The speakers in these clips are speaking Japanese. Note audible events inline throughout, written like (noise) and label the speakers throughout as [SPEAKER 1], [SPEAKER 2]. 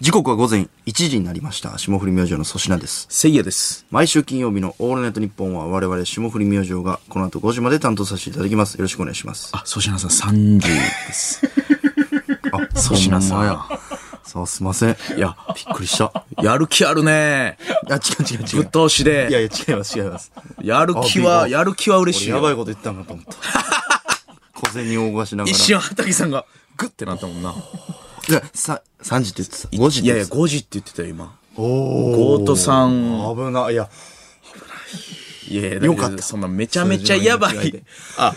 [SPEAKER 1] 時刻は午前1時になりました。霜降り明星の粗品です。
[SPEAKER 2] せいやです。
[SPEAKER 1] 毎週金曜日のオールナイトニッポンは我々霜降り明星がこの後5時まで担当させていただきます。よろしくお願いします。
[SPEAKER 2] あ、粗品さん30です。
[SPEAKER 1] あ、
[SPEAKER 2] 粗品さん
[SPEAKER 1] ほまや。そう、すいません。
[SPEAKER 2] (laughs) いや、
[SPEAKER 1] びっくりした。あ、
[SPEAKER 2] やる気あるね。
[SPEAKER 1] 違う違う違
[SPEAKER 2] ぶっ
[SPEAKER 1] う。
[SPEAKER 2] 通し
[SPEAKER 1] いや
[SPEAKER 2] で。
[SPEAKER 1] いや、違います、違います。
[SPEAKER 2] やる気
[SPEAKER 1] あ
[SPEAKER 2] は、
[SPEAKER 1] びっくり
[SPEAKER 2] やる気は嬉しい
[SPEAKER 1] 俺
[SPEAKER 2] よ。
[SPEAKER 1] やばいこと言ったんだと思った。小銭を動かしながら。
[SPEAKER 2] 一瞬、畑さんが、グッてなったもんな。
[SPEAKER 1] いやさ、3時って言ってた。5時って
[SPEAKER 2] いや
[SPEAKER 1] 言
[SPEAKER 2] いや、
[SPEAKER 1] ってた。
[SPEAKER 2] 5時って言ってたよ、今。
[SPEAKER 1] お
[SPEAKER 2] ゴートさん。
[SPEAKER 1] 危ない。いや、
[SPEAKER 2] いやいや、
[SPEAKER 1] よかった
[SPEAKER 2] そんなめちゃめちゃやば
[SPEAKER 1] 数字の意味違い
[SPEAKER 2] い
[SPEAKER 1] で。
[SPEAKER 2] あ、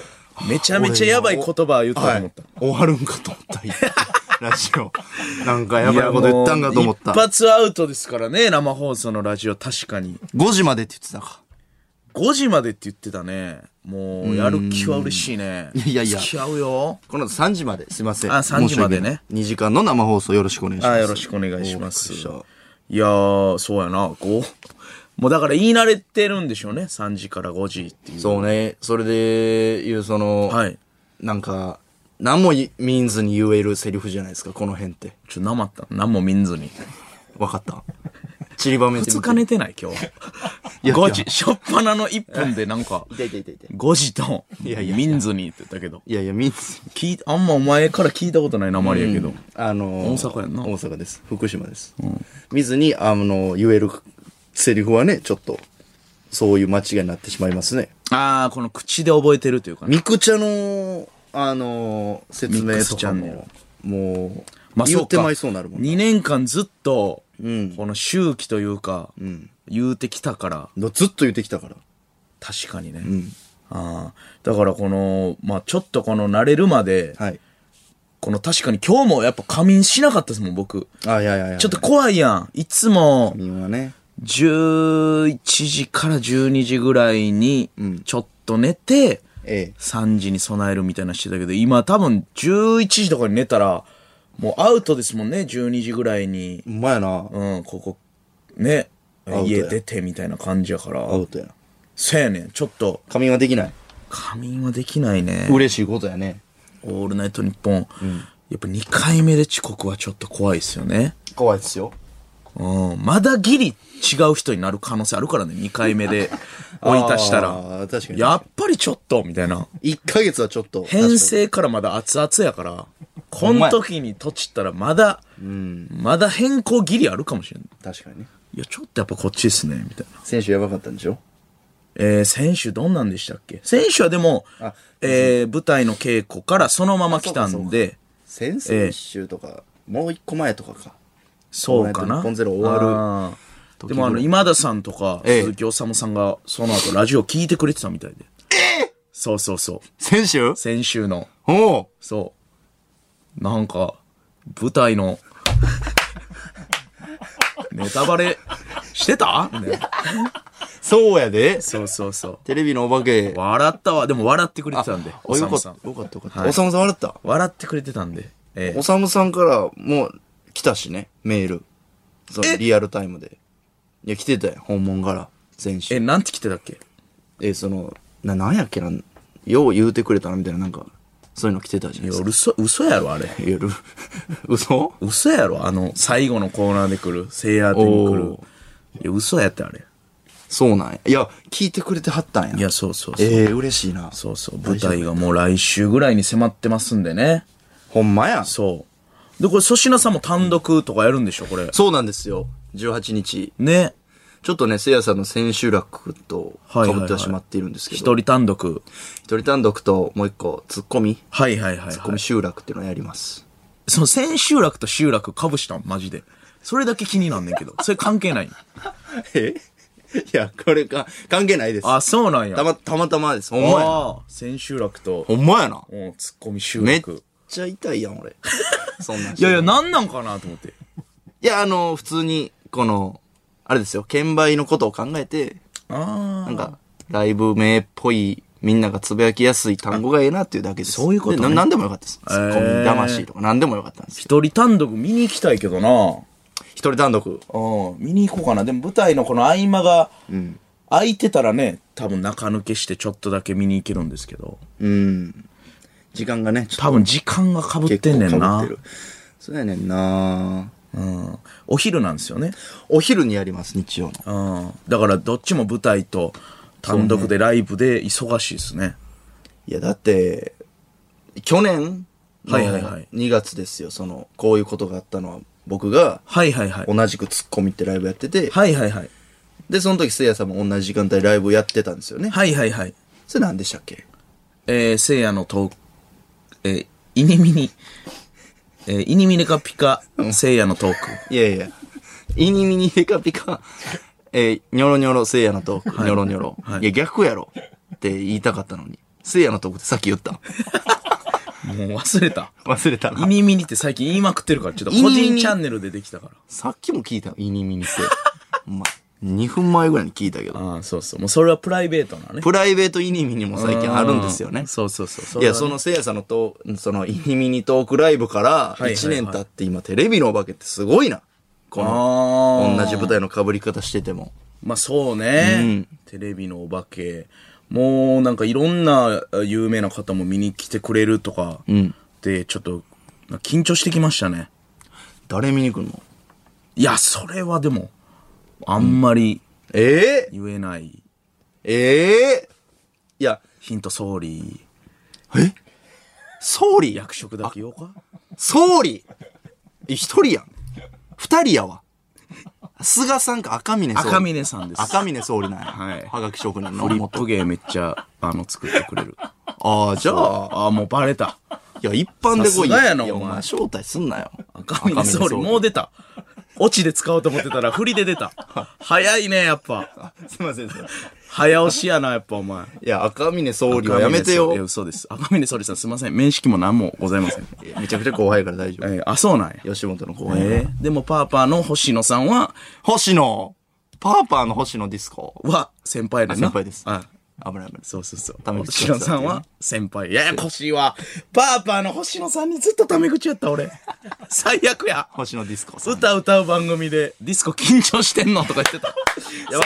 [SPEAKER 2] めちゃめちゃやばい言葉言ったと思った。
[SPEAKER 1] はい、終わるんかと思った。ラジオ。なんかやばいこと言ったんかと思った
[SPEAKER 2] いやもう。一発アウトですからね、生放送のラジオ、確かに。
[SPEAKER 1] 5時までって言ってたか。
[SPEAKER 2] 5時までって言ってたね。もう、やる気は嬉しいね。
[SPEAKER 1] いやいやいや
[SPEAKER 2] 付き合うよ。
[SPEAKER 1] この後3時まですいません。
[SPEAKER 2] あ3時までね。
[SPEAKER 1] 2時間の生放送よろしくお願いします。
[SPEAKER 2] あよろしくお願いします
[SPEAKER 1] おびっくりした
[SPEAKER 2] いやー、そうやな、5。もうだから言い慣れてるんでしょうね。3時から5時っていう。
[SPEAKER 1] そうね。それで、いう、その、
[SPEAKER 2] はい。
[SPEAKER 1] なんか、何もい見んずに言えるセリフじゃないですか、この辺って。
[SPEAKER 2] ちょ、なまった。何も見んずに。
[SPEAKER 1] わか
[SPEAKER 2] (laughs)
[SPEAKER 1] った散りばめてみて。
[SPEAKER 2] 2日寝てない、今日。
[SPEAKER 1] (laughs) いや
[SPEAKER 2] 5時。しょっぱなの1本でなんか、
[SPEAKER 1] 痛い痛い痛い痛い。
[SPEAKER 2] 5時と、
[SPEAKER 1] いやいや
[SPEAKER 2] 見んずにって言ったけど。
[SPEAKER 1] いやいや、見んずに。
[SPEAKER 2] 聞いあんまお前から聞いたことないなまりやけど。
[SPEAKER 1] あのー
[SPEAKER 2] 大阪やんな
[SPEAKER 1] 大阪です。福島です。見ずに、あのー、言えるセリフはね、ちょっと、そういう間違いになってしまいますね。
[SPEAKER 2] あー、この口で覚えてるというかね。
[SPEAKER 1] ミクチャの、あのー説
[SPEAKER 2] ミッ
[SPEAKER 1] 明
[SPEAKER 2] クス
[SPEAKER 1] と
[SPEAKER 2] チャ
[SPEAKER 1] か
[SPEAKER 2] ンネル
[SPEAKER 1] も、もう、
[SPEAKER 2] まあ
[SPEAKER 1] 言ってまいそうになるもんな
[SPEAKER 2] 2年間ずっと、
[SPEAKER 1] ん
[SPEAKER 2] この周期というか、言うてきたから、
[SPEAKER 1] ずっと言ってきたから。
[SPEAKER 2] 確かにね。ああだからこの、まあちょっとこの慣れるまで、
[SPEAKER 1] はい。
[SPEAKER 2] この確かに今日もやっぱ仮眠しなかったですもん、僕。
[SPEAKER 1] あ、いやいやいや。
[SPEAKER 2] ちょっと、怖いやん。いつも、
[SPEAKER 1] 民はね。
[SPEAKER 2] 11時から12時ぐらいに、ちょっと寝て、
[SPEAKER 1] ええ。
[SPEAKER 2] 3時に備えるみたいなのしてたけど、今多分11時とかに寝たら、もうアウトですもんね、12時ぐらいに。
[SPEAKER 1] うまやな。
[SPEAKER 2] うん、ここ、ね、
[SPEAKER 1] ウトや
[SPEAKER 2] 家出てみたいな感じやから。
[SPEAKER 1] アウトやな。
[SPEAKER 2] せやねん、ちょっと、
[SPEAKER 1] 仮眠はできない。
[SPEAKER 2] 仮眠はできないね。
[SPEAKER 1] 嬉しいことやね。
[SPEAKER 2] オールナイトニッポン。やっぱ2回目で遅刻はちょっと怖いですよね。
[SPEAKER 1] 怖いですよ。
[SPEAKER 2] うん、まだギリ違う人になる可能性あるからね、2回
[SPEAKER 1] (laughs)
[SPEAKER 2] 目で追い足した
[SPEAKER 1] あー
[SPEAKER 2] ら。
[SPEAKER 1] 確かに
[SPEAKER 2] やっぱりちょっと、みたいな。
[SPEAKER 1] 1ヶ月はちょっと。
[SPEAKER 2] 編成からまだ熱々やから、こ
[SPEAKER 1] んま
[SPEAKER 2] の
[SPEAKER 1] や
[SPEAKER 2] 時にとちったらまだ、まだ変更ギリあるかもしれん。い
[SPEAKER 1] 確かにね。
[SPEAKER 2] や、ちょっとやっぱこっちですね、みたいな。
[SPEAKER 1] 選手やばかったんでしょ
[SPEAKER 2] えー、選手どんなんでしたっけ選手はでも
[SPEAKER 1] あ、
[SPEAKER 2] えー、舞台の稽古からそのまま来たんで、
[SPEAKER 1] 先生週とか、もう一個前とかか。
[SPEAKER 2] そうかな。
[SPEAKER 1] 日本ゼロ終わる
[SPEAKER 2] あー
[SPEAKER 1] 時ぐ
[SPEAKER 2] で
[SPEAKER 1] らい
[SPEAKER 2] もあの、今田さんとか、
[SPEAKER 1] ええ
[SPEAKER 2] 鈴木おさむさんが、その後ラジオ聞いてくれてたみたいで。そうそうそう。
[SPEAKER 1] 選手
[SPEAKER 2] 先週の、
[SPEAKER 1] おう
[SPEAKER 2] そう。なんか、舞台
[SPEAKER 1] (laughs)
[SPEAKER 2] の、ネタバレしてたみたいな
[SPEAKER 1] そうやで。
[SPEAKER 2] そうそうそ
[SPEAKER 1] テレビのお化け
[SPEAKER 2] う。。笑ったわ。でも笑ってくれてたんで、お
[SPEAKER 1] あ
[SPEAKER 2] さ
[SPEAKER 1] よか
[SPEAKER 2] む
[SPEAKER 1] っ
[SPEAKER 2] さ
[SPEAKER 1] た。
[SPEAKER 2] ん。
[SPEAKER 1] よかったよかっ
[SPEAKER 2] は
[SPEAKER 1] た。
[SPEAKER 2] い
[SPEAKER 1] おさむさん笑った。
[SPEAKER 2] 笑ってくれてたんで。ええ
[SPEAKER 1] おさむさんからもう来たしね、メール。その
[SPEAKER 2] え
[SPEAKER 1] リアルタイムで。いや、来てたよ、訪問から、前週。
[SPEAKER 2] え、なんて来てたっけ
[SPEAKER 1] え、その、な、なんやっけな、よう言うてくれたな、みたいな、なんか、そういうの来てたじゃない
[SPEAKER 2] い
[SPEAKER 1] で
[SPEAKER 2] や、
[SPEAKER 1] すか。
[SPEAKER 2] 嘘、嘘やろ、あれ。
[SPEAKER 1] 夜。 (laughs) 嘘
[SPEAKER 2] 嘘やろ、あの、最後のコーナーで来る、せいや当てに来る
[SPEAKER 1] お。
[SPEAKER 2] いや、嘘やって、あれ。
[SPEAKER 1] そうなんや。いや、聞いてくれてはったんや。
[SPEAKER 2] いや、そうそうそう。
[SPEAKER 1] ええ嬉しいな。
[SPEAKER 2] そうそう、舞台がもう来週ぐらいに迫ってますんでね。
[SPEAKER 1] ほんまや。
[SPEAKER 2] そう。で、これ、粗品さんも単独とかやるんでしょ、これ。
[SPEAKER 1] そうなんですよ。18日。
[SPEAKER 2] ね。
[SPEAKER 1] ちょっとね、せいやさんの千秋楽と被
[SPEAKER 2] はいはいはい
[SPEAKER 1] ってはしまっているんですけど、
[SPEAKER 2] 一人単独。
[SPEAKER 1] 一人単独ともう一個、ツッコミ、
[SPEAKER 2] はいはいはい、
[SPEAKER 1] ツッコ
[SPEAKER 2] は
[SPEAKER 1] ミ
[SPEAKER 2] い。
[SPEAKER 1] 集落っていうのをやります。
[SPEAKER 2] その、千秋楽と集落被したん、マジで。それだけ気になんねんけど。それ関
[SPEAKER 1] (laughs)
[SPEAKER 2] 係ない。
[SPEAKER 1] え (laughs) いや、これか、関係ないです。
[SPEAKER 2] あ、そうなんや。
[SPEAKER 1] たま、たまたまです。ほんまやな。
[SPEAKER 2] ああ、千秋楽と、
[SPEAKER 1] ほんまやな。
[SPEAKER 2] うん、ツッコミ集
[SPEAKER 1] めっ
[SPEAKER 2] 落。
[SPEAKER 1] ちゃ痛いやん、俺。 (laughs) そんなんし
[SPEAKER 2] いやいや、なんなんかなと思って。
[SPEAKER 1] いや、あの、普通に、この、あれですよ、券売のことを考えて、
[SPEAKER 2] あ
[SPEAKER 1] な
[SPEAKER 2] あ
[SPEAKER 1] ん。か、ライブ名っぽい、みんながつぶやきやすい単語がええなっていうだけです。
[SPEAKER 2] そういうことね
[SPEAKER 1] でななんでもよかったです。ツッコ
[SPEAKER 2] へ
[SPEAKER 1] ミ、
[SPEAKER 2] ー
[SPEAKER 1] 魂とか、なんでもよかったんですけど。
[SPEAKER 2] 一人単独見に行きたいけどな
[SPEAKER 1] 一人単独。
[SPEAKER 2] うん、見に行こうかな。でも舞台のこの合間が、空いてたらね、多分中抜けしてちょっとだけ見に行けるんですけど。
[SPEAKER 1] うん。時間がね、ちょっ
[SPEAKER 2] 多分時間が被
[SPEAKER 1] と
[SPEAKER 2] ってんね
[SPEAKER 1] 結
[SPEAKER 2] んな
[SPEAKER 1] 構被ってる。そうやねんな
[SPEAKER 2] うん。お昼なんですよね。
[SPEAKER 1] お昼にやります、日曜の。
[SPEAKER 2] うん。だからどっちも舞台と単独でライブで忙しいですね。
[SPEAKER 1] いや、だって、去年の
[SPEAKER 2] はいはいはい
[SPEAKER 1] 2月ですよ、その、こういうことがあったのは、僕が、
[SPEAKER 2] はいはいはい。
[SPEAKER 1] 同じくツッコミってライブやってて、
[SPEAKER 2] はいはいはい。
[SPEAKER 1] で、その時、せいやさんも同じ時間帯ライブやってたんですよね。
[SPEAKER 2] はいはいはい。
[SPEAKER 1] それ何でしたっけ
[SPEAKER 2] えー、せいやのトーク、えー、イニミニ、えー、イニミニカピカ、せいやのトーク。
[SPEAKER 1] いやいや、イニミニヘカピカ、 (laughs) えー、ニョロニョロ、せいやのトーク、ニョロニョロ。
[SPEAKER 2] はい
[SPEAKER 1] いや、逆やろって言いたかったのに。せいやのトークってさっき言った。
[SPEAKER 2] もう忘れた。
[SPEAKER 1] 忘れた
[SPEAKER 2] イ
[SPEAKER 1] な。
[SPEAKER 2] ニミニって最近言いまくってるから、ちょっと
[SPEAKER 1] イニ
[SPEAKER 2] 個
[SPEAKER 1] ミニ
[SPEAKER 2] 人チャンネルでできたから。
[SPEAKER 1] さっきも聞いたの、イニ
[SPEAKER 2] (laughs)
[SPEAKER 1] ミニって。ほんま2分前ぐらいに聞いたけど。
[SPEAKER 2] ああ、そうそう。もうそれはプライベートなね。
[SPEAKER 1] プライベートイニミニも最近あるんですよ
[SPEAKER 2] う
[SPEAKER 1] ね。
[SPEAKER 2] そうそうそう。
[SPEAKER 1] いや、そ
[SPEAKER 2] れはね、
[SPEAKER 1] のせいやさんのと、その、イニミニトークライブから、
[SPEAKER 2] いはいはい
[SPEAKER 1] 1年経って今、テレビのお化けってすごいな。この、
[SPEAKER 2] ああ。
[SPEAKER 1] 同じ舞。台の被り方してても。
[SPEAKER 2] まあそうね、
[SPEAKER 1] うん
[SPEAKER 2] テレビのお化け。もうなんかいろんなあ有名な方も見に来てくれるとか、
[SPEAKER 1] ん
[SPEAKER 2] で、ちょっと、なんか緊張してきましたね。
[SPEAKER 1] 誰見に来るの
[SPEAKER 2] いや、それはでも、あんまり
[SPEAKER 1] ええ
[SPEAKER 2] 言えない。
[SPEAKER 1] ええいや、
[SPEAKER 2] ヒント、総理。
[SPEAKER 1] 総理
[SPEAKER 2] 役職だけ言おうか
[SPEAKER 1] 総理え一人やん。二人やわ。菅さんか赤峰総理。
[SPEAKER 2] 赤峰さんです。
[SPEAKER 1] 赤峰総理なんや。
[SPEAKER 2] はい
[SPEAKER 1] はがき職人の
[SPEAKER 2] フリッ
[SPEAKER 1] 元
[SPEAKER 2] プ芸めっちゃ、あの、作ってくれる。
[SPEAKER 1] ああ、じゃあ、
[SPEAKER 2] ああ、もうバレた。
[SPEAKER 1] いや、一般で来い
[SPEAKER 2] さすがやないお前
[SPEAKER 1] 招待すんなよ。
[SPEAKER 2] 赤峰総理、もう出た。オチで使おうと思ってたら、振りで出た。早いね、やっぱ。
[SPEAKER 1] すいません。い
[SPEAKER 2] 早押しやな、やっぱ、お前。
[SPEAKER 1] や、赤峰総理はやめて
[SPEAKER 2] いや、
[SPEAKER 1] よ。
[SPEAKER 2] 嘘です。赤峰総理さん、すいません。面識も何もございません。
[SPEAKER 1] めちゃくちゃ後輩やから大丈
[SPEAKER 2] えー、あ、そうなんや。
[SPEAKER 1] 夫。吉本の後輩やから。
[SPEAKER 2] えー、でも、パーパーの星野さんは、
[SPEAKER 1] 星野パーパーの星野ディスコ
[SPEAKER 2] は、先輩だ
[SPEAKER 1] あ
[SPEAKER 2] な。
[SPEAKER 1] 先輩です
[SPEAKER 2] はい。
[SPEAKER 1] 危ない危ない。
[SPEAKER 2] そうそうそう。
[SPEAKER 1] タメ口
[SPEAKER 2] 星野さんは先輩。ややこしいわ。パーパーの星野さんにずっとタメ口やった俺。最悪や。
[SPEAKER 1] 星野ディスコさん。
[SPEAKER 2] 歌歌う番組でディスコ緊張してんのとか言って (laughs) た。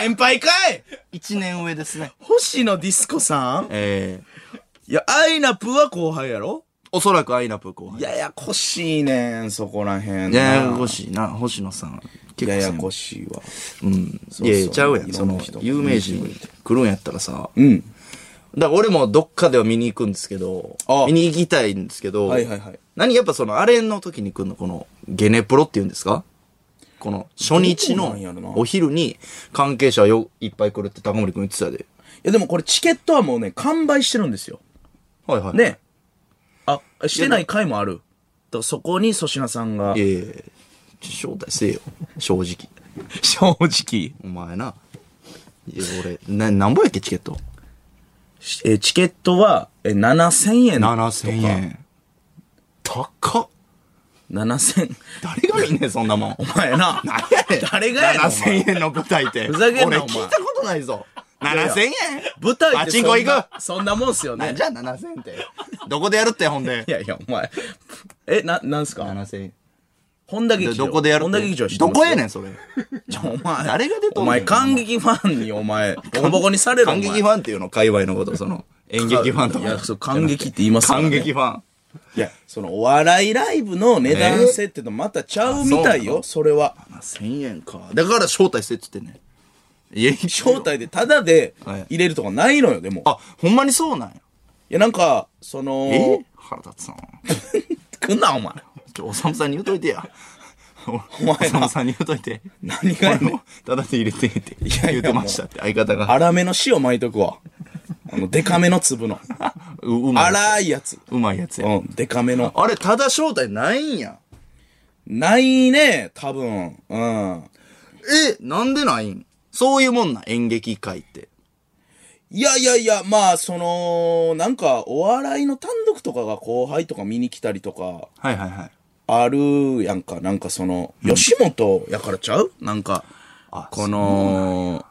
[SPEAKER 2] 先輩かい
[SPEAKER 1] 一年上ですね。
[SPEAKER 2] 星野ディスコさん
[SPEAKER 1] ええ
[SPEAKER 2] いや、アイナプーは後輩やろ
[SPEAKER 1] おそらくアイナプー後輩。
[SPEAKER 2] ややこしいねん、そこらへん。
[SPEAKER 1] ややこしいな、星野さん。結構
[SPEAKER 2] やや
[SPEAKER 1] 先輩
[SPEAKER 2] こしいわ。
[SPEAKER 1] うん。
[SPEAKER 2] うそう
[SPEAKER 1] いやいや、ちゃうやん。
[SPEAKER 2] い
[SPEAKER 1] そ
[SPEAKER 2] ろんな
[SPEAKER 1] の
[SPEAKER 2] 人、
[SPEAKER 1] 有名人来るんやったらさ。
[SPEAKER 2] うん。
[SPEAKER 1] だから俺もどっかでは見に行くんですけど
[SPEAKER 2] あ、
[SPEAKER 1] 見に行きたいんですけど、
[SPEAKER 2] はいはいはい
[SPEAKER 1] 何やっぱその、あれの時に来るの、この、ゲネプロって言うんですかこの、初日
[SPEAKER 2] どう
[SPEAKER 1] の
[SPEAKER 2] なんやろな
[SPEAKER 1] お昼に関係者よいっぱい来るって高森くん言ってたで。
[SPEAKER 2] いや、でもこれチケットはもうね、完売してるんですよ。
[SPEAKER 1] はいはい。
[SPEAKER 2] ね。あ、してない回もある。とそこに粗品さんが
[SPEAKER 1] い、やいやいやちょ招待せえよ。正直。
[SPEAKER 2] 正直、
[SPEAKER 1] お前な。いや、俺、な、なんぼやっけ、チケット。
[SPEAKER 2] えーチケットは、えー、7000円とか。
[SPEAKER 1] 7000。円。高っ。
[SPEAKER 2] 7000。
[SPEAKER 1] 誰が見んねん、そんなもん。
[SPEAKER 2] お前 (laughs) な。誰がやねんお前
[SPEAKER 1] 7000円の舞台って。
[SPEAKER 2] ふざけんな
[SPEAKER 1] 俺
[SPEAKER 2] お前
[SPEAKER 1] 聞いたことないぞ。
[SPEAKER 2] いや
[SPEAKER 1] 7000円
[SPEAKER 2] 舞台
[SPEAKER 1] パチンコ行く
[SPEAKER 2] くそんなもんっすよ
[SPEAKER 1] なん
[SPEAKER 2] ね。
[SPEAKER 1] じゃ7000円って。どこでやるって、ほんで
[SPEAKER 2] い。やいや、お前。え、な、なんすか
[SPEAKER 1] 7000円。
[SPEAKER 2] 本田劇
[SPEAKER 1] で
[SPEAKER 2] 場。
[SPEAKER 1] どこでやる
[SPEAKER 2] 本
[SPEAKER 1] っ
[SPEAKER 2] 田劇場
[SPEAKER 1] て。
[SPEAKER 2] 知ってま
[SPEAKER 1] ど
[SPEAKER 2] す
[SPEAKER 1] こやねん、それ。
[SPEAKER 2] ちょお前。
[SPEAKER 1] 誰が出とんねん
[SPEAKER 2] お前、感激ファンに、お前、ボコボコにされる
[SPEAKER 1] 感激ファンっていうの、界隈のこと、その、演劇ファンと
[SPEAKER 2] いや、そ
[SPEAKER 1] か。
[SPEAKER 2] う、感激って言いますからね
[SPEAKER 1] 感激ファン。
[SPEAKER 2] いや、その、お笑いライブの値段設定とまたちゃうみたい
[SPEAKER 1] え
[SPEAKER 2] よ、それは。
[SPEAKER 1] 7000円か。だから招待せっつってね。いや、
[SPEAKER 2] 招待でタダで
[SPEAKER 1] はい
[SPEAKER 2] 入れるとかないのよ、でも。
[SPEAKER 1] あ、ほんまにそうなんや。
[SPEAKER 2] いや、なんか、その、
[SPEAKER 1] 腹立つな。
[SPEAKER 2] 来んな、お前。
[SPEAKER 1] ちょ、おさむさんに言うといてや。 (laughs) おお
[SPEAKER 2] 前な
[SPEAKER 1] さむさんに言うといて。
[SPEAKER 2] 何がやねん
[SPEAKER 1] 俺もただで入れてって
[SPEAKER 2] や
[SPEAKER 1] 言
[SPEAKER 2] いや
[SPEAKER 1] うてましたって、相方が。
[SPEAKER 2] 粗めの塩巻いとくわ。あの、デカめの
[SPEAKER 1] (laughs)
[SPEAKER 2] 粒の。
[SPEAKER 1] ううまいや
[SPEAKER 2] 粗いやつ。
[SPEAKER 1] つ。うまいやつや。
[SPEAKER 2] うん、デカめの。
[SPEAKER 1] あれ、ただ招待ないんや。
[SPEAKER 2] ないね、多分。うん。
[SPEAKER 1] え、なんでないんそういうもんなん、演劇界って。
[SPEAKER 2] いやいやいや、まあ、その、なんか、お笑いの単独とかが後輩とか見に来たりとか、
[SPEAKER 1] はいはいはい。
[SPEAKER 2] あるやんか、なんかその、吉本やからちゃうなんか
[SPEAKER 1] あ、
[SPEAKER 2] この、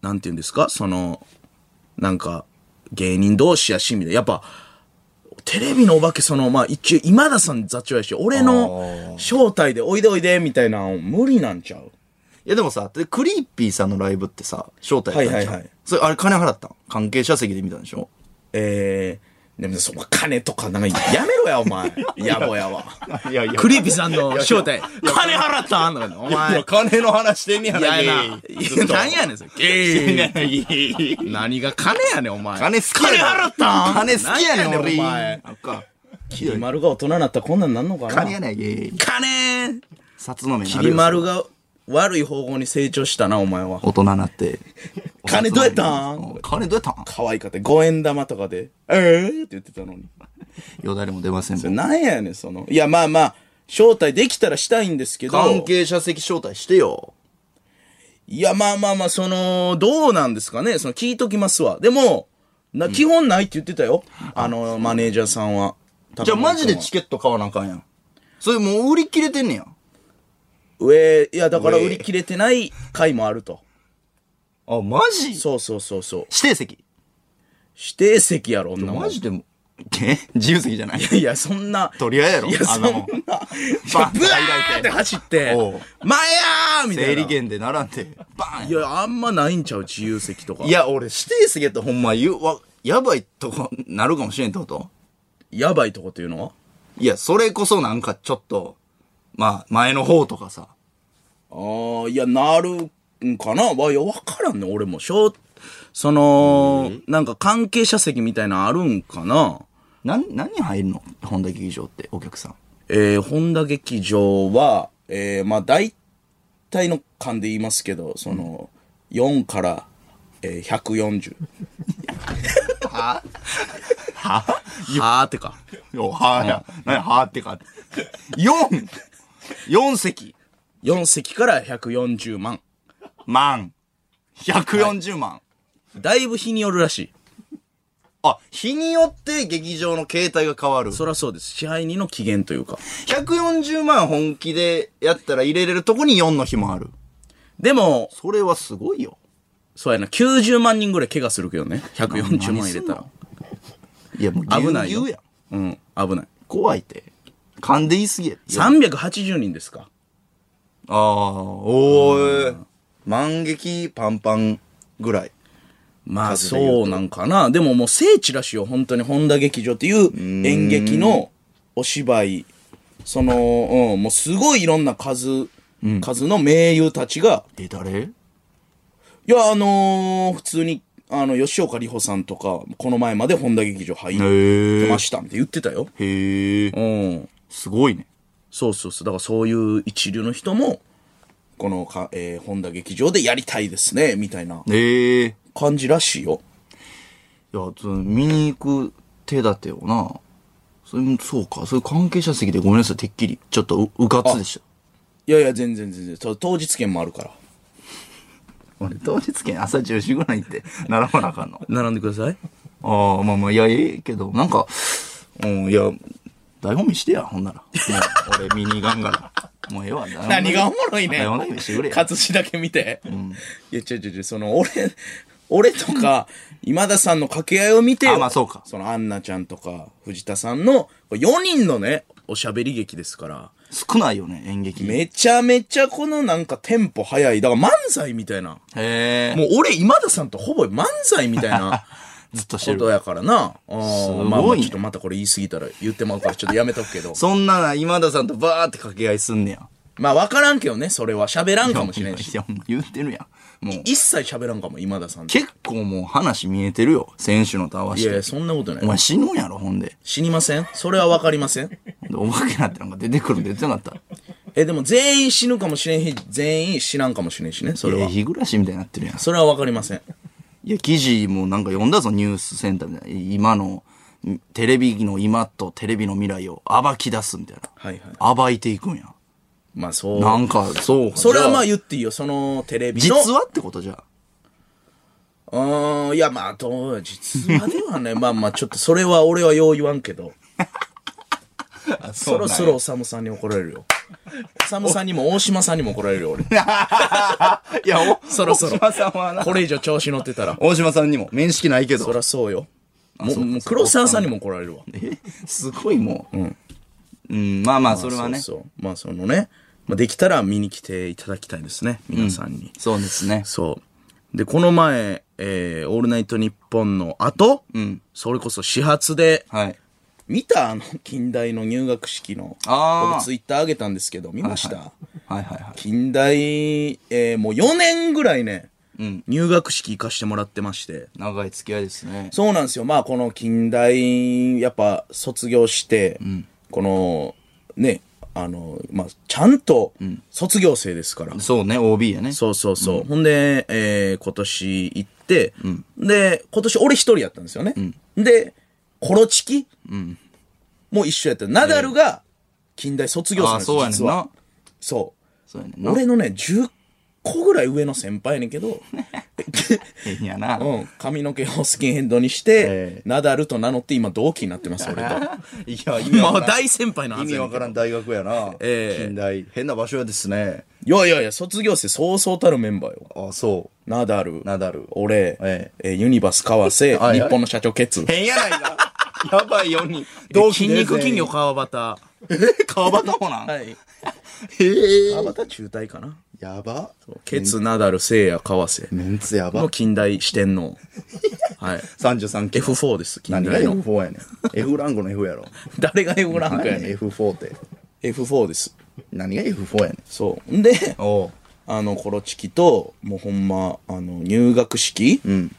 [SPEAKER 2] なんて言うんですかその、なんか、芸人同士やし、みたいな。やっぱ、テレビのお化け、その、まあ一応、今田さん座長やし、俺の招待でおいでおいで、みたいなの無理なんちゃう
[SPEAKER 1] いやでもさ、でクリーピーさんのライブってさ、招待やったんじゃん
[SPEAKER 2] はいはいはい
[SPEAKER 1] それ、あれ金払ったん関係者席で見たんでしょ
[SPEAKER 2] えー、でもその金とかなんかやめろやお前野暮やわ
[SPEAKER 1] いやいや
[SPEAKER 2] クリーピーさんの正体金払ったんとか言ってお
[SPEAKER 1] い
[SPEAKER 2] 前
[SPEAKER 1] や金の話してんねやな
[SPEAKER 2] 嫌やな
[SPEAKER 1] ゲイ
[SPEAKER 2] いや何やねんそれゲイ
[SPEAKER 1] いや
[SPEAKER 2] 何が金やねんお前
[SPEAKER 1] 金好きやねん
[SPEAKER 2] 金払ったん
[SPEAKER 1] 金好きやねん
[SPEAKER 2] 何
[SPEAKER 1] 俺
[SPEAKER 2] お前
[SPEAKER 1] なんか
[SPEAKER 2] きり丸が大人になったらこんなんなんのかな
[SPEAKER 1] 金やねんゲイ
[SPEAKER 2] 金
[SPEAKER 1] 札の目に
[SPEAKER 2] き
[SPEAKER 1] なる
[SPEAKER 2] り
[SPEAKER 1] よ
[SPEAKER 2] 丸が悪い方向に成長したなお前は
[SPEAKER 1] 大人になって
[SPEAKER 2] 金どうやったん
[SPEAKER 1] お金どうやったん
[SPEAKER 2] 可愛かった五円玉とかで「ええー」って言ってたのに
[SPEAKER 1] よだれも出ませんもん
[SPEAKER 2] なんやねんそのいやまあまあ招待できたらしたいんですけど
[SPEAKER 1] 関係者席招待してよ
[SPEAKER 2] いやまあまあまあそのどうなんですかねその聞いときますわでもな基本ないって言ってたよ、あのマネージャーさんは
[SPEAKER 1] じゃあマジで
[SPEAKER 2] ち
[SPEAKER 1] チケット買わなあかんやんそれもう売り切れてんねや
[SPEAKER 2] 上いやだから売り切れてない回もあると
[SPEAKER 1] あマジ指
[SPEAKER 2] そうそうそうそう
[SPEAKER 1] 定席
[SPEAKER 2] 指定席やろ女は
[SPEAKER 1] マジでもえ自由席じゃない
[SPEAKER 2] (laughs) いやそんな
[SPEAKER 1] 取り合いやろ
[SPEAKER 2] いやそ
[SPEAKER 1] あ
[SPEAKER 2] ん
[SPEAKER 1] ん
[SPEAKER 2] な
[SPEAKER 1] な
[SPEAKER 2] ブ
[SPEAKER 1] もん
[SPEAKER 2] ワ
[SPEAKER 1] バンって
[SPEAKER 2] ーって走って
[SPEAKER 1] おう
[SPEAKER 2] 「前やー!」みた
[SPEAKER 1] 整
[SPEAKER 2] いな
[SPEAKER 1] 理券で並んでバーン
[SPEAKER 2] いやあんまないんちゃう自由席とか
[SPEAKER 1] いや、俺、指定席やったらほんま言う、わ、やばいとこ、なるかもしれんってこと
[SPEAKER 2] やばいとこっていうのはい
[SPEAKER 1] や、それこそなんかちょっと、まあ、前の方とかさ。
[SPEAKER 2] ああ、いや、なるんかなわ、いや、わからんね、俺も。しょう、その、なんか関係者席みたいなのあるんかな
[SPEAKER 1] なん、何入るの本田劇場って、お客さん。
[SPEAKER 2] えー、本田劇場は、えー、まあ、大体の間で言いますけど、その、4から、えー、140。
[SPEAKER 1] は
[SPEAKER 2] はーってか。
[SPEAKER 1] よ、はや。なに、はってか。4 !4 席、
[SPEAKER 2] 4席から140万。
[SPEAKER 1] 万、140万。
[SPEAKER 2] だいぶ日によるらしい。
[SPEAKER 1] あ、日によって劇場の形態が変わる。
[SPEAKER 2] そらそうです。支配人の機嫌というか。
[SPEAKER 1] 140万本気でやったら入れれるとこに4の日もある。
[SPEAKER 2] でも、
[SPEAKER 1] それはすごいよ。
[SPEAKER 2] そうやな、90万人ぐらい怪我するけどね。140万入れたら。
[SPEAKER 1] いや、もうぎゅう
[SPEAKER 2] 危ない
[SPEAKER 1] ぎ
[SPEAKER 2] よ
[SPEAKER 1] ゅうやん。。
[SPEAKER 2] うん、危ない。
[SPEAKER 1] 怖いって。噛んで言いすぎや。あ
[SPEAKER 2] 380人ですか。
[SPEAKER 1] あー、おーい。万劇パンパンぐらい。
[SPEAKER 2] まあ
[SPEAKER 1] 数で言うと
[SPEAKER 2] そうなんかな。でももう聖地らしいよ。本当に本田劇場っていう演劇のお芝居。その、うん、もうすごいいろんな数、数の名優たちが、
[SPEAKER 1] え、誰
[SPEAKER 2] いや、あのー普通に、あの、吉岡里帆さんとか、この前まで本田劇場入って
[SPEAKER 1] へ
[SPEAKER 2] ま
[SPEAKER 1] え。
[SPEAKER 2] したって言ってたよ。
[SPEAKER 1] へえ。
[SPEAKER 2] うん。
[SPEAKER 1] すごいね。
[SPEAKER 2] そうそうそう。だからそういう一流の人も、このか、えー本田劇場でやりたいですね、みたいな
[SPEAKER 1] ええ。いや、
[SPEAKER 2] 感じらしいよ。
[SPEAKER 1] その見に行く手立てをな。それそうか。そういう関係者席でごめんなさい、てっきり。ちょっとう、うかつでし
[SPEAKER 2] いやいや、全然全然。そう当日券もあるから。
[SPEAKER 1] た。俺、当日券朝10時ぐらいに行って、並ばなあかんの。
[SPEAKER 2] 並んでください。
[SPEAKER 1] ああ、まあまあ、いや、ええけど、なんか、うん、いや、台本見してや、ほんなら。もう、俺見に行かんから。もうええわ、
[SPEAKER 2] 何がおもろいね
[SPEAKER 1] 台本だけ見してくれや。
[SPEAKER 2] 勝志だけ見て。いや、違う違う違う、その、俺、俺とか、今田さんの掛け合いを見て、
[SPEAKER 1] あまあそうか
[SPEAKER 2] その、アンナちゃんとか、藤田さんの、4人のね、おしゃべり劇ですから、
[SPEAKER 1] 少ないよね、演劇。へ
[SPEAKER 2] めちゃめちゃこのなんかテンポ早い。だから漫才みたいな。
[SPEAKER 1] え。
[SPEAKER 2] もう俺、今田さんとほぼ漫才みたい
[SPEAKER 1] (laughs)
[SPEAKER 2] な。
[SPEAKER 1] ずっとして
[SPEAKER 2] こ
[SPEAKER 1] る。
[SPEAKER 2] とやからな。す
[SPEAKER 1] ごいね
[SPEAKER 2] まあまあちょっとまたこれ言い過ぎたら言ってまうからちょっとやめとくけど。
[SPEAKER 1] (laughs) そんなな、今田さんとバーって掛け合いすんねや。
[SPEAKER 2] まあ分からんけどね、それは喋らんかもしれん
[SPEAKER 1] (laughs)
[SPEAKER 2] し。
[SPEAKER 1] いや、もう言ってるやん。もう、
[SPEAKER 2] 一切喋らんかも、今田さんと。
[SPEAKER 1] 結構もう話見えてるよ。選手のと合わ
[SPEAKER 2] い
[SPEAKER 1] せ
[SPEAKER 2] やい
[SPEAKER 1] て
[SPEAKER 2] や、。そんなこと
[SPEAKER 1] お
[SPEAKER 2] ない。
[SPEAKER 1] 前死ぬんやろ、ほんで。
[SPEAKER 2] 死にませんそれは分かりませ
[SPEAKER 1] (laughs)
[SPEAKER 2] ん。
[SPEAKER 1] でお化けなんてなんか出てくるん出てなか (laughs) っ
[SPEAKER 2] え、でも全員死ぬかもしれん日、全員死なんかもしれんしね、
[SPEAKER 1] た。
[SPEAKER 2] そ
[SPEAKER 1] い
[SPEAKER 2] れ
[SPEAKER 1] や、
[SPEAKER 2] は。
[SPEAKER 1] 日暮らしみたいになってるやん。
[SPEAKER 2] それは分かりません。
[SPEAKER 1] いや、記事もなんか読んだぞ、ニュースセンターみたいな。今の、んテレビの今とテレビの未来を暴き出すみたいな。
[SPEAKER 2] はいはい。
[SPEAKER 1] 暴いていくんや。
[SPEAKER 2] まあそう。
[SPEAKER 1] なんか、そうか。
[SPEAKER 2] それはまあ
[SPEAKER 1] じゃ
[SPEAKER 2] 言っていいよ、そのテレビの。
[SPEAKER 1] 実はってことじゃあ。
[SPEAKER 2] うーん、いやまあどう、実はではね、まあまあちょっとそれは俺はよう言わん
[SPEAKER 1] (laughs)
[SPEAKER 2] けど、そろそろおさむさんに怒られるよ。おさむさんにも大島さんにも怒られ
[SPEAKER 1] (laughs)
[SPEAKER 2] るよ、俺。
[SPEAKER 1] いや、お
[SPEAKER 2] そろそろ
[SPEAKER 1] 大島さんはな。
[SPEAKER 2] これ以上調子乗ってたら。
[SPEAKER 1] (laughs) 大島さんにも、面識ないけ
[SPEAKER 2] そ
[SPEAKER 1] ど。
[SPEAKER 2] りゃそうよ。もうもう黒沢さんにも怒られるわ。
[SPEAKER 1] えすごいもう。うん。まあまあ、それはね。
[SPEAKER 2] そうそうまあそのね、まあ、できたら見に来ていただきたいですね皆さんに、
[SPEAKER 1] そうですね。
[SPEAKER 2] そうでこの前えー、オールナイトニッポンの後、
[SPEAKER 1] ん
[SPEAKER 2] それこそ始発で、
[SPEAKER 1] はい。
[SPEAKER 2] 見たあの、近代の入学式の、
[SPEAKER 1] あー
[SPEAKER 2] 僕ツイッター上げたんですけど、見ました、
[SPEAKER 1] はいはいは
[SPEAKER 2] 近代、えー、もう4年ぐらいね、
[SPEAKER 1] い。うん。
[SPEAKER 2] 入学式行かしてもらってまして、
[SPEAKER 1] 長い付き合いですね。
[SPEAKER 2] そうなんですよ。まあ、この近代、やっぱ卒業して、この、ね、あの、まあ、ちゃんと卒業生ですから。
[SPEAKER 1] そうね、OB やね。
[SPEAKER 2] そうそうそう。ほんで、えー今年行って、で、今年俺一人やったんですよね。で、コロチキ、も一緒やった。ナダルが近代卒業生
[SPEAKER 1] あ
[SPEAKER 2] なん
[SPEAKER 1] あ、
[SPEAKER 2] です
[SPEAKER 1] そう
[SPEAKER 2] よ、
[SPEAKER 1] やね
[SPEAKER 2] 実
[SPEAKER 1] ん
[SPEAKER 2] は
[SPEAKER 1] な。。
[SPEAKER 2] そう。
[SPEAKER 1] そうやねんな。
[SPEAKER 2] 俺のね、10個ぐらい上の先輩やねんけど、
[SPEAKER 1] 変やな。
[SPEAKER 2] うん、髪の毛をスキンヘッドにして、
[SPEAKER 1] ええ
[SPEAKER 2] ナダルと名乗って今同期になってます、俺と。
[SPEAKER 1] いや、意味 (laughs)
[SPEAKER 2] (laughs) も
[SPEAKER 1] わか
[SPEAKER 2] う
[SPEAKER 1] らん。
[SPEAKER 2] 大先輩のは
[SPEAKER 1] 意
[SPEAKER 2] ず
[SPEAKER 1] 味
[SPEAKER 2] やね
[SPEAKER 1] わ
[SPEAKER 2] んけ
[SPEAKER 1] か
[SPEAKER 2] ど
[SPEAKER 1] らん大学やな。
[SPEAKER 2] ええ
[SPEAKER 1] 近代。変な場所やですね。
[SPEAKER 2] いやいやいや、卒業生そうそうたるメンバーよ。
[SPEAKER 1] ああ、そ
[SPEAKER 2] ナダル、
[SPEAKER 1] ナダル
[SPEAKER 2] 俺、
[SPEAKER 1] え
[SPEAKER 2] えーユニバス川瀬、
[SPEAKER 1] はい
[SPEAKER 2] 日本の社長ケツ
[SPEAKER 1] う。。変やないか。 (laughs) やばいよに。
[SPEAKER 2] 筋肉金魚。川端。
[SPEAKER 1] 川端ほ (laughs) なん。
[SPEAKER 2] はい。
[SPEAKER 1] へえ。
[SPEAKER 2] 川端中退かな。
[SPEAKER 1] やば。
[SPEAKER 2] ケツ、ナダル、せいや、川瀬。
[SPEAKER 1] メンツやば
[SPEAKER 2] の。近代四天王。はい。
[SPEAKER 1] 33期。
[SPEAKER 2] F4 です、近
[SPEAKER 1] 何が
[SPEAKER 2] 代の。
[SPEAKER 1] F4 やね (laughs) ん。F ランゴの F やろ。
[SPEAKER 2] 誰が F ラン
[SPEAKER 1] 何
[SPEAKER 2] ク
[SPEAKER 1] や
[SPEAKER 2] や
[SPEAKER 1] ね
[SPEAKER 2] ね
[SPEAKER 1] ん F4 って。
[SPEAKER 2] ん。F4 です。
[SPEAKER 1] 何が F4 やねん。
[SPEAKER 2] そう。んで、
[SPEAKER 1] おう。
[SPEAKER 2] あの、コロチキと、もうほんま、あの、入学式、
[SPEAKER 1] ん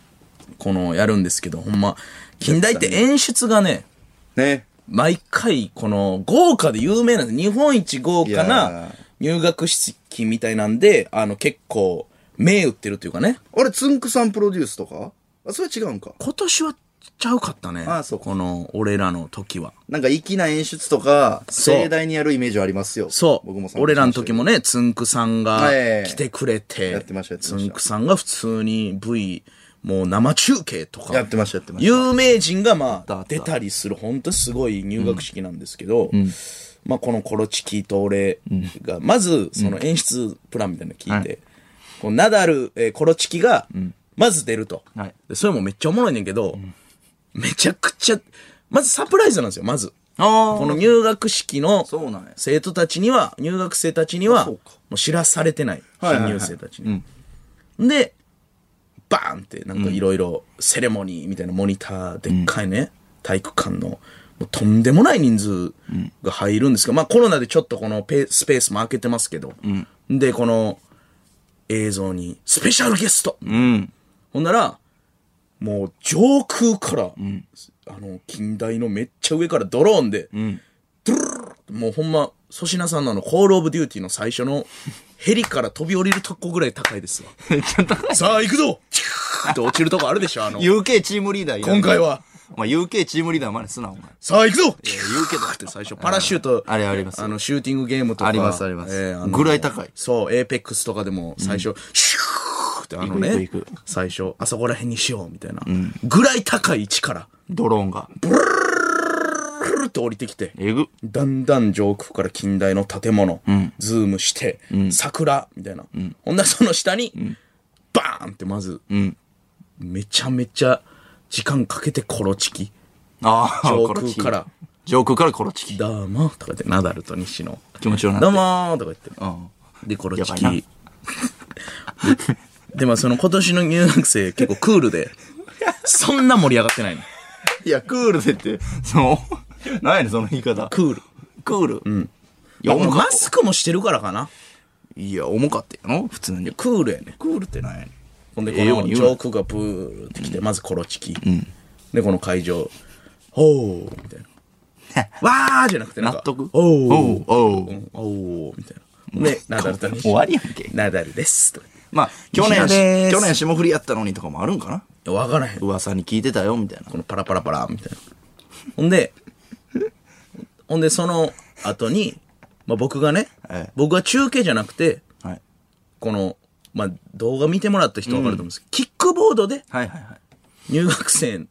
[SPEAKER 2] この、やるんですけど、ほんま、近代って演出がね、
[SPEAKER 1] ね。
[SPEAKER 2] 毎回、この、豪華で有名なんです。日本一豪華
[SPEAKER 1] い
[SPEAKER 2] な
[SPEAKER 1] や
[SPEAKER 2] 入学式みたいなんで、あの、結構、銘打ってるというかね。
[SPEAKER 1] あれ、つんくさんプロデュースとかあ、それは違うんか。
[SPEAKER 2] 今年はちゃうかったね。
[SPEAKER 1] あそう
[SPEAKER 2] この、俺らの時は。
[SPEAKER 1] なんか粋な演出とか、
[SPEAKER 2] そう
[SPEAKER 1] 盛大にやるイメージはありますよ。
[SPEAKER 2] そう。
[SPEAKER 1] 僕も参加
[SPEAKER 2] 俺らの
[SPEAKER 1] しました
[SPEAKER 2] 時もね、つんくさんが
[SPEAKER 1] ええ
[SPEAKER 2] 来てくれて、
[SPEAKER 1] やってましたやって
[SPEAKER 2] つ
[SPEAKER 1] ました
[SPEAKER 2] んくさんが普通に V、もう生中継とか。
[SPEAKER 1] やってましたやってました
[SPEAKER 2] 有名人がま
[SPEAKER 1] あ
[SPEAKER 2] あ
[SPEAKER 1] っ、た
[SPEAKER 2] 出たりする、本当にすごい入学式なんですけど、まあこのコロチキと俺が、まずその演出プランみたいなの聞いて、こうナダル、えーコロチキが、まず出ると、
[SPEAKER 1] はい
[SPEAKER 2] で。それもめっちゃおもろいねんけど、めちゃくちゃ、まずサプライズなんですよ、まず。
[SPEAKER 1] あ
[SPEAKER 2] この入学式の
[SPEAKER 1] そうなんや
[SPEAKER 2] 生徒たちには、入学生たちには、
[SPEAKER 1] あそう
[SPEAKER 2] も
[SPEAKER 1] か
[SPEAKER 2] う知らされてない。
[SPEAKER 1] はいはい
[SPEAKER 2] 新
[SPEAKER 1] はい
[SPEAKER 2] 入生たちに。で、バーンって、なんかいろいろセレモニーみたいなモニター、でっかいね、体育館の、もうとんでもない人数が入るんですが、まあコロナでちょっとこのペスペースも空けてますけど、で、この映像に、スペシャルゲスト
[SPEAKER 1] うん。
[SPEAKER 2] ほんなら、もう上空から、あの、近代のめっちゃ上からドローンで、ドゥルルルルってもうほんま、粗品さんのあの、コールオブデューティーの最初の、ヘリから飛び降りるとこぐらい高いですわ。
[SPEAKER 1] めっちゃ高い。
[SPEAKER 2] さあ行くぞチューって落ちるとこあるでしょあの、
[SPEAKER 1] UK チームリーダーいらん
[SPEAKER 2] 今回は。
[SPEAKER 1] お前 UK チームリーダーまですな、お前。
[SPEAKER 2] さあ行くぞ
[SPEAKER 1] えー言うけど。
[SPEAKER 2] って最初、パラシュート、
[SPEAKER 1] あれあります
[SPEAKER 2] あの、シューティングゲームとか。
[SPEAKER 1] ありますあります
[SPEAKER 2] えーあの
[SPEAKER 1] ぐらい高い
[SPEAKER 2] そう、エーペックスとかでも最初、シューってあの
[SPEAKER 1] 行く
[SPEAKER 2] ね
[SPEAKER 1] 行く行、
[SPEAKER 2] 最初、あそこら辺にしようみたいな。ぐらい高い位置から。
[SPEAKER 1] ドローンが。
[SPEAKER 2] プルルと降りてきて、
[SPEAKER 1] えぐ。
[SPEAKER 2] だんだん上空から近代の建物、ズームして、桜、みたいな。ほんならその下に、バーンってまず、めちゃめちゃ時間かけてコロチキ。
[SPEAKER 1] ああ、
[SPEAKER 2] 上
[SPEAKER 1] コロ
[SPEAKER 2] 空
[SPEAKER 1] チキ
[SPEAKER 2] から。
[SPEAKER 1] 上空からコロチキ。
[SPEAKER 2] どうも、とか言って、ナダルと西野。
[SPEAKER 1] 気持ちよなって
[SPEAKER 2] どうもーとか言って。
[SPEAKER 1] うん。
[SPEAKER 2] で、コロチキ。 (laughs)
[SPEAKER 1] やばい
[SPEAKER 2] で、でもその今年の入学生結構クールで、そんな盛り上がってないの。
[SPEAKER 1] いや、クールでって、その、なんやねん、その言い方。
[SPEAKER 2] クール。
[SPEAKER 1] クール。うん。い
[SPEAKER 2] い
[SPEAKER 1] や、
[SPEAKER 2] や、もう
[SPEAKER 1] 重かっ
[SPEAKER 2] マスクもしてるからかな。
[SPEAKER 1] いや、重かったよな、普通に。
[SPEAKER 2] クールやね。
[SPEAKER 1] クールってなんやねん。
[SPEAKER 2] ほんで、
[SPEAKER 1] ええよう
[SPEAKER 2] この
[SPEAKER 1] に
[SPEAKER 2] ジ
[SPEAKER 1] 言うな
[SPEAKER 2] ョークがブーってきて、まずコロチキ。で、この会場、おーみたい
[SPEAKER 1] (laughs)
[SPEAKER 2] な。わーじゃなくてなんか、
[SPEAKER 1] 納得
[SPEAKER 2] おー
[SPEAKER 1] おうおう
[SPEAKER 2] うんおーみたいな。で、ナダルと西野
[SPEAKER 1] (laughs) 終わりやんけ
[SPEAKER 2] ナダルです。と
[SPEAKER 1] まあ、去
[SPEAKER 2] 西野
[SPEAKER 1] 年、
[SPEAKER 2] です
[SPEAKER 1] 去年霜降りやったのにとかもあるんかな
[SPEAKER 2] かわからへん。
[SPEAKER 1] 噂に聞いてたよ、みたいな。
[SPEAKER 2] このパラパラパラみたいな。ほんで、ほんでその後に、まあ、僕がね、
[SPEAKER 1] ええ
[SPEAKER 2] 僕は中継じゃなくて、
[SPEAKER 1] はい。
[SPEAKER 2] この、まあ、動画見てもらった人わかると思うんですけど、キックボードで
[SPEAKER 1] はいはいはい。
[SPEAKER 2] 入学生、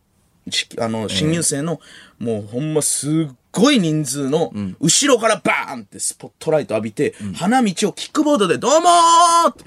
[SPEAKER 2] しあの、新入生の、もうほんますっごい人数の、後ろからバーンってスポットライト浴びて、花道をキックボードでどうもーって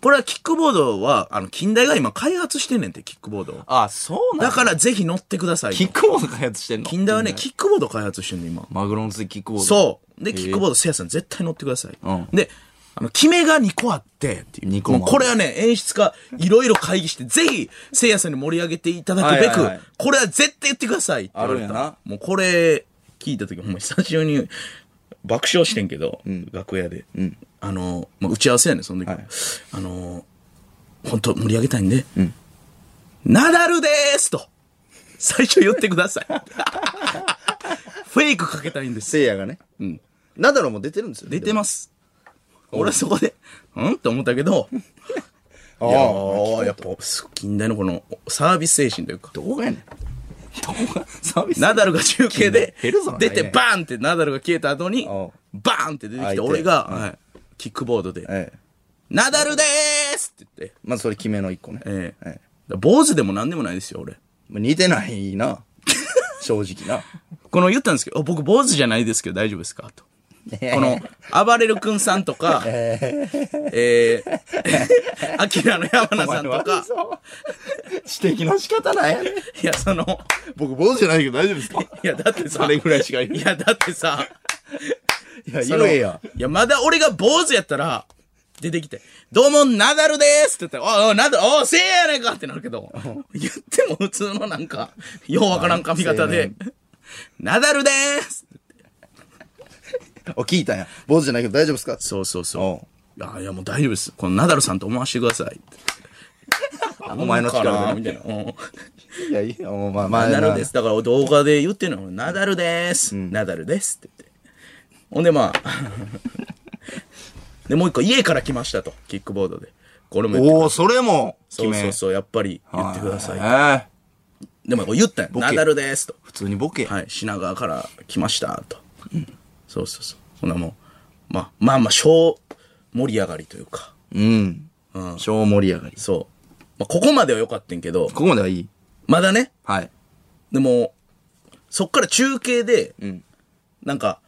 [SPEAKER 2] これはキックボードは、あの、近代が今開発してんねんって、キックボードを
[SPEAKER 1] あ、そうなんだ。
[SPEAKER 2] だからぜひ乗ってくださいと。
[SPEAKER 1] キックボード開発してんの
[SPEAKER 2] 近代はね、キックボード開発してんの、今。
[SPEAKER 1] マグロの釣りキックボード。う。
[SPEAKER 2] そう。で、キックボード、せいやさん絶対乗ってください。
[SPEAKER 1] うん
[SPEAKER 2] で、あの、決めが2個あって、っていう。
[SPEAKER 1] 二個もある
[SPEAKER 2] もうこれはね、演出家、いろいろ会議して、ぜひ、せいやさんに盛り上げていただく
[SPEAKER 1] はい
[SPEAKER 2] べ
[SPEAKER 1] はいはい
[SPEAKER 2] く、これは絶対言ってくださいって言われ
[SPEAKER 1] ある
[SPEAKER 2] た。
[SPEAKER 1] んやな
[SPEAKER 2] もうこれ、聞いた時、ほんま久しぶりに爆笑してんけど、楽屋で。あの、まあ、打ち合わせやねんその時、
[SPEAKER 1] はい
[SPEAKER 2] あの、本当盛り上げたいんで、ナダルでーすと、最初言ってください。フェイクかけたいんです。
[SPEAKER 1] せいやがね。うん。ナダルも出てるんですよ。
[SPEAKER 2] 出てます。俺はそこで、うんって思ったけど、
[SPEAKER 1] あ
[SPEAKER 2] いや
[SPEAKER 1] あ。
[SPEAKER 2] ーやっぱ、近代のこのサービス精神というか、
[SPEAKER 1] どこがやねん。どこが、サービス
[SPEAKER 2] ナダルが中継で
[SPEAKER 1] 減るぞ、
[SPEAKER 2] 出て
[SPEAKER 1] 来年
[SPEAKER 2] バーンってナダルが消えた後に
[SPEAKER 1] おう、
[SPEAKER 2] バーンって出てき
[SPEAKER 1] 相
[SPEAKER 2] て、
[SPEAKER 1] 手
[SPEAKER 2] 俺が、はいキックボードで、
[SPEAKER 1] ええ。
[SPEAKER 2] ナダルでーすって言って、
[SPEAKER 1] まずそれ決めの一個ね。
[SPEAKER 2] ええ
[SPEAKER 1] え
[SPEAKER 2] 坊主でも何でもないですよ、俺。
[SPEAKER 1] まあ似てない (laughs) な。正直な。
[SPEAKER 2] この言ったんですけど、あ僕坊主じゃないですけど大丈夫ですかと。この、暴れる君さんとか、 (laughs) えー、アキラの山名さんとか、
[SPEAKER 1] 指摘の仕方ないやねん
[SPEAKER 2] いや、その、
[SPEAKER 1] 僕、坊主じゃないけど大丈夫ですか
[SPEAKER 2] (laughs) いや、だってさ、
[SPEAKER 1] それぐらいしか言え
[SPEAKER 2] いや、だってさ、
[SPEAKER 1] いや、
[SPEAKER 2] その
[SPEAKER 1] 言えや。
[SPEAKER 2] いや、まだ俺が坊主やったら、出てきて、どうも、ナダルですって言ったら、おいおい、ナダル、おい、せいややないかってなるけど、言っても普通のなんか、ようわからん髪型で、ナダルです
[SPEAKER 1] お、聞いたんや。坊主じゃないけど大丈夫ですか
[SPEAKER 2] そうそうそう。あいや、もう大丈夫です。このナダルさんと思わせてください。
[SPEAKER 1] お前の力で
[SPEAKER 2] みたいな。うん
[SPEAKER 1] いや、いいや、もうまあ、まあ、。
[SPEAKER 2] ナダルですす。だから動画で言ってるのよナダルです。ナダルですって言って。ほんでまあ、 (laughs) で、もう一個、家から来ましたと。キックボードで。これも言って
[SPEAKER 1] おお、それも、
[SPEAKER 2] そうそうそう、やっぱり言
[SPEAKER 1] 言
[SPEAKER 2] っ
[SPEAKER 1] ってて
[SPEAKER 2] く
[SPEAKER 1] く
[SPEAKER 2] だ
[SPEAKER 1] だ
[SPEAKER 2] さ
[SPEAKER 1] さ
[SPEAKER 2] い。
[SPEAKER 1] い。ええ。
[SPEAKER 2] でも、言ったよ。
[SPEAKER 1] ケ
[SPEAKER 2] ナダルですと。
[SPEAKER 1] 普通にボケ。
[SPEAKER 2] はい、品川から来ましたと。そうそうそう。ほなもう、まあ、まあまあ、小盛り上がりというか。
[SPEAKER 1] うん。小盛り上がり。
[SPEAKER 2] そう。まあ、ここまでは良かったんけど、
[SPEAKER 1] ここまではいい
[SPEAKER 2] まだね、
[SPEAKER 1] はい。
[SPEAKER 2] でも、そっから中継で、
[SPEAKER 1] ん
[SPEAKER 2] なんか、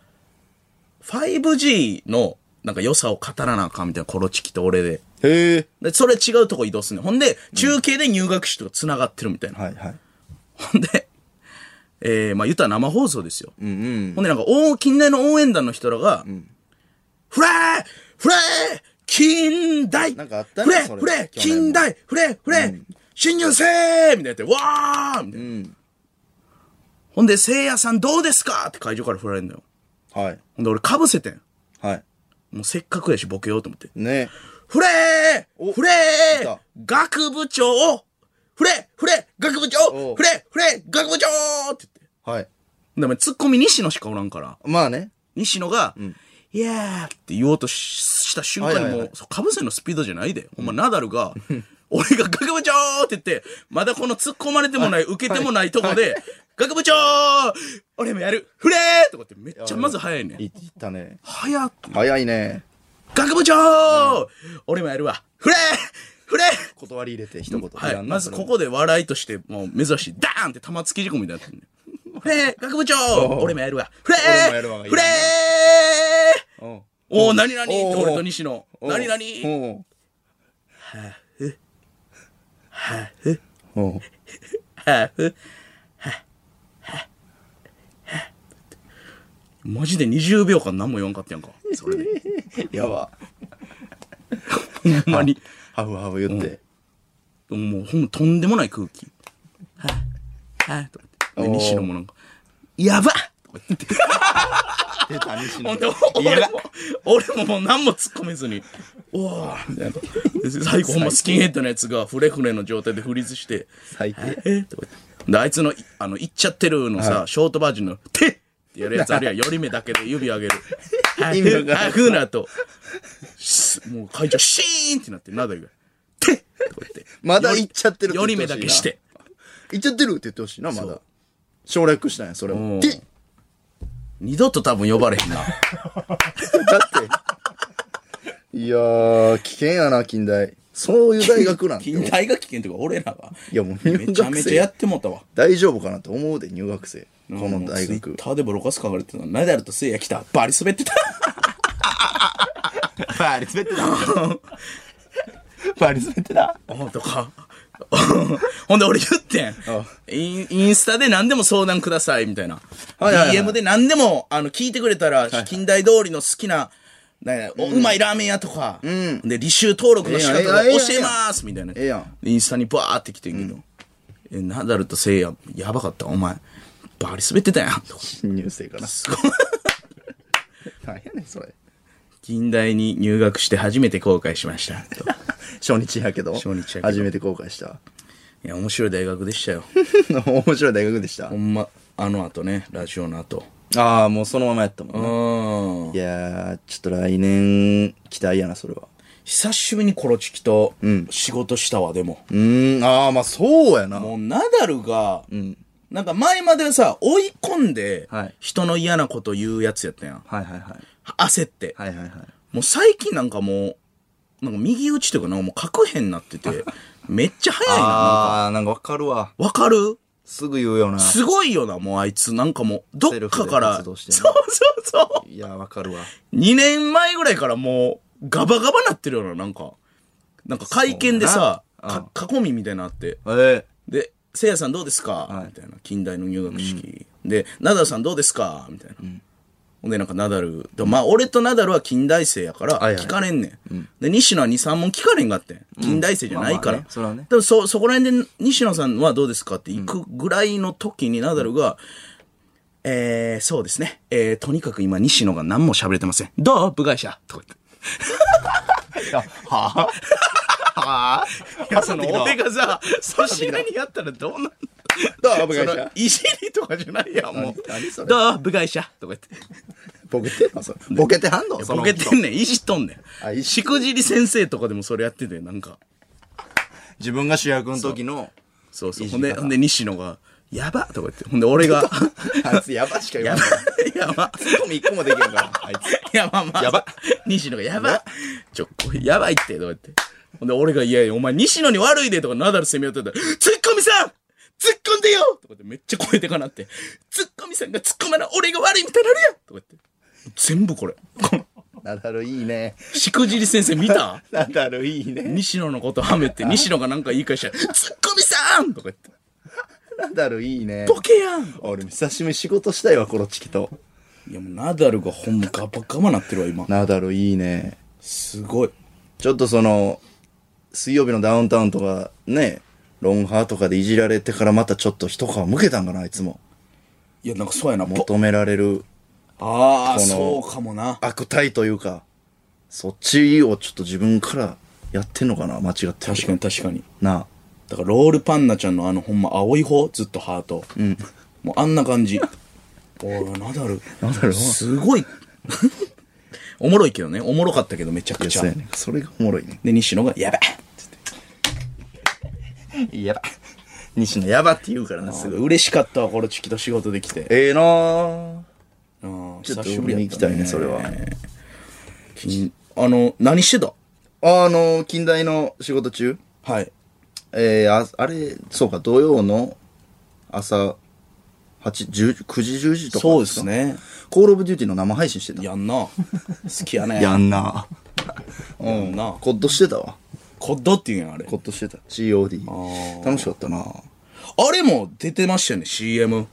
[SPEAKER 2] 5G の、なんか良さを語らなあかんみたいな、コロチキと俺で。
[SPEAKER 1] へえ。
[SPEAKER 2] で、それ違うとこ移動すんねんほんで、中継で入学式と繋がってるみたいな。
[SPEAKER 1] はいはい。
[SPEAKER 2] ほんで、 (laughs) えー、まあ言ったら生放送ですよ。
[SPEAKER 1] うんうん。
[SPEAKER 2] ほんでなんか、お近代の応援団の人らが、フレーフレー近代
[SPEAKER 1] なんかあったね
[SPEAKER 2] フレー
[SPEAKER 1] それ
[SPEAKER 2] フレー
[SPEAKER 1] 去年も
[SPEAKER 2] 近代フレーフレー、新入生みたいなやって、わーみたいな。ほんで、せいやさんどうですかって会場から振られるのよ。
[SPEAKER 1] はい。
[SPEAKER 2] ほんで俺被せてん。
[SPEAKER 1] はい。
[SPEAKER 2] もうせっかくやしボケようと思って。
[SPEAKER 1] ね
[SPEAKER 2] フレー
[SPEAKER 1] お
[SPEAKER 2] フレ
[SPEAKER 1] 来
[SPEAKER 2] ー
[SPEAKER 1] た
[SPEAKER 2] 学部長フレーフレー学部長
[SPEAKER 1] お
[SPEAKER 2] フレーフレー学部長って言って。
[SPEAKER 1] はい。
[SPEAKER 2] でもツッコミ西野しかおらんから、
[SPEAKER 1] まあね。
[SPEAKER 2] 西野が、いやーって言おうとしした瞬間にもう、
[SPEAKER 1] はいはいはい
[SPEAKER 2] そうかぶせのスピードじゃないで。ほんま、ナダ
[SPEAKER 1] (laughs)
[SPEAKER 2] ルが、俺が学部長って言って、まだこの突っ込まれてもない、受けてもないとこで、学部長俺もやるフレーとかってめっちゃまず早いねん
[SPEAKER 1] いいったね。
[SPEAKER 2] 早っ
[SPEAKER 1] 早いね。
[SPEAKER 2] 学部長、俺もやるわフレーフレー
[SPEAKER 1] 断り入れて一言。
[SPEAKER 2] はいい、
[SPEAKER 1] らんな
[SPEAKER 2] まず
[SPEAKER 1] それ
[SPEAKER 2] ここで笑いとして、もう珍しい、ダーンって玉突き事故みたいになってんねん。フレー学部長俺もやるわフレ
[SPEAKER 1] 俺もやるわがいい
[SPEAKER 2] ー
[SPEAKER 1] な
[SPEAKER 2] フレー
[SPEAKER 1] うん
[SPEAKER 2] おお、なになに
[SPEAKER 1] おー
[SPEAKER 2] 俺と西野。
[SPEAKER 1] おう
[SPEAKER 2] なになに
[SPEAKER 1] おう
[SPEAKER 2] はふ、
[SPEAKER 1] おう
[SPEAKER 2] はふ、は、は、は。マジで20秒間何も言わんかったやんか。それで。
[SPEAKER 1] やば。
[SPEAKER 2] ほんまに。
[SPEAKER 1] ハフハフ言って。
[SPEAKER 2] もうほんまとんでもない空気。は、は、とか言って。で、
[SPEAKER 1] おー
[SPEAKER 2] 西野もなんか、やばっとか言って。
[SPEAKER 1] 出た西
[SPEAKER 2] ほん
[SPEAKER 1] 野
[SPEAKER 2] で、 (laughs) 俺も、俺ももう何も突っ込めずに、おおみたいな。で最後ほんまスキンヘッドのやつがフレフレの状態でフリーズして、
[SPEAKER 1] 最低。
[SPEAKER 2] えとか言ってであいつの、いあの、いっちゃってるのさ、ショートバージョンの、てっってやるやつあるやん。より目だけで指上げる。
[SPEAKER 1] (laughs)
[SPEAKER 2] あ
[SPEAKER 1] 意味わからん
[SPEAKER 2] あふうなと、すもう会場シーンってなって、ナダルが、てっとか言って。
[SPEAKER 1] まだ言っちゃってる
[SPEAKER 2] より目だけして。。
[SPEAKER 1] 言っちゃってるって言ってほしいな、ま
[SPEAKER 2] そ
[SPEAKER 1] だ
[SPEAKER 2] う。
[SPEAKER 1] 省略したんや、それ
[SPEAKER 2] うん
[SPEAKER 1] も。て
[SPEAKER 2] 二度と多分呼ばれへんな。
[SPEAKER 1] だって。いやー、危険やな、近代。そういう大
[SPEAKER 3] (laughs)
[SPEAKER 1] 学なんて。
[SPEAKER 2] 近代が危険とか、俺らは。
[SPEAKER 1] いや、もう入
[SPEAKER 2] めちゃ
[SPEAKER 1] 学
[SPEAKER 2] めちゃや
[SPEAKER 1] 生
[SPEAKER 2] ってもうたわ。
[SPEAKER 1] 大丈夫かなと思うで、入学生。この大
[SPEAKER 2] ツイッ
[SPEAKER 1] 学。
[SPEAKER 2] ターでボロカス書かれてたの。ナダルとせいや来た。バリ滑ってた。
[SPEAKER 1] パリ滑ってた。パリ滑ってた。
[SPEAKER 2] ほんとか。 (laughs) ほんで俺言ってん
[SPEAKER 1] あ。
[SPEAKER 2] インインスタで何でも相談くださいみたいな。
[SPEAKER 1] はいはいはい
[SPEAKER 2] DM で何でも、あの、聞いてくれたら、近代通りの好きななんかおうまいラーメン屋とか、で、履修登録の仕方
[SPEAKER 3] ええ
[SPEAKER 2] と
[SPEAKER 3] やん
[SPEAKER 2] か
[SPEAKER 3] ええやん
[SPEAKER 2] 教えますみたいな。
[SPEAKER 3] ええやん
[SPEAKER 2] インスタにバーって来てんけど、え、ナダルとせいや、やばかった、お前。バリ滑ってたやん。とか
[SPEAKER 3] 新入生かな。
[SPEAKER 2] すごい。
[SPEAKER 3] 何やねん、それ。
[SPEAKER 2] 近代に入学して初めて後悔しました。
[SPEAKER 3] (laughs)
[SPEAKER 2] と
[SPEAKER 3] 初日やけど。
[SPEAKER 2] 初日やけど
[SPEAKER 3] 初めて後悔した。
[SPEAKER 2] いや、面白い大学でしたよ。
[SPEAKER 3] 面白い大学でした
[SPEAKER 2] ほ。んま、あの後ね、ラジオの後。
[SPEAKER 3] ああ、もうそのままやったもんね。
[SPEAKER 2] うん
[SPEAKER 3] い。やー、ちょっと来年、期待やな、それは。
[SPEAKER 2] 久しぶりにコロチキと仕事したわ、でも。
[SPEAKER 3] うーん、ああ、まあそうやな。
[SPEAKER 2] もうナダルが、なんか前まではさ、追い込んで
[SPEAKER 3] はい、
[SPEAKER 2] 人の嫌なこと言うやつやったやん。
[SPEAKER 3] はいはいはい。
[SPEAKER 2] 焦って。
[SPEAKER 3] はいはいはい。
[SPEAKER 2] もう最近なんかもう、なんか右打ちというかなんかもう書くへんなっ
[SPEAKER 3] (laughs)
[SPEAKER 2] てて、めっちゃ早いな。なんか
[SPEAKER 3] ああ、なんかわかるわ。
[SPEAKER 2] わかる
[SPEAKER 3] すぐ言うよな。
[SPEAKER 2] すごいよな、もうあいつ。なんかもう、どっかか
[SPEAKER 3] セルフで活
[SPEAKER 2] ら、そ
[SPEAKER 3] 動
[SPEAKER 2] う
[SPEAKER 3] してん
[SPEAKER 2] そう
[SPEAKER 3] の
[SPEAKER 2] そう。
[SPEAKER 3] いや、わかるわ。
[SPEAKER 2] 2年前ぐらいからもうガバガバなってるよななんかなんか会見でさ、
[SPEAKER 3] そうな
[SPEAKER 2] か囲みみたいなのあって
[SPEAKER 3] え
[SPEAKER 2] で「せいやさんどうですかみたいな近代の入学式、で「ナダルさんどうですか?」みたいな、ほんでなんかナダルでもまあ俺とナダルは近代生やから
[SPEAKER 3] はいはい
[SPEAKER 2] 聞かれんねん、で西野は23問聞かれんがってん近代生じゃないか
[SPEAKER 3] ま
[SPEAKER 2] ら、
[SPEAKER 3] あまあねそれはね
[SPEAKER 2] でもそそこら辺で西野さんはどうですかって行くぐらいの時にナダルが、えー、そうですね。えー、とにかく今、西野が何も喋れてません。どう部外者とか言って。い (laughs) や、はぁはぁいや、その、俺がさ、粗品にやったらどうなんの
[SPEAKER 3] どう部外者
[SPEAKER 2] そのいじりとかじゃないやん、も。
[SPEAKER 3] 何何そうれ
[SPEAKER 2] どう部外者とか言って。
[SPEAKER 3] ボケてんのそれボケてはんのその
[SPEAKER 2] ボケてんねん、いじっとんね
[SPEAKER 3] あ
[SPEAKER 2] ん。
[SPEAKER 3] いじ
[SPEAKER 2] しくじり先生とかでもそれやってて、なんか。
[SPEAKER 3] 自分が主役の時の、
[SPEAKER 2] そうそう。
[SPEAKER 3] いじ
[SPEAKER 2] ほ
[SPEAKER 3] り方
[SPEAKER 2] んで、ほんで西野が、やばとか言って。ほんで、俺が、
[SPEAKER 3] あいつやばしか言
[SPEAKER 2] や
[SPEAKER 3] わ
[SPEAKER 2] ば
[SPEAKER 3] ない。
[SPEAKER 2] (laughs) やば
[SPEAKER 3] ツッコミ一個もできんから、あいつ。
[SPEAKER 2] いや、まあまあ。
[SPEAKER 3] やば。
[SPEAKER 2] 西野がやば。ちょ、これやばいって、とか言って。ほんで、俺が、いやいや、お前、西野に悪いで、とか、ナダル攻めようって言ったら、ツッコミさん突っ込んでよとかってめっちゃ声でかなって。ツッコミさんが突っ込まな、俺が悪いみたいになるやんとか言って。全部これ。この
[SPEAKER 3] ナダルいいね。
[SPEAKER 2] しくじり先生見た
[SPEAKER 3] ナダルいいね。
[SPEAKER 2] 西野のことはめて、西野がなんか言い返したら、ツッコミさんとか言って。
[SPEAKER 3] ナダルいいね。
[SPEAKER 2] ボケやん
[SPEAKER 3] 俺、久しぶりに仕事したいわ、コロチキと。
[SPEAKER 2] いや、もうナダルがほんまガバガバなってるわ、今。
[SPEAKER 3] ナダルいいね。
[SPEAKER 2] すごい。
[SPEAKER 3] ちょっとその、水曜日のダウンタウンとかね、ロンハーとかでいじられてからまたちょっと一皮むけたんかな、あいつも。
[SPEAKER 2] いや、なんかそうやな、ぼ
[SPEAKER 3] 求められる
[SPEAKER 2] ああ、
[SPEAKER 3] この
[SPEAKER 2] そうかもな。
[SPEAKER 3] 悪態というか、そっちをちょっと自分からやってんのかな、間違ってる
[SPEAKER 2] 確かに確かに。
[SPEAKER 3] な
[SPEAKER 2] だからロールパンナちゃんのあのほんま青い方ずっとハート、もうあんな感じおいナダル
[SPEAKER 3] ナダル
[SPEAKER 2] すごいおもろいけどねおもろかったけどめちゃ
[SPEAKER 3] あ。い
[SPEAKER 2] く
[SPEAKER 3] や、
[SPEAKER 2] ち
[SPEAKER 3] そ
[SPEAKER 2] ゃ
[SPEAKER 3] うやねんそれがおもろいね。
[SPEAKER 2] で西野が「やばい
[SPEAKER 3] やば。西野やばって言うからな、」す
[SPEAKER 2] す
[SPEAKER 3] ぐ。
[SPEAKER 2] ごい嬉しかったわこのチキと仕事できて
[SPEAKER 3] ええなぁ。
[SPEAKER 2] うん
[SPEAKER 3] ちょっと
[SPEAKER 2] 久しぶ
[SPEAKER 3] 俺
[SPEAKER 2] りやった
[SPEAKER 3] も行きたいねそれは
[SPEAKER 2] 金あの何してた
[SPEAKER 3] あの、近代の仕事中
[SPEAKER 2] はい
[SPEAKER 3] えー、ああれ、そうか、土曜の朝8、10 9時、10時とか。
[SPEAKER 2] そうです。ね
[SPEAKER 3] コールオブデューティーの生配信してた。
[SPEAKER 2] やん
[SPEAKER 3] (laughs)
[SPEAKER 2] な好きやね
[SPEAKER 3] やんな
[SPEAKER 2] うんな
[SPEAKER 3] コッドしてたわ。
[SPEAKER 2] コッドっていうんやあれ
[SPEAKER 3] コッドしてた。COD。楽しかったな
[SPEAKER 2] あれも出てましたよね CM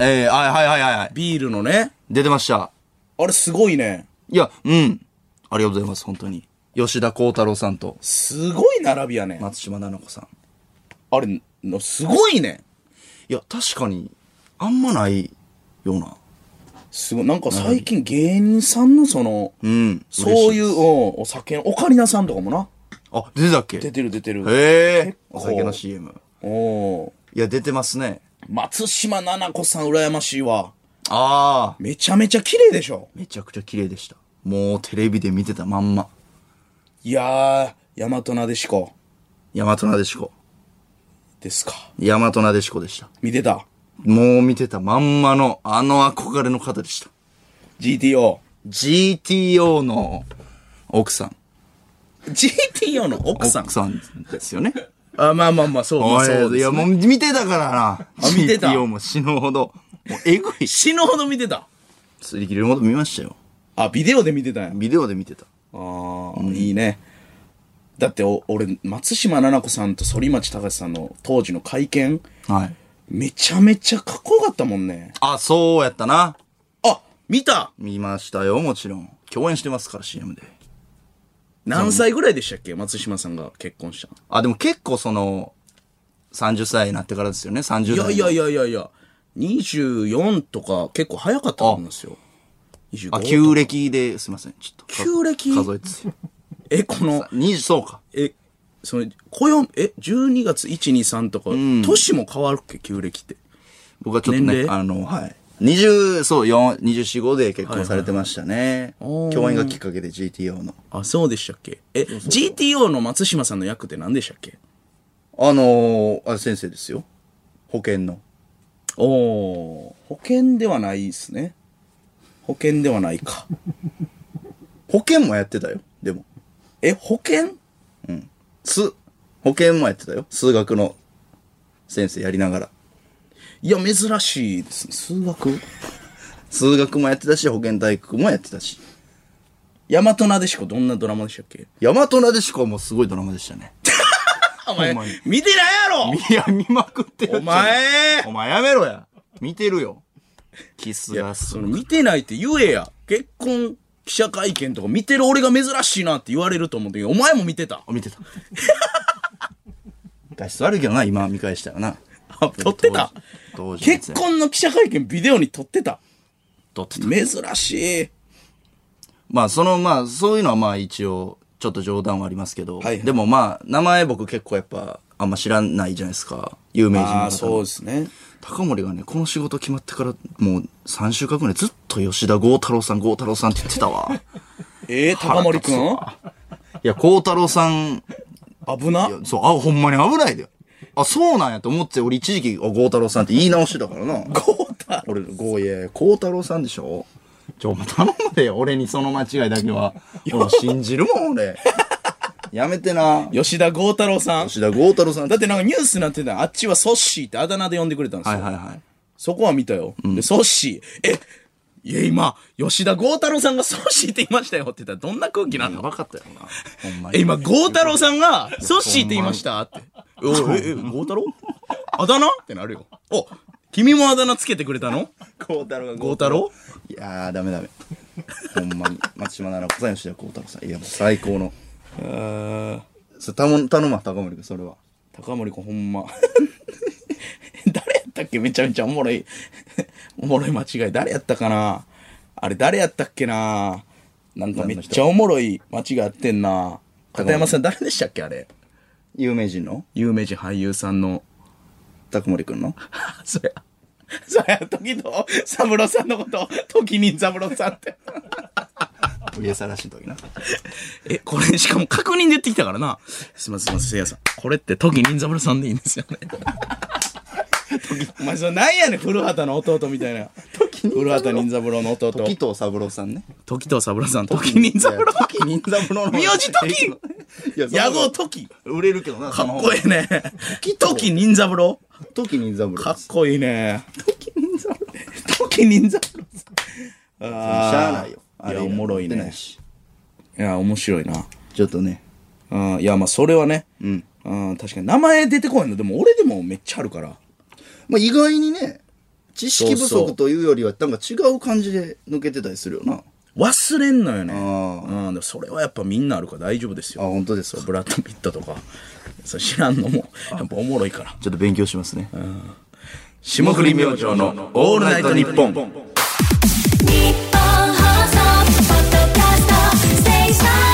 [SPEAKER 1] ええはいはいはいはいはい。
[SPEAKER 2] ビールのね
[SPEAKER 1] 出てました。
[SPEAKER 2] あれすごいね
[SPEAKER 1] いや、うん。ありがとうございます、本当に。吉田鋼太郎さんと
[SPEAKER 2] すごい並びやねん。
[SPEAKER 1] 松島菜々子さん。
[SPEAKER 2] あれ、のすごいねん。
[SPEAKER 1] いや、確かに、あんまないような。
[SPEAKER 2] すごい。なんか最近芸人さんのその、
[SPEAKER 1] うん。。
[SPEAKER 2] そういうう、うんお酒の、オカリナさんとかもな。
[SPEAKER 1] あ、出てたっけ
[SPEAKER 2] 出
[SPEAKER 1] へ
[SPEAKER 2] てる出てる。
[SPEAKER 1] え。
[SPEAKER 2] 構
[SPEAKER 1] お酒の CM。
[SPEAKER 2] おー
[SPEAKER 1] いや、出てますね。
[SPEAKER 2] 松島奈々子さん羨ましいわ。
[SPEAKER 1] ああ。
[SPEAKER 2] めちゃめちゃ綺麗でしょ。
[SPEAKER 1] めちゃくちゃ綺麗でした。もうテレビで見てたまんま。
[SPEAKER 2] いやー、大和なでしこ
[SPEAKER 1] 大和なでしこ。
[SPEAKER 2] ですか。
[SPEAKER 1] 大和なでしこでした。
[SPEAKER 2] 見てた
[SPEAKER 1] もう見てたまんまの、あの憧れの方でした。
[SPEAKER 2] ?GTO。
[SPEAKER 1] GTO の奥さん。
[SPEAKER 2] GTO の奥さん。
[SPEAKER 1] 奥さんですよね。
[SPEAKER 2] あ、まあまあまあ、そう、まあ、
[SPEAKER 1] おい
[SPEAKER 2] そう
[SPEAKER 1] い
[SPEAKER 2] です
[SPEAKER 1] や、もう見てたからな。
[SPEAKER 2] 見てた
[SPEAKER 1] GTO も死ぬほど。もうえぐい。
[SPEAKER 2] 死ぬほど見てた。
[SPEAKER 1] すり切れるほど見ましたよ。
[SPEAKER 2] あ、ビデオで見てたんや。
[SPEAKER 1] ビデオで見てた。
[SPEAKER 2] ああ、いいね。だってお、俺、松島菜々子さんと反町隆史さんの当時の会見、
[SPEAKER 1] はい。
[SPEAKER 2] めちゃめちゃかっこよかったもんね。
[SPEAKER 1] あ、そうやったな。
[SPEAKER 2] あ、見た
[SPEAKER 1] 見ましたよ、もちろん。共演してますから、CM で。
[SPEAKER 2] 何歳ぐらいでしたっけ松島さんが結婚したの
[SPEAKER 1] あ、でも結構その、30歳になってからですよね、30代
[SPEAKER 2] い
[SPEAKER 1] の。
[SPEAKER 2] やいやいやいやいや、24とか結構早かったと思うんですよ。25
[SPEAKER 1] あ、旧暦で、すいません、ちょっと。
[SPEAKER 2] 旧暦
[SPEAKER 1] 数えつつ。
[SPEAKER 2] え、この、
[SPEAKER 1] 20、そうか。
[SPEAKER 2] え、その、暦、え、12月1、2、3とか、年も変わるっけ旧暦って。
[SPEAKER 1] 僕はちょっと
[SPEAKER 2] 年
[SPEAKER 1] ね、
[SPEAKER 2] 齢
[SPEAKER 1] あの、はい。
[SPEAKER 3] 20、そう、4、24、5で結婚されてましたね。
[SPEAKER 2] おー
[SPEAKER 3] 共演がきっかけで GTO の。
[SPEAKER 2] あ、そうでしたっけえ、GTO の松島さんの役って何でしたっけ
[SPEAKER 3] あのー、あ先生ですよ。保険の。
[SPEAKER 2] おお保険ではないですね。保険ではないか。
[SPEAKER 3] 保険もやってたよ。でも。
[SPEAKER 2] え、保険
[SPEAKER 3] す、保険もやってたよ。数学の先生やりながら。
[SPEAKER 2] いや、珍しいですね。数学
[SPEAKER 3] 数学もやってたし、保健体育もやってたし。
[SPEAKER 2] 大和なでしこどんなドラマでしたっけ
[SPEAKER 1] 大和なでしこもすごいドラマでしたね。
[SPEAKER 2] お前
[SPEAKER 1] ほんまに、
[SPEAKER 2] 見てないや
[SPEAKER 1] いや、見まくってる
[SPEAKER 2] ろお前
[SPEAKER 1] お前やめろや。見てるよ。キスがす
[SPEAKER 2] その見てないって言えや。結婚記者会見とか見てる俺が珍しいなって言われると思うんだけど、お前も見てた。
[SPEAKER 1] 見てた。
[SPEAKER 3] (laughs) 画質悪いけどな、今見返したらな。
[SPEAKER 2] あ撮ってた
[SPEAKER 1] 当時
[SPEAKER 2] 結婚の記者会見ビデオに撮ってた。
[SPEAKER 1] 撮ってた。
[SPEAKER 2] 珍しい。
[SPEAKER 1] まあ、その、まあ、そういうのはまあ一応、ちょっと冗談はありますけど、
[SPEAKER 2] はいはい
[SPEAKER 1] でもまあ、名前僕結構やっぱ、あんま知らないじゃないですか。有名人の
[SPEAKER 2] あ
[SPEAKER 1] 方
[SPEAKER 2] あ、そうですね。
[SPEAKER 1] 高森がね、この仕事決まってからもう3週間ぐらいずっと吉田剛太郎さん、剛太郎さんって言ってたわ。
[SPEAKER 2] えー、 (laughs) 高森くん
[SPEAKER 1] いや、剛太郎さん、
[SPEAKER 2] 危な。
[SPEAKER 1] そう、あ、ほんまに危ないで。あ、そうなんやと思って、俺一時期、あ、剛太郎さんって言い直してたからな。
[SPEAKER 2] 豪太。
[SPEAKER 1] 俺、剛也、剛太郎さんでしょちょ、お前頼むでよ、俺にその間違いだ
[SPEAKER 3] (laughs)
[SPEAKER 1] けは。もう信じるもん、俺。やめてな。
[SPEAKER 2] 吉田豪太郎さん。
[SPEAKER 1] 吉田剛太郎さん
[SPEAKER 2] だってなんかニュースになってたあっちはソッシーってあだ名で呼んでくれたんですよ。
[SPEAKER 1] はいはいはい。
[SPEAKER 2] そこは見たよ。で、ソッシー。え、いや、今、吉田豪太郎さんが (laughs) ソッシーって言いましたよって言ったらどんな空気なの
[SPEAKER 1] やばかったよな。ほんま
[SPEAKER 2] え、
[SPEAKER 1] に。
[SPEAKER 2] 今、豪太郎さんが、ソッシーって言いましたって。おいえ、え、豪太郎あだ名ってなるよ。お、君もあだ名つけてくれたの
[SPEAKER 3] 孝太郎が
[SPEAKER 2] 豪太郎
[SPEAKER 3] いやー、ダメダメ。ほんまに。松島奈々子さん、吉田孝太郎さん。いや、もう最高の。それ頼む、頼むわ、高森君、それは。
[SPEAKER 2] 高森君ほんま。 (laughs) 誰やったっけめちゃめちゃおもろい。 (laughs) おもろい間違い。誰やったかなあれ誰やったっけななんかめっちゃおもろい間違いあってんな。片山さん誰でしたっけあれ。
[SPEAKER 3] 有名人の
[SPEAKER 2] 有名人俳優さんの。
[SPEAKER 3] 高森君の
[SPEAKER 2] (laughs) そりゃ、そりゃ、時の三郎さんのこと、時に三郎さんって。
[SPEAKER 3] 上さらしい時な。
[SPEAKER 2] え、これ、しかも確認で言ってきたからな。すいません、すいません、せいやさん。これって、時任三郎さんでいいんですよね。お前、それなんやねん、古畑の弟みたいな。古畑任三郎の弟。
[SPEAKER 3] 時藤三郎さんね。
[SPEAKER 2] 時藤三郎さん、時任三郎。
[SPEAKER 3] 時任三郎の。
[SPEAKER 2] 名字時
[SPEAKER 3] いや、
[SPEAKER 2] 野
[SPEAKER 3] 野
[SPEAKER 2] 号
[SPEAKER 3] 号
[SPEAKER 2] 時
[SPEAKER 3] 売れるけどな、
[SPEAKER 2] かっこいいね。時任三郎
[SPEAKER 3] 時任三郎。
[SPEAKER 2] かっこいいね。時任三郎。時任三郎さん。あー
[SPEAKER 3] しゃあないよ。
[SPEAKER 2] いや、おもろい
[SPEAKER 3] やってな
[SPEAKER 2] ね。
[SPEAKER 3] し
[SPEAKER 2] いや、面白いな。
[SPEAKER 3] ちょっとね。
[SPEAKER 2] うん、いや、まあ、それはね。うん。確かに名前出てこないの。でも、俺でもめっちゃあるから。
[SPEAKER 3] まあ、意外にね、知識不
[SPEAKER 2] そうそう
[SPEAKER 3] 足というよりは、なんか違う感じで抜けてたりするよな。
[SPEAKER 2] 忘れんのよね。
[SPEAKER 3] あ
[SPEAKER 2] うん。でもそれはやっぱみんなあるから大丈夫です
[SPEAKER 3] あ、
[SPEAKER 2] よ。
[SPEAKER 3] 本当です
[SPEAKER 2] そう
[SPEAKER 3] か。
[SPEAKER 2] ブラッド・ピットとか。そう知らんのも、やっぱおもろいから。
[SPEAKER 1] ちょっと勉強しますね。
[SPEAKER 2] 霜降り明星のオールナイトニッポン。
[SPEAKER 4] 日本放送ポッドキャストステーション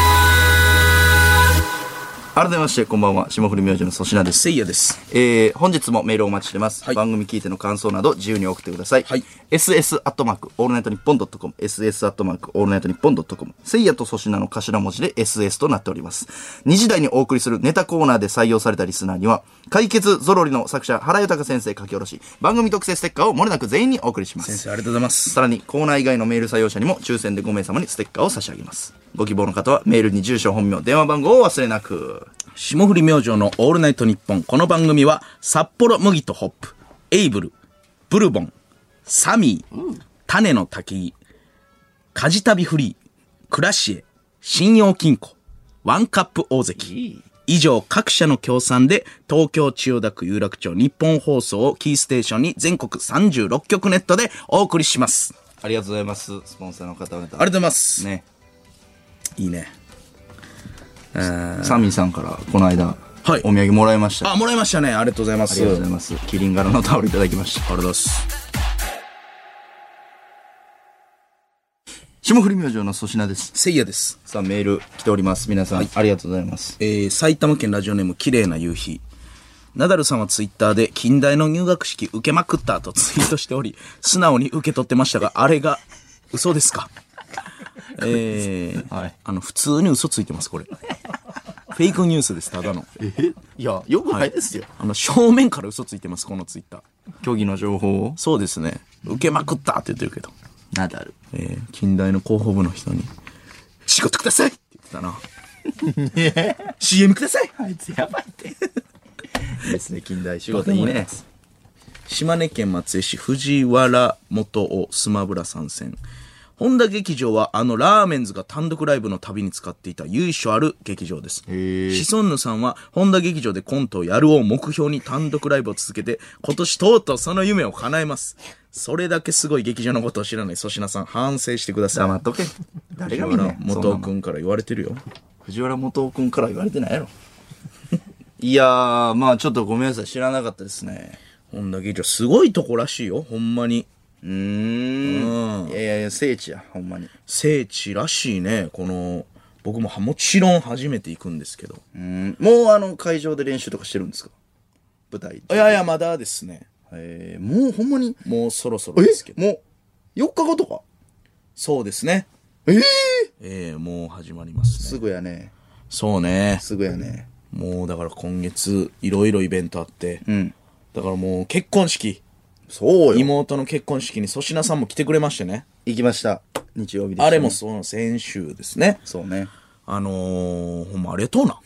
[SPEAKER 1] 改めまして、こんばんは。霜降り明星の粗品です。
[SPEAKER 2] せいやです。
[SPEAKER 1] えー、本日もメールをお待ちしてます。
[SPEAKER 2] はい
[SPEAKER 1] 番組聞いての感想など自由に送ってください。
[SPEAKER 2] はい
[SPEAKER 1] ss アットマークオールナイトニッポンドットコム ss アットマークオールナイトニッポンドットコムせいやと粗品の頭文字で ss となっております。2時台にお送りするネタコーナーで採用されたリスナーには、解決ゾロリの作者原豊先生書き下ろし、番組特製ステッカーをもれなく全員にお送りしま
[SPEAKER 2] 先
[SPEAKER 1] す。
[SPEAKER 2] 生、ありがとうございます。
[SPEAKER 1] さらにコーナー以外のメール採用者にも抽選で5名様にステッカーを差し上げます。ご希望の方はメールに住所、本名、電話番号を忘れなく。
[SPEAKER 2] 霜降り明星のオールナイトニッポン。この番組は、札幌麦とホップ、エイブル、ブルボン、サミー、種の滝井、カジタビフリー、クラシエ、信用金庫、ワンカップ大関。以上各社の協賛で東京千代田区有楽町日本放送をキーステーションに全国36局ネットでお送りします。
[SPEAKER 1] ありがとうございます。スポンサーの方々。
[SPEAKER 2] ありがとうございます。
[SPEAKER 1] ね。
[SPEAKER 2] いいね。
[SPEAKER 1] サミーさんからこの間、
[SPEAKER 2] はい
[SPEAKER 1] お土産もらいましたあ
[SPEAKER 2] あ、もらいましたね。ありがとうございま
[SPEAKER 1] り
[SPEAKER 2] す。
[SPEAKER 1] がとうございますキリン柄のタオルいただきました
[SPEAKER 2] ありがとうございます。
[SPEAKER 1] 霜降り明星の粗品です
[SPEAKER 2] せいやです。
[SPEAKER 1] さあメール来ております皆さん、ありがとうございます
[SPEAKER 2] えー、埼玉県ラジオネーム綺麗な夕日。ナダルさんはツイッターで近代の入学式受けまくったとツイートしており、素直に受け取ってましたが、あれが嘘ですかえー、
[SPEAKER 1] はい
[SPEAKER 2] あの、普通に嘘ついてます、これ。フェイクニュースです、ただの。
[SPEAKER 1] いやよくないですよ、
[SPEAKER 2] あの、正面から嘘ついてます、このツイッター。
[SPEAKER 1] 虚偽の情報を
[SPEAKER 2] そうですね。受けまくったって言ってるけど。
[SPEAKER 1] ナダル
[SPEAKER 2] えー、近代の広報部の人に、仕事くださいって言ってた (laughs) な。CM ください
[SPEAKER 1] あいつやばいっていいですね近代仕事いいね
[SPEAKER 2] 島根県松江市藤原元をスマブラ参戦。本田劇場はあのラーメンズが単独ライブの旅に使っていた由緒ある劇場です。シソンヌさんは本田劇場でコントをやるを目標に単独ライブを続けて、今年とうとうその夢を叶えます。それだけすごい劇場のことを知らない粗品さん反省してください
[SPEAKER 1] 黙。っとけ誰が見
[SPEAKER 2] 藤
[SPEAKER 1] んね
[SPEAKER 2] 原
[SPEAKER 1] んそんな
[SPEAKER 2] 元
[SPEAKER 1] もん
[SPEAKER 2] 君から言われてるよ。
[SPEAKER 1] 藤原元君から言われてないやろ (laughs) いやーまあちょっとごめんなさい知らなかったですね
[SPEAKER 2] 本田劇場すごいとこらしいよ、ほんまに。
[SPEAKER 1] うーんいやいやいや聖地やほんまに
[SPEAKER 2] 聖地らしいねこの僕もはもちろん初めて行くんですけど
[SPEAKER 1] うんもうあの会場で練習とかしてるんですか舞台
[SPEAKER 2] いやいやまだですね
[SPEAKER 1] えー、もうほんまに
[SPEAKER 2] もうそろそろ
[SPEAKER 1] え
[SPEAKER 2] ですけど
[SPEAKER 1] もう4日後とか
[SPEAKER 2] そうですね
[SPEAKER 1] えー、
[SPEAKER 2] ええもう始まります
[SPEAKER 1] す
[SPEAKER 2] ね
[SPEAKER 1] ぐやね
[SPEAKER 2] そうね
[SPEAKER 1] すぐやね
[SPEAKER 2] もうだから今月いろいろイベントあって、
[SPEAKER 1] ん
[SPEAKER 2] だからもう結婚式
[SPEAKER 1] そうよ
[SPEAKER 2] 妹の結婚式に粗品さんも来てくれましてね
[SPEAKER 1] 行きました日曜日で
[SPEAKER 2] あれもその先週ですね
[SPEAKER 1] そうね
[SPEAKER 2] あのー、ほんまありがとうな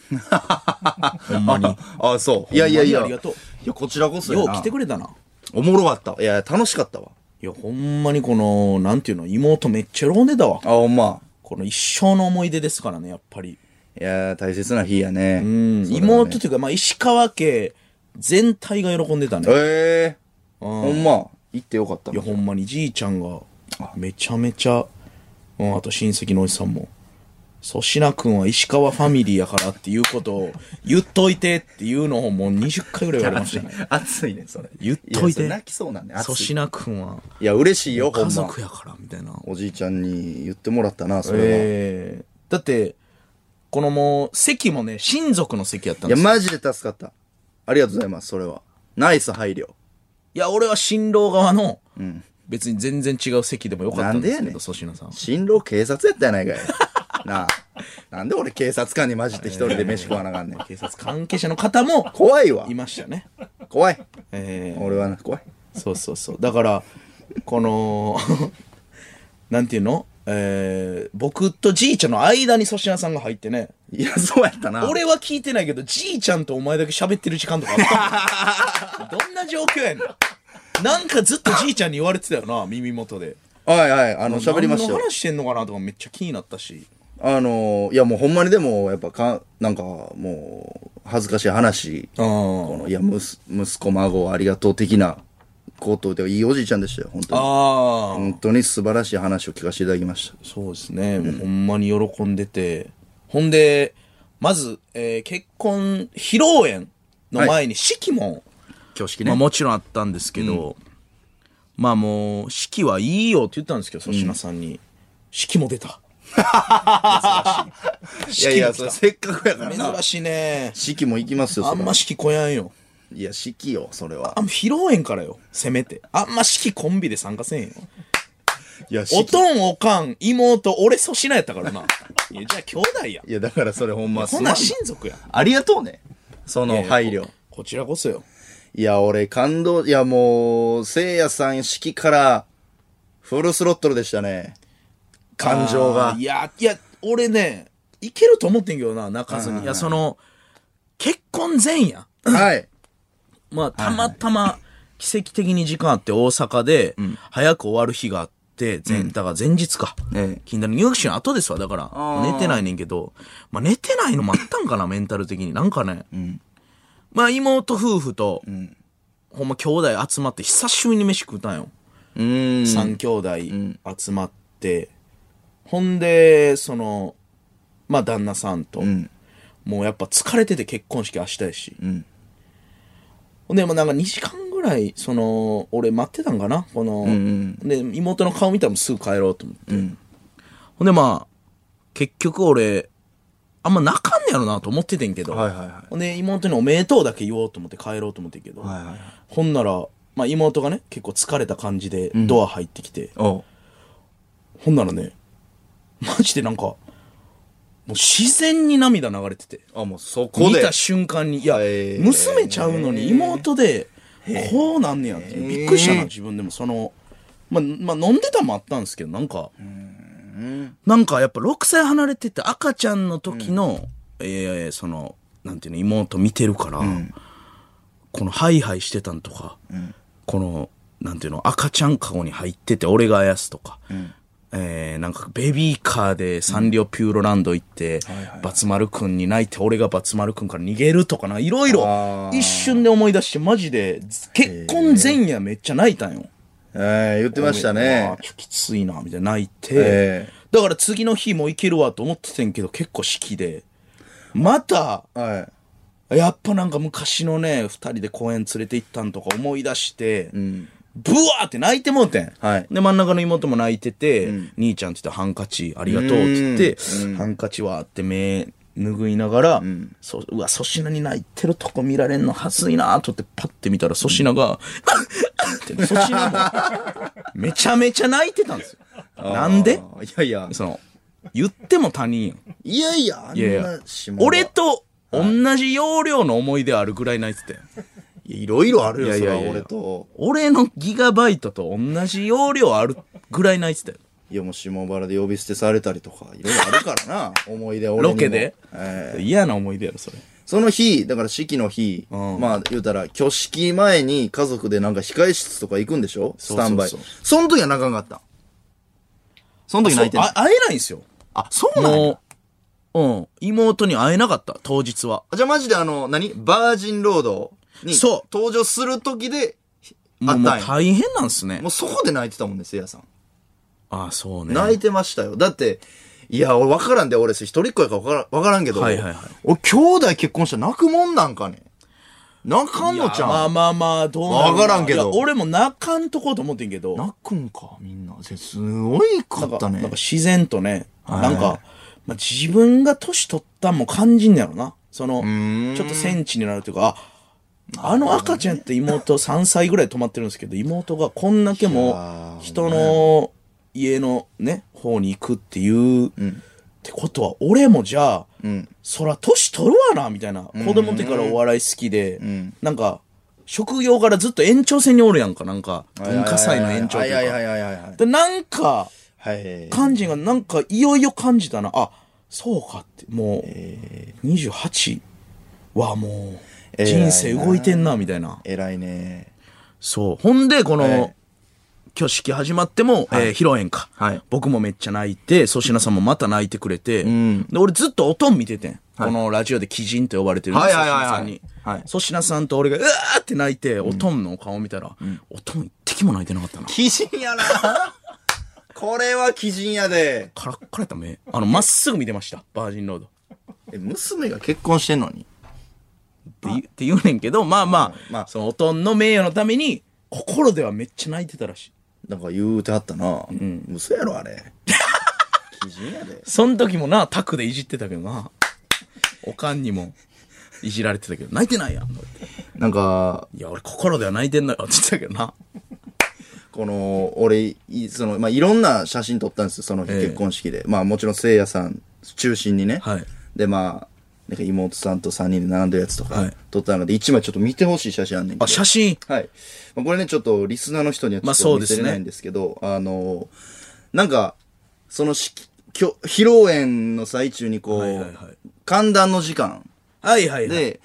[SPEAKER 2] ほんまに
[SPEAKER 1] ああそういやいやいや
[SPEAKER 2] ほんまにありがとう
[SPEAKER 1] いやこちらこそや
[SPEAKER 2] よう
[SPEAKER 1] な
[SPEAKER 2] 来てくれたな
[SPEAKER 1] おもろかったいや楽しかったわ
[SPEAKER 2] いやほんまにこのなんていうの妹めっちゃ喜んでたわ
[SPEAKER 1] あほんま
[SPEAKER 2] この一生の思い出ですからねやっぱり、
[SPEAKER 1] いやー大切な日やねう
[SPEAKER 2] うん、妹というか、まあ、石川家全体が喜んでたね
[SPEAKER 1] ええほんま行ってよかった
[SPEAKER 2] いやほんまにじいちゃんがめちゃめちゃ、うん、あと親戚のおじさんも粗品君は石川ファミリーやからっていうことを言っといてっていうのをもう20回ぐらい言われましたね
[SPEAKER 1] 熱いねそれ
[SPEAKER 2] 言っとい
[SPEAKER 1] やそれ
[SPEAKER 2] て
[SPEAKER 1] 泣きそうなんね
[SPEAKER 2] 粗
[SPEAKER 1] (laughs) 熱い
[SPEAKER 2] 品君はい
[SPEAKER 1] や嬉しいよほ
[SPEAKER 2] 家
[SPEAKER 1] んま
[SPEAKER 2] 族やからみたいな
[SPEAKER 1] おじいちゃんに言ってもらったなそれは、
[SPEAKER 2] ええだってこのもう席もね親族の席やった
[SPEAKER 1] い
[SPEAKER 2] ん
[SPEAKER 1] や
[SPEAKER 2] ですよ
[SPEAKER 1] マジで助かったありがとうございますそれはナイス配慮
[SPEAKER 2] いや、俺は新郎側の、別に全然違う席でもよかったんで
[SPEAKER 1] なんで
[SPEAKER 2] すけ
[SPEAKER 1] やね
[SPEAKER 2] ど、
[SPEAKER 1] ん
[SPEAKER 2] 粗品さん。
[SPEAKER 1] 新郎警察やったやない (laughs) かいなあなんで俺警察官に混じって一人で飯食わなあかんねん
[SPEAKER 2] 警察関係者の方も、
[SPEAKER 1] 怖いわ
[SPEAKER 2] いましたね。
[SPEAKER 1] 怖い
[SPEAKER 2] え
[SPEAKER 1] 俺はな怖い
[SPEAKER 2] ーそうそうそう。だから、この、 (laughs) なんていうのえー僕とじいちゃんの間に粗品さんが入ってね。
[SPEAKER 1] いやそうやったな
[SPEAKER 2] 俺は聞いてないけど、じいちゃんとお前だけ喋ってる時間とか
[SPEAKER 1] (laughs)
[SPEAKER 2] あったもんどんな状況やねん。なんかずっとじいちゃんに言われてたよな、耳元で。
[SPEAKER 1] はいはいあの喋りましたよ
[SPEAKER 2] 何の話してんのかなとかめっちゃ気になったし。
[SPEAKER 1] あのいやもうほんまにでもやっぱかなんかもう恥ずかしい話
[SPEAKER 2] う
[SPEAKER 1] こ
[SPEAKER 2] ん。
[SPEAKER 1] のいやむす息子孫ありがとう的なことでいいおじいちゃんでしたよ本当に
[SPEAKER 2] ああ。
[SPEAKER 1] 本当に素晴らしい話を聞かせていただきました
[SPEAKER 2] そうですね、もうほんまに喜んでて。ほんで、まず、えー結婚披露宴の前に式も、
[SPEAKER 1] 挙式
[SPEAKER 2] まあもちろんあったんですけど、まあもう、式はいいよって言ったんですけど、粗品さんに。式も出
[SPEAKER 1] (laughs)
[SPEAKER 2] た。珍し
[SPEAKER 1] い
[SPEAKER 2] い
[SPEAKER 1] やいや
[SPEAKER 2] 式も来
[SPEAKER 1] それせっかくやから
[SPEAKER 2] た
[SPEAKER 1] な
[SPEAKER 2] 珍しいね。
[SPEAKER 1] 式も行きますよ
[SPEAKER 2] あ
[SPEAKER 1] それ
[SPEAKER 2] ん
[SPEAKER 1] は
[SPEAKER 2] ま式来やんよ。
[SPEAKER 1] いや式よそれは
[SPEAKER 2] あんま披露宴からよ、せめて。あんま式コンビで参加せんよ。
[SPEAKER 1] いや
[SPEAKER 2] お
[SPEAKER 1] 式
[SPEAKER 2] とん、おかん、妹、俺、粗品やったからな。いや、じゃあ兄弟や。
[SPEAKER 1] いやだからそれほんま
[SPEAKER 2] こん
[SPEAKER 1] (laughs) すま
[SPEAKER 2] なんん親族や。
[SPEAKER 1] ありがとうねその配
[SPEAKER 2] いや
[SPEAKER 1] 慮
[SPEAKER 2] ここちらこそよ。
[SPEAKER 1] いや俺感動いやもうせいやさん式からフルスロットルでしたね感情
[SPEAKER 2] あ
[SPEAKER 1] が
[SPEAKER 2] ーいや、いや、俺ね、いけると思ってんけどな、泣かずに。いや、その、結婚前夜。
[SPEAKER 1] はい
[SPEAKER 2] まあ、たまたま、奇跡的に時間あって、大阪で、早く終わる日があって、前、だから前日か。
[SPEAKER 1] ええ
[SPEAKER 2] 近代の入学式の後ですわ、だから。寝てないねんけど、まあ、寝てないのもあったんかな、メ (laughs) ンタル的に。なんかね、まあ、妹夫婦と、ほんま兄弟集まって、久しぶりに飯食うたんよ。
[SPEAKER 1] うーん
[SPEAKER 2] 三兄弟集まって、ほんで、その、まあ旦那さんと、もうやっぱ疲れてて結婚式明日やし、ほんでもうなんか2時間ぐらいその俺待ってたんかなこの、で妹の顔見たらもうすぐ帰ろうと思って、ほんでまあ結局俺あんま泣かんねやろなと思っててんけど、
[SPEAKER 1] はいはいはい
[SPEAKER 2] ほんで妹に「おめでとう」だけ言おうと思って帰ろうと思ってんけど、ほんなら、まあ、妹がね結構疲れた感じでドア入ってきて、
[SPEAKER 1] おう
[SPEAKER 2] ほんならね、マジでなんか、もう自然に涙流れてて。
[SPEAKER 1] あ、もうそこ
[SPEAKER 2] 見
[SPEAKER 1] で
[SPEAKER 2] た。瞬間に、いや、
[SPEAKER 1] へー
[SPEAKER 2] 娘ちゃうのに妹で、こうなんねやって。びっくりしたな、自分でも。その、ま、まあ、飲んでたのもあったんですけど、なんか、なんかやっぱ6歳離れてて赤ちゃんの時の、えーその、なんていうの、妹見てるから、このハイハイしてたんとか、この、なんていうの、赤ちゃんカゴに入ってて、俺があやすとか、えーなんかベビーカーでサンリオピューロランド行って、バツマルくんに泣いて、俺がバツマルくんから逃げるとかな、いろいろ一瞬で思い出して、マジで、結婚前夜めっちゃ泣いたんよ。
[SPEAKER 1] えー、言ってました
[SPEAKER 2] あ
[SPEAKER 1] ね
[SPEAKER 2] ー。ちょっときついな、みたいな泣いて、
[SPEAKER 1] え
[SPEAKER 2] だから次の日も行けるわと思っててんけど、結構式で、また、
[SPEAKER 1] は
[SPEAKER 2] やっぱなんか昔のね、二人で公園連れて行ったんとか思い出して、ブワーって泣いてもうてん。
[SPEAKER 1] はい
[SPEAKER 2] で、真ん中の妹も泣いてて、兄ちゃんって言ってハンカチありがとうって言って、ハンカチはあって目拭いながら、うそうわ、粗品に泣いてるとこ見られんのはずいなと思ってパッて見たら粗品が、って (laughs) 粗品も、 (laughs) めちゃめちゃ泣いてたんですよ。なんで
[SPEAKER 1] い。いやいや。
[SPEAKER 2] その、言っても他人やん。
[SPEAKER 1] いやいや、あん
[SPEAKER 2] いやいや
[SPEAKER 1] な島は
[SPEAKER 2] 俺と同じ容量の思い出あるぐらい泣いてたよ
[SPEAKER 1] いやいろいろあるよ、
[SPEAKER 2] いやい
[SPEAKER 1] そ
[SPEAKER 2] やい
[SPEAKER 1] れ
[SPEAKER 2] や
[SPEAKER 1] は俺と。
[SPEAKER 2] 俺のギガバイトと同じ容量あるぐらい泣いてたよ
[SPEAKER 1] いや、もう下原で呼び捨てされたりとか、いろいろあるからな、 (laughs) 思い出、俺にも
[SPEAKER 2] ロケで、
[SPEAKER 1] ええ
[SPEAKER 2] 嫌な思い出やろそれ
[SPEAKER 1] その日、だから式の日、
[SPEAKER 2] ん
[SPEAKER 1] まあ言うたら、挙式前に家族でなんか控室とか行くんでしょス
[SPEAKER 2] うそう
[SPEAKER 1] タ
[SPEAKER 2] そ
[SPEAKER 1] ンバ
[SPEAKER 2] う
[SPEAKER 1] イ。その時は仲良かった。その時泣いてない
[SPEAKER 2] あ。会えないんすよ
[SPEAKER 1] あ、そうなんや
[SPEAKER 2] もううん妹に会えなかった当日は
[SPEAKER 1] じゃあマジであの、何バージンロードに
[SPEAKER 2] そう
[SPEAKER 1] 登場する時で、
[SPEAKER 2] も
[SPEAKER 1] あ
[SPEAKER 2] う
[SPEAKER 1] っ
[SPEAKER 2] もう
[SPEAKER 1] たんや。
[SPEAKER 2] 大変なんすね
[SPEAKER 1] もうそこで泣いてたもんね、せいやさん。
[SPEAKER 2] ああそうね
[SPEAKER 1] 泣いてましたよ。だって、いや、俺分からんで、俺、一人っ子やから分からん分からんけど、
[SPEAKER 2] はいはいはい
[SPEAKER 1] 俺、兄弟結婚したら泣くもんなんかね。泣かんのちゃん。
[SPEAKER 2] まあまあまあどうなの
[SPEAKER 1] わからんけど
[SPEAKER 2] いや俺も泣かんとこうと思ってんけど
[SPEAKER 1] 泣くんか、みんな。ぜすごいか
[SPEAKER 2] なん
[SPEAKER 1] っ
[SPEAKER 2] か
[SPEAKER 1] たね。
[SPEAKER 2] なんか自然とね、
[SPEAKER 1] い
[SPEAKER 2] なんか、まあ、自分が年取ったんも感じんやろな。その、ちょっと戦地になるというか、あ、あの赤ちゃんって妹3歳 (laughs) ぐらい泊まってるんですけど、妹がこんだけも人の家のね、方に行くっていう、ってことは、俺もじゃあ、そら年取るわな、みたいな。子供の時からお笑い好きで、なんか、職業からずっと延長線におるやんか、なんか、文化祭の延長と
[SPEAKER 1] はいいうはい
[SPEAKER 2] か
[SPEAKER 1] はいはいはいはい。
[SPEAKER 2] で、なんか、
[SPEAKER 1] はい。
[SPEAKER 2] 感じがなんかいよいよ感じたなあそうかってもう28はもう人生動いてんなみたいな
[SPEAKER 1] 偉いね。
[SPEAKER 2] そうほんでこの、
[SPEAKER 1] え
[SPEAKER 2] 挙式始まっても、えー披露宴か、
[SPEAKER 1] はい
[SPEAKER 2] 僕もめっちゃ泣いて粗品さんもまた泣いてくれて、で俺ずっとおとん見ててん、このラジオで鬼人と呼ばれてるね
[SPEAKER 1] はいはいはいはい
[SPEAKER 2] 粗品さんに
[SPEAKER 1] はい
[SPEAKER 2] 粗品さんと俺がうわーって泣いておとんの顔見たら、おとん一滴も泣いてなかったな
[SPEAKER 1] 鬼人やなこれは鬼人やで。
[SPEAKER 2] カラッカラやった目あのまっすぐ見てましたバージンロード
[SPEAKER 1] え、娘が結婚してんのに。
[SPEAKER 2] って言うって言うねんけど、まあまあ、
[SPEAKER 1] まあ
[SPEAKER 2] そのおとんの名誉のために、心ではめっちゃ泣いてたらしい。
[SPEAKER 1] なんか言うてはったな。うん。嘘やろ、あれ。鬼人やで。
[SPEAKER 2] その時もな、タクでいじってたけどな。おかんにも、いじられてたけど、泣いてないやん。
[SPEAKER 1] なんか、
[SPEAKER 2] いや、俺心では泣いてんのよって言ってたけどな。
[SPEAKER 1] この、俺、いその、まあ、いろんな写真撮ったんですよ、その日、
[SPEAKER 2] ええ
[SPEAKER 1] 結婚式で。まあ、もちろん、聖夜さん中心にね。
[SPEAKER 2] はい
[SPEAKER 1] で、まあ、なんか妹さんと3人で並んでるやつと
[SPEAKER 2] は
[SPEAKER 1] か
[SPEAKER 2] い
[SPEAKER 1] 撮ったので、一枚ちょっと見てほしい写真あんねんけど。
[SPEAKER 2] あ、写真。
[SPEAKER 1] はい。まあこれね、ちょっとリスナーの人にはちょ
[SPEAKER 2] まあ
[SPEAKER 1] っ
[SPEAKER 2] そう
[SPEAKER 1] と
[SPEAKER 2] で
[SPEAKER 1] 見
[SPEAKER 2] す
[SPEAKER 1] せ
[SPEAKER 2] ね
[SPEAKER 1] れないんですけど、あ、の、なんか、その式、きょ披露宴の最中にこう、
[SPEAKER 2] はいはいはい
[SPEAKER 1] 寒暖の時間
[SPEAKER 2] はいはいはい。
[SPEAKER 1] で、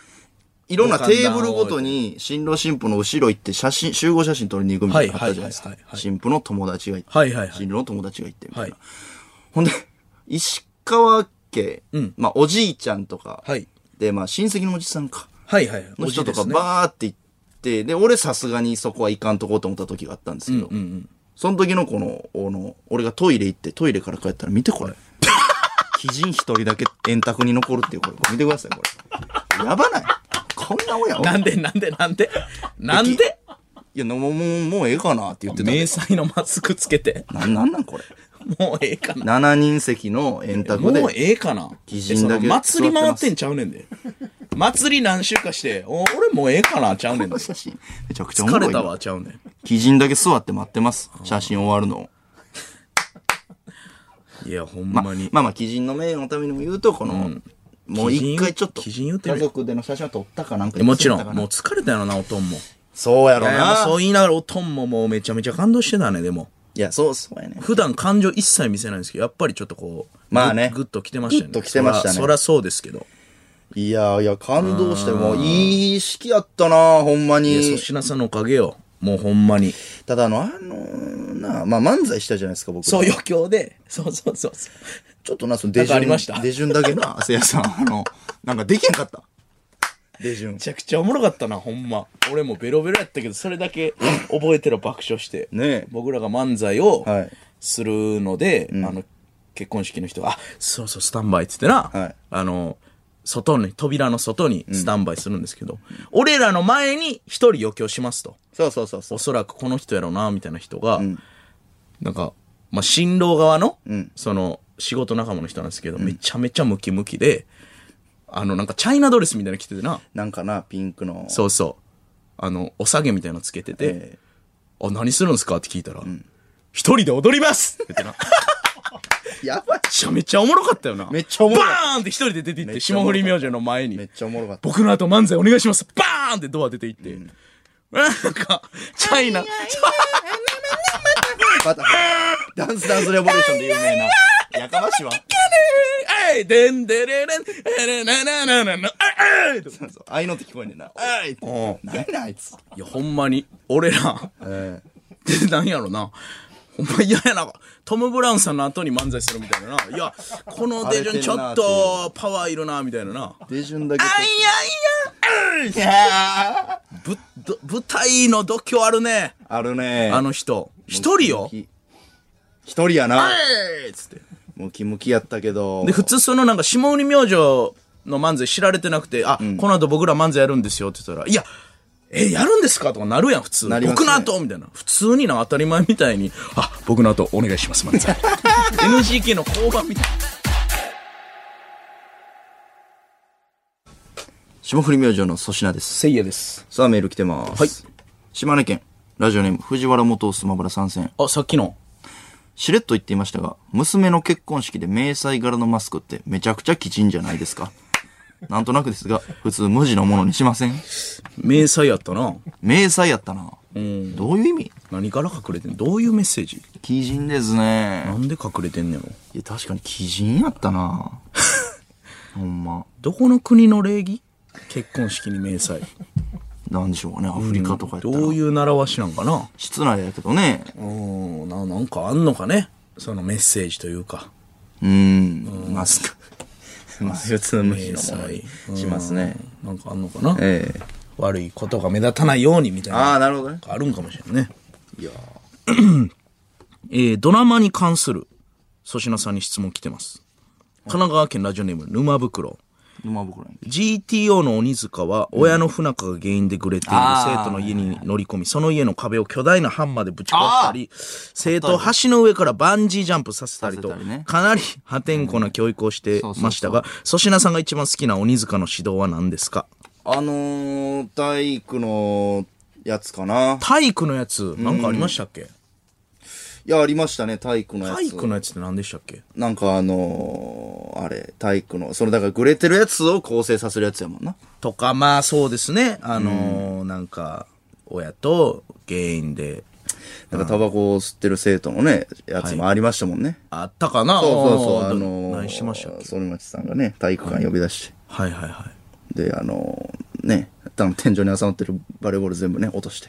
[SPEAKER 1] いろんな
[SPEAKER 2] ご歓談
[SPEAKER 1] テーブルごとに、新郎新婦の後ろ行って写真、集合写真撮りに行くみたいなのあったじゃないですか
[SPEAKER 2] はいはいはい。はい
[SPEAKER 1] 新婦の友達が行って、
[SPEAKER 2] はいはいはい
[SPEAKER 1] 新郎の友達が行ってみたいな。
[SPEAKER 2] はい
[SPEAKER 1] ほんで、石川家、
[SPEAKER 2] ん
[SPEAKER 1] まあおじいちゃんとか、
[SPEAKER 2] はい
[SPEAKER 1] で、まあ親戚のおじさんか。
[SPEAKER 2] はいはいはい。
[SPEAKER 1] の人とか
[SPEAKER 2] おじですね
[SPEAKER 1] バーって行って、で、俺さすがにそこは行かんとこうと思った時があったんですけど、
[SPEAKER 2] (laughs)
[SPEAKER 1] その時のこの、あの、俺がトイレ行ってトイレから帰ったら見てこれ。鬼人一人だけ円卓に残るっていう、これ。見てください、これ。やばないこんな親
[SPEAKER 2] なんでなんでなんでなんで
[SPEAKER 1] いや、もう、もう、もうええかなって言ってたけ
[SPEAKER 2] 迷彩のマスクつけて、
[SPEAKER 1] ど。なんなんなん、これ。
[SPEAKER 2] もうええかな。
[SPEAKER 1] 7人席の円卓で
[SPEAKER 2] もう、ええかな。
[SPEAKER 1] 擬人だけ
[SPEAKER 2] えその祭り回
[SPEAKER 1] 座って
[SPEAKER 2] っ
[SPEAKER 1] ます
[SPEAKER 2] てんちゃうねんで。祭り何週かして、お俺もうええかな、ちゃうねんで。
[SPEAKER 1] 写真、めちゃくちゃおも
[SPEAKER 2] (laughs)
[SPEAKER 1] ろ
[SPEAKER 2] 疲れ
[SPEAKER 1] い
[SPEAKER 2] た
[SPEAKER 1] な。
[SPEAKER 2] わ、ちゃうねん。
[SPEAKER 1] 鬼人だけ座って待ってます。写真終わるのを。
[SPEAKER 2] いや、ほんまに。
[SPEAKER 1] まあまあ、鬼人の名誉のためにも言うと、この、もう一回ちょっと、
[SPEAKER 2] 鬼人言うてる
[SPEAKER 1] 家族での写真を撮ったかなんか
[SPEAKER 2] もちろん、
[SPEAKER 1] も
[SPEAKER 2] もう
[SPEAKER 1] う、
[SPEAKER 2] 疲れたやろな、おとんも。
[SPEAKER 1] そうやろ
[SPEAKER 2] いや
[SPEAKER 1] な。
[SPEAKER 2] そう言いながら、おとんももうめちゃめちゃ感動してたね、でも。
[SPEAKER 1] いや、そう、そうやね。
[SPEAKER 2] 普段感情一切見せないんですけど、やっぱりちょっとこう、
[SPEAKER 1] まあね
[SPEAKER 2] グッと来てましたよね。
[SPEAKER 1] グッと来てましたね
[SPEAKER 2] そらそらそうですけど。
[SPEAKER 1] いやいや、感動して、もう、いい式やったな、ほんま
[SPEAKER 2] いや、粗
[SPEAKER 1] に。
[SPEAKER 2] 品さんのおかげよ。もうほんまに。
[SPEAKER 1] ただ、あの、あのーな、まあ、漫才したじゃないですか、僕。
[SPEAKER 2] そう、余興で。そうそうそうそう。
[SPEAKER 1] ちょっとな、その、出
[SPEAKER 2] なんか
[SPEAKER 1] 順、
[SPEAKER 2] ありました
[SPEAKER 1] 出順だけな、せやさん、あの、なんかできんかった。出順
[SPEAKER 2] め。ちゃくちゃおもろかったな、ほんま。俺もベロベロやったけど、それだけ覚えてる爆笑して。
[SPEAKER 1] ねえ
[SPEAKER 2] 僕らが漫才を
[SPEAKER 1] はい
[SPEAKER 2] するので、あの、結婚式の人が、あ、そうそう、スタンバイっつってな、
[SPEAKER 1] はい
[SPEAKER 2] あの、外に、扉の外にスタンバイするんですけど、俺らの前に一人余興しますと。
[SPEAKER 1] そうそうそうそう
[SPEAKER 2] お。そらくこの人やろうな、みたいな人が、なんか、まあ、新郎側の、その、仕事仲間の人なんですけど、めちゃめちゃムキムキで、あの、なんか、チャイナドレスみたいなの着ててな、
[SPEAKER 1] なんかな、ピンクの。
[SPEAKER 2] そうそう。あの、お下げみたいなのつけてて、あ、何するんですかって聞いたら、一人で踊りますって言ってな。め
[SPEAKER 1] やばい。
[SPEAKER 2] ちゃめちゃおもろかったよな。
[SPEAKER 1] めっちゃおもろい
[SPEAKER 2] バーンって一人で出て行っ、
[SPEAKER 1] めってちゃお
[SPEAKER 2] 霜
[SPEAKER 1] も
[SPEAKER 2] 降
[SPEAKER 1] ろい
[SPEAKER 2] り明星の前に
[SPEAKER 1] めっ。ちゃおもろかった。
[SPEAKER 2] 僕の後漫才お願いしますバーンってドア出て行って。なんか、チャイナ、
[SPEAKER 1] バタフライダンスダンスレボリューションで有名な。やかましいわ。
[SPEAKER 2] えいでんでれれん、えれななななな、えいえい
[SPEAKER 1] そうそうあいのって聞こえんねんな。あいって。何やねんあいつ。
[SPEAKER 2] いや、ほんまに、俺ら、
[SPEAKER 1] え
[SPEAKER 2] で、 (laughs) なんやろな。ほんま嫌やな。トム・ブラウンさんの後に漫才するみたいなな。いや、この手順ちょっとパワーいるな、みたいなな。
[SPEAKER 1] え。手順だけ。
[SPEAKER 2] あいやいや、ぶ、ど舞台の度胸あるね。
[SPEAKER 1] あるね。
[SPEAKER 2] あの人。一人よ。
[SPEAKER 1] 一人やな。
[SPEAKER 2] えいつって。
[SPEAKER 1] ムキムキやったけど。
[SPEAKER 2] で、普通そのなんか、下売り明星の漫才知られてなくて、あ、この後僕ら漫才やるんですよって言ったら、いや、え、やるんですかとかなるやん、普通。
[SPEAKER 1] なりますね
[SPEAKER 2] 僕の後みたいな。普通にな、当たり前みたいに、あ、僕の後お願いします、漫 (laughs) 才。NGK の交番みたい
[SPEAKER 1] 霜降り明星の粗品です。
[SPEAKER 2] せいやです。
[SPEAKER 1] さあ、メール来てます。
[SPEAKER 2] はい
[SPEAKER 1] 島根県、ラジオネーム、藤原元スマブラ参戦。
[SPEAKER 2] あ、さっきの。
[SPEAKER 1] しれっと言っていましたが、娘の結婚式で迷彩柄のマスクってめちゃくちゃきちんじゃないですか。なんとなくですが、普通無地のものにしません
[SPEAKER 2] 迷彩やったな。
[SPEAKER 1] 迷彩やったな。どういう意味
[SPEAKER 2] 何から隠れてんどういうメッセージ
[SPEAKER 1] 鬼人ですね
[SPEAKER 2] な。んで隠れてんねんの
[SPEAKER 1] いや、確かに鬼人やった (laughs) な。ほんま。
[SPEAKER 2] どこの国の礼儀結婚式に迷彩。
[SPEAKER 1] なんでしょうね、アフリカとかやった
[SPEAKER 2] ど
[SPEAKER 1] ら。
[SPEAKER 2] ういう習わしなんかな
[SPEAKER 1] 室内やけどね。
[SPEAKER 2] うん、ななんかあんのかねそのメッセージというか。
[SPEAKER 1] うーん、マスク。 (laughs) まあ、普通無地のものにしますね。
[SPEAKER 2] なんかあんのかな、
[SPEAKER 1] ええ
[SPEAKER 2] 悪いことが目立たないようにみたい
[SPEAKER 1] あ
[SPEAKER 2] な
[SPEAKER 1] あ、なるほどね。
[SPEAKER 2] あるんかもしれないね。いや (clears throat) えー、ドラマに関する粗品さんに質問来てます。神奈川県ラジオネーム沼袋。
[SPEAKER 1] 沼袋に。
[SPEAKER 2] GTO の鬼塚は親の不仲が原因でグレている生徒の家に乗り込み、その家の壁を巨大なハンマーでぶち壊したり、生徒を橋の上からバンジージャンプさせたりと、
[SPEAKER 1] させたりね
[SPEAKER 2] かなり破天荒な教育をしてましたが、粗品さんが一番好きな鬼塚の指導は何ですか
[SPEAKER 1] あのー、体育のやつかな。
[SPEAKER 2] 体育のやつ、なんかありましたっけ
[SPEAKER 1] いや、ありましたね、体育のやつ。
[SPEAKER 2] 体育のやつって何でしたっけ
[SPEAKER 1] なんかあのー、あれ、体育の、そのだからグレてるやつを構成させるやつやもんな。
[SPEAKER 2] とか、まあそうですね。あのーなんか、親と原因で、
[SPEAKER 1] だからタバコを吸ってる生徒のね、やつもありましたもんね。
[SPEAKER 2] あったかな
[SPEAKER 1] そうそうそう、あ
[SPEAKER 2] ど
[SPEAKER 1] のー、
[SPEAKER 2] 何してましたっけ
[SPEAKER 1] 反町さんがね、体育館呼び出して。
[SPEAKER 2] はいはいはい。
[SPEAKER 1] で、あのー、ね、多分天井に挟まってるバレーボール全部ね、落として。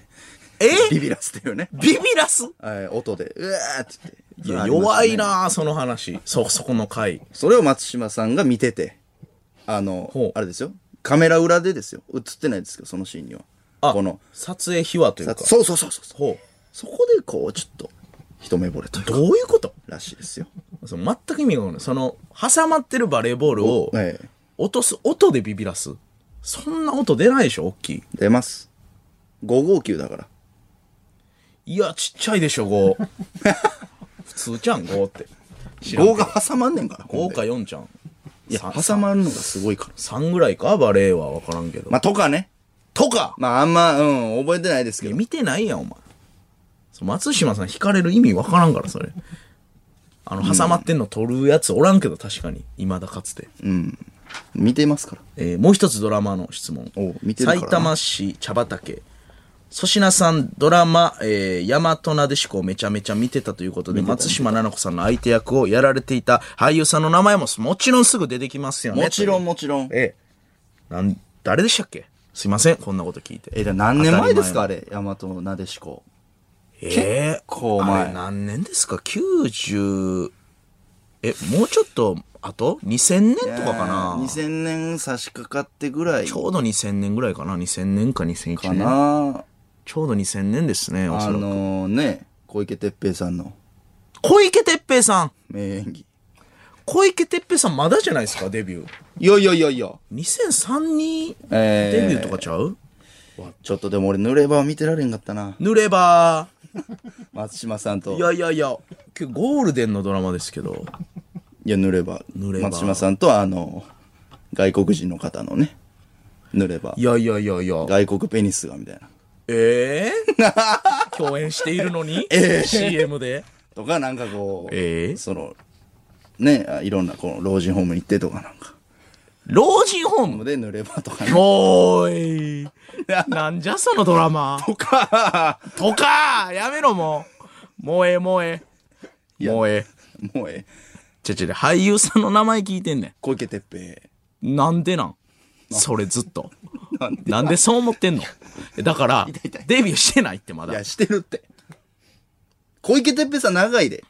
[SPEAKER 2] え
[SPEAKER 1] ビビらせてるね。
[SPEAKER 2] ビビらす
[SPEAKER 1] はい、音で、うわーって言って。
[SPEAKER 2] い
[SPEAKER 1] ありま
[SPEAKER 2] や、
[SPEAKER 1] したね
[SPEAKER 2] 弱いなあその話。そ、そこの回。
[SPEAKER 1] それを松島さんが見てて、あ
[SPEAKER 2] ほ
[SPEAKER 1] の
[SPEAKER 2] う、
[SPEAKER 1] あれですよ。カメラ裏でですよ。映ってないですけど、そのシーンには。
[SPEAKER 2] あ、
[SPEAKER 1] この、
[SPEAKER 2] 撮影秘話というか。
[SPEAKER 1] そうそうそうそう。
[SPEAKER 2] ほう。
[SPEAKER 1] そこでこう、ちょっと、一目惚れというか
[SPEAKER 2] どういうこと
[SPEAKER 1] らしいですよ。
[SPEAKER 2] その全く意味がわからない。その、挟まってるバレーボールを、
[SPEAKER 1] はい。
[SPEAKER 2] 落とす、音でビビらす。そんな音出ないでしょ、大きい。
[SPEAKER 1] 出ます。559だから。
[SPEAKER 2] いや、ちっちゃいでしょ、5。普通ちゃん、5って。知らんけ
[SPEAKER 1] 5
[SPEAKER 2] ど
[SPEAKER 1] が挟まんねんから。
[SPEAKER 2] 5か4ちゃん。
[SPEAKER 1] い
[SPEAKER 2] い
[SPEAKER 1] や、挟まるのがすごいから。
[SPEAKER 2] 3ぐらいかバレーは分からんけど。
[SPEAKER 1] まあ、とかね。
[SPEAKER 2] とか
[SPEAKER 1] まあ、あんま、うん、覚えてないですけ
[SPEAKER 2] い
[SPEAKER 1] ど
[SPEAKER 2] や。見てないやん、お前。そう松島さん惹かれる意味分からんから、それ。あの、挟まってんの取るやつおらんけど、確かに。未だかつて。
[SPEAKER 1] 見てますから。
[SPEAKER 2] えーもう一つドラマの質問
[SPEAKER 1] おう見。てるからな
[SPEAKER 2] 埼玉市茶畑。粗品さん、ドラマ、えー、大和なでしこをめちゃめちゃ見てたということで、松島菜々子さんの相手役をやられていた俳優さんの名前ももちろんすぐ出てきますよね。
[SPEAKER 1] もちろん、もちろん。
[SPEAKER 2] ええ。なん、誰でしたっけすいません、こんなこと聞いて。
[SPEAKER 1] え、じゃあ何年前ですかあれ、大和なでしこ。
[SPEAKER 2] ええ
[SPEAKER 1] 構
[SPEAKER 2] あ
[SPEAKER 1] 前
[SPEAKER 2] れ何年ですか ?90、え、もうちょっと、あと ?2000 年とかかな、
[SPEAKER 1] 2000年差し掛かってぐらい
[SPEAKER 2] ちょうど2000年ぐらいかな ?2000 年か2001
[SPEAKER 1] か
[SPEAKER 2] 年。
[SPEAKER 1] な。
[SPEAKER 2] ちょうど2000年ですね、お
[SPEAKER 1] あ
[SPEAKER 2] そらく。
[SPEAKER 1] のね、小池徹平さんの
[SPEAKER 2] 小池徹平さん
[SPEAKER 1] 名演技。
[SPEAKER 2] 小池徹平さんまだじゃないですか、デビュー。
[SPEAKER 1] いやいやいやいや。
[SPEAKER 2] 2003に
[SPEAKER 1] えー
[SPEAKER 2] デビューとかちゃう、
[SPEAKER 1] ちょっとでも俺、濡れ場を見てられんかったな。
[SPEAKER 2] 濡れば
[SPEAKER 1] 松島さんと。
[SPEAKER 2] ー。
[SPEAKER 1] い
[SPEAKER 2] い
[SPEAKER 1] や、
[SPEAKER 2] やいやいや、結構ゴールデンのドラマですけど。
[SPEAKER 1] 濡れ場。
[SPEAKER 2] 濡れ場
[SPEAKER 1] 松島さんと、あの、外国人の方のね、濡れ場
[SPEAKER 2] い。やいやいやいや。
[SPEAKER 1] 外国ペニスがみたいな。
[SPEAKER 2] ええ (laughs) 共演しているのに、CM で。
[SPEAKER 1] とか、なんかこう、
[SPEAKER 2] ええ
[SPEAKER 1] その、ね、あいろんなこう老人ホームに行ってとかなんか。
[SPEAKER 2] 老人ホーム
[SPEAKER 1] で、濡れ場とかね。
[SPEAKER 2] おーい。なんじゃそのドラマ。
[SPEAKER 1] とか、
[SPEAKER 2] とかやめろもう。もうええもうええ。もうええ。
[SPEAKER 1] もうええ、
[SPEAKER 2] ちゃちゃ俳優さんの名前聞いてんね
[SPEAKER 1] 小池徹平。
[SPEAKER 2] ん。なんでなんそれずっと。なんでそう
[SPEAKER 1] (laughs)
[SPEAKER 2] 思ってんのだから、デビューしてないってま
[SPEAKER 1] い
[SPEAKER 2] だ
[SPEAKER 1] や、。してるって。小池徹平さん長いで。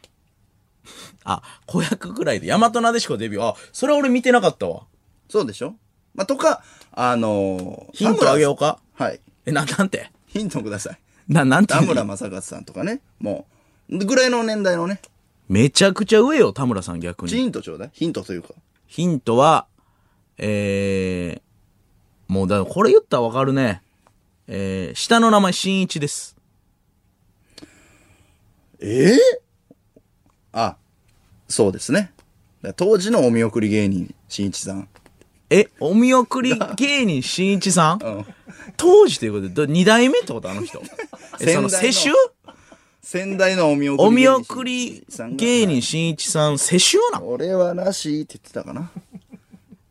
[SPEAKER 2] あ、子役ぐらいで、大和なでしこデビュー。あ、それは俺見てなかったわ。
[SPEAKER 1] そうでしょまあ、とか、あのー、
[SPEAKER 2] ヒントあげよう
[SPEAKER 1] か。
[SPEAKER 2] か。
[SPEAKER 1] はい。
[SPEAKER 2] え、な、なんて
[SPEAKER 1] ヒントください。
[SPEAKER 2] な、なんて
[SPEAKER 1] 田村正勝さんとかね。もう、ぐらいの年代のね、
[SPEAKER 2] めちゃくちゃ上よ、田村さん逆に。
[SPEAKER 1] ヒントちょうだい。ヒントというか。
[SPEAKER 2] ヒントは、えー、もうだ、これ言ったらわかるね。えー、下の名前、新一です。
[SPEAKER 1] ええあ、そうですね。だから当時のお見送り芸人、しんいちさん。
[SPEAKER 2] え、お見送り芸人新一さん、
[SPEAKER 1] うん。
[SPEAKER 2] 当時ということで、ど二代目ってことあ
[SPEAKER 1] (laughs)
[SPEAKER 2] の人。え、その、世
[SPEAKER 1] 先代の
[SPEAKER 2] 襲
[SPEAKER 1] 先代のお見送り
[SPEAKER 2] お見送り芸
[SPEAKER 1] しんいち
[SPEAKER 2] 人新一さん、世襲
[SPEAKER 1] さ
[SPEAKER 2] な
[SPEAKER 1] んが
[SPEAKER 2] の
[SPEAKER 1] 俺はなしって言ってたかな。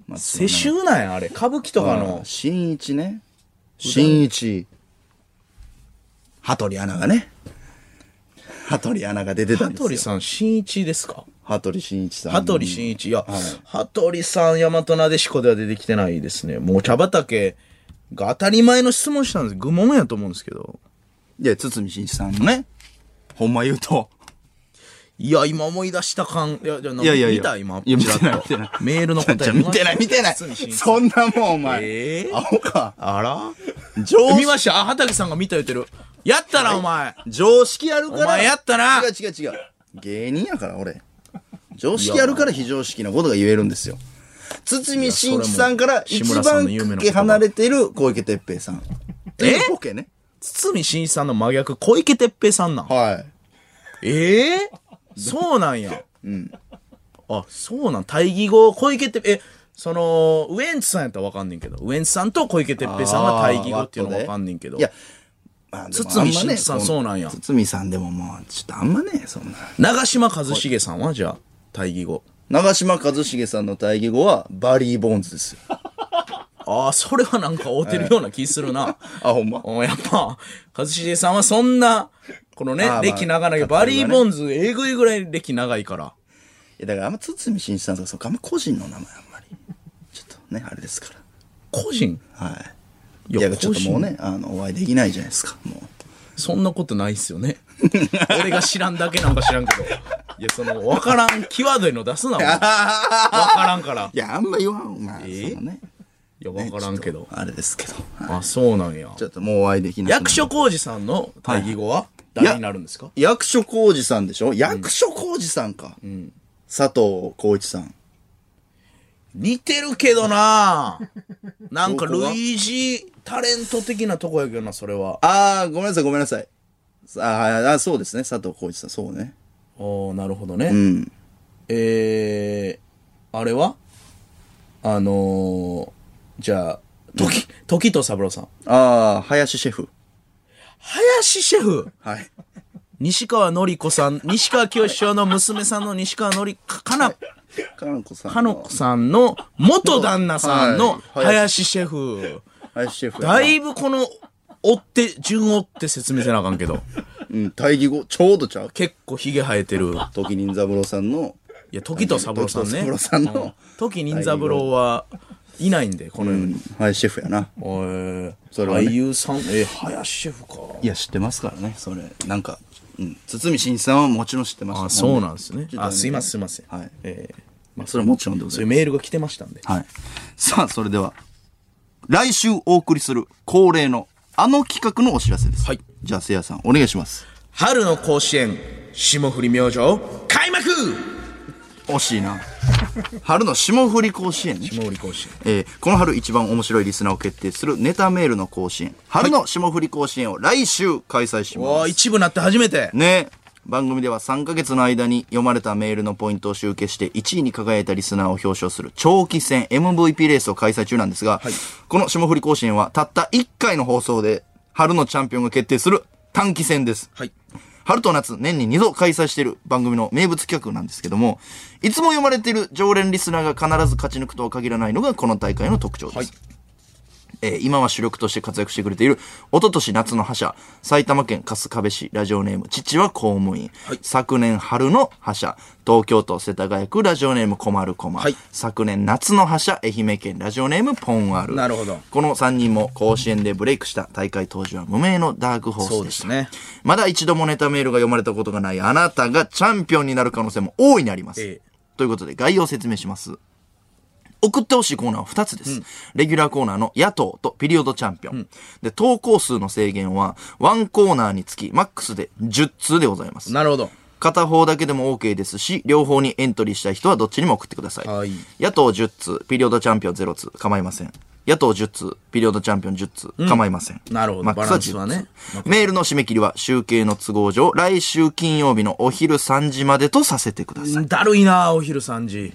[SPEAKER 1] まあ、
[SPEAKER 2] 世襲なんや、あれ。歌舞伎とかの。
[SPEAKER 1] しんいちね。しんいち。羽鳥アナがね。羽鳥アナが出てたん
[SPEAKER 2] 羽
[SPEAKER 1] です
[SPEAKER 2] 鳥
[SPEAKER 1] よ。
[SPEAKER 2] さん、新一ですか
[SPEAKER 1] 羽鳥しんいちさん。
[SPEAKER 2] 羽鳥慎一。いや、羽鳥さん、大和なでしこでは出てきてないですね。もう茶畑が当たり前の質問したんです。愚問やと思うんですけど。
[SPEAKER 1] で、堤真一さんのね。ほんま言うと。
[SPEAKER 2] いや、今思い出した感、いや、じゃあ、い
[SPEAKER 1] やいやいや
[SPEAKER 2] 見た今。
[SPEAKER 1] いや見てない
[SPEAKER 2] ちらっと
[SPEAKER 1] 見てない
[SPEAKER 2] メールの答え。
[SPEAKER 1] 見てない見てない。
[SPEAKER 2] 堤真一
[SPEAKER 1] そんなもんお前。
[SPEAKER 2] えー
[SPEAKER 1] アホか。
[SPEAKER 2] あら
[SPEAKER 1] 常
[SPEAKER 2] 見
[SPEAKER 1] 識
[SPEAKER 2] ました。あ、畑さんが見た言ってる。やったな、お前。
[SPEAKER 1] 常識あるから。
[SPEAKER 2] お前やったな
[SPEAKER 1] 違う違う違う。芸人やから、俺。常識あるから非常識なことが言えるんですよ。堤真一さんから
[SPEAKER 2] いや
[SPEAKER 1] 一
[SPEAKER 2] それも志村さん
[SPEAKER 1] 番
[SPEAKER 2] の夢
[SPEAKER 1] か
[SPEAKER 2] の
[SPEAKER 1] け離れている小池徹平さん。
[SPEAKER 2] え
[SPEAKER 1] ポケね。
[SPEAKER 2] 堤真一さんの真逆、小池徹平さんなん。
[SPEAKER 1] は
[SPEAKER 2] ええそうなんや。あ、そうなん。対義語、小池徹平、え、その、ウエンツさんやったらわかんねんけど、ウエンツさんと小池徹平さんが対義語っていうのはわかんねんけど。
[SPEAKER 1] いや、、まあ、でもあんま
[SPEAKER 2] 堤
[SPEAKER 1] ね
[SPEAKER 2] 真一さんそうなんや
[SPEAKER 1] 堤さんでももう、ちょっとあんまね、そんな。
[SPEAKER 2] 長嶋一茂さんはじゃあ、対義語。
[SPEAKER 1] 長嶋一茂さんの対義語は、バリー・ボーンズですよ。
[SPEAKER 2] ああ、それはなんか合うてるような気するな。
[SPEAKER 1] (laughs) あ、ほんま。
[SPEAKER 2] おやっぱ、一茂さんはそんな、このね
[SPEAKER 1] あーま、あ
[SPEAKER 2] 歴長ないけど、バリー・ボンズ、えぐいぐらい歴長いから。
[SPEAKER 1] いやだからあんま堤真一さんとかそうかあんま個人の名前あんまりちょっとねあれですから
[SPEAKER 2] 個人
[SPEAKER 1] はい
[SPEAKER 2] い
[SPEAKER 1] い
[SPEAKER 2] や
[SPEAKER 1] やちょっともう
[SPEAKER 2] 個
[SPEAKER 1] ねあのお会いできないじゃないですか (laughs) も
[SPEAKER 2] そんなことないっすよね。 (laughs) 俺が知らんだけなんか知らんけど。いや、その、わからん、際どいの出すな、お前わからんから。
[SPEAKER 1] ういやあんま言わんまあ、
[SPEAKER 2] ー
[SPEAKER 1] そのね
[SPEAKER 2] いや、わからんけど。
[SPEAKER 1] あれですけどはい
[SPEAKER 2] あ、そうなんや。
[SPEAKER 1] ちょっともうお会いできない
[SPEAKER 2] 役所広司さんの対義語は誰になるんですか
[SPEAKER 1] 役所広司さんでしょ役所広司さんか、佐藤浩一さん。
[SPEAKER 2] 似てるけどななんか
[SPEAKER 1] どこが
[SPEAKER 2] 類似タレント的なとこやけどな、それは。
[SPEAKER 1] ああ、ごめんなさい、ごめんなさい。あーあー、そうですね、佐藤浩一さん、そうね。
[SPEAKER 2] おーなるほどね。
[SPEAKER 1] うん。
[SPEAKER 2] えー、あれはあのー、じゃあ、時、時と三郎さん。
[SPEAKER 1] ああ、林シェフ。
[SPEAKER 2] 林シェフ
[SPEAKER 1] はい。
[SPEAKER 2] 西川のり子さん、西川清志師匠の娘さんの西川のり、かかな、
[SPEAKER 1] かのこさん。
[SPEAKER 2] かのこさんの元旦那さんの
[SPEAKER 1] はい
[SPEAKER 2] 林シェフ。
[SPEAKER 1] 林シェフ。
[SPEAKER 2] だいぶこの、追って、順追って説明せなあかんけど。
[SPEAKER 1] うん、大義語、ちょうどちゃう。
[SPEAKER 2] 結構ヒゲ生えてる。
[SPEAKER 1] 時任三郎さんの、
[SPEAKER 2] いや、時と三郎さんね。
[SPEAKER 1] 時と三郎さんの
[SPEAKER 2] う時任三郎はいないんで、この世に。
[SPEAKER 1] 林シェフやな。
[SPEAKER 2] おい
[SPEAKER 1] それはね
[SPEAKER 2] 俳優さん、え、林シェフか。
[SPEAKER 1] いや、知ってますからね、それ。なんか、うん。堤真一さんはもちろん知ってます。
[SPEAKER 2] あ、そうなんですね。
[SPEAKER 1] ちょっと
[SPEAKER 2] あ、すいません、すいません。
[SPEAKER 1] はい
[SPEAKER 2] えー
[SPEAKER 1] まあ、それはもちろんでご
[SPEAKER 2] そう
[SPEAKER 1] ざい
[SPEAKER 2] い
[SPEAKER 1] うます。
[SPEAKER 2] メールが来てましたんで。
[SPEAKER 1] はい。さあ、それでは、来週お送りする恒例のあの企画のお知らせです。
[SPEAKER 2] はい。
[SPEAKER 1] じゃあ、せいやさん、お願いします。
[SPEAKER 2] 春の甲子園、霜降り明星、開幕
[SPEAKER 1] 惜しいな。春の霜降り甲子園ね。
[SPEAKER 2] 霜降り甲子園。
[SPEAKER 1] えーこの春一番面白いリスナーを決定するネタメールの更新。春の霜降り甲子園を来週開催します。
[SPEAKER 2] おー一部なって初めて。
[SPEAKER 1] ね番組では3ヶ月の間に読まれたメールのポイントを集計して1位に輝いたリスナーを表彰する長期戦 MVP レースを開催中なんですが、この霜降り甲子園はたった1回の放送で春のチャンピオンが決定する短期戦です。
[SPEAKER 2] はい。
[SPEAKER 1] 春と夏年に2度開催している番組の名物企画なんですけども、いつも読まれている常連リスナーが必ず勝ち抜くとは限らないのがこの大会の特徴です。
[SPEAKER 2] はい
[SPEAKER 1] えー今は主力として活躍してくれている、一昨年夏の覇者、埼玉県春日部市、ラジオネーム、父は公務員。昨年春の覇者、東京都世田谷区、ラジオネーム、困る困る。
[SPEAKER 2] はい
[SPEAKER 1] 昨年夏の覇者、愛媛県、ラジオネーム、ポンアル。
[SPEAKER 2] なるほど
[SPEAKER 1] この3人も甲子園でブレイクした大会当時は無名のダークホース
[SPEAKER 2] そうで
[SPEAKER 1] でし
[SPEAKER 2] す
[SPEAKER 1] た。
[SPEAKER 2] ね。
[SPEAKER 1] まだ一度もネタメールが読まれたことがないあなたがチャンピオンになる可能性も大いにあります。
[SPEAKER 2] ええ
[SPEAKER 1] ということで概要を説明します。送ってほしいコーナーは2つです。レギュラーコーナーの野党とピリオドチャンピオン。で、投稿数の制限は1コーナーにつきマックスで10通でございます。
[SPEAKER 2] なるほど。
[SPEAKER 1] 片方だけでも OK ですし、両方にエントリーしたい人はどっちにも送ってください。
[SPEAKER 2] はい
[SPEAKER 1] 野党10通、ピリオドチャンピオン0通、構いません。野党10通、ピリオドチャンピオン10通、構いません。
[SPEAKER 2] なるほど
[SPEAKER 1] マックス
[SPEAKER 2] バランスはね
[SPEAKER 1] 10通メールの締め切りは集計の都合上、来週金曜日のお昼3時までとさせてくださ
[SPEAKER 2] だ (laughs) るいなお昼3時。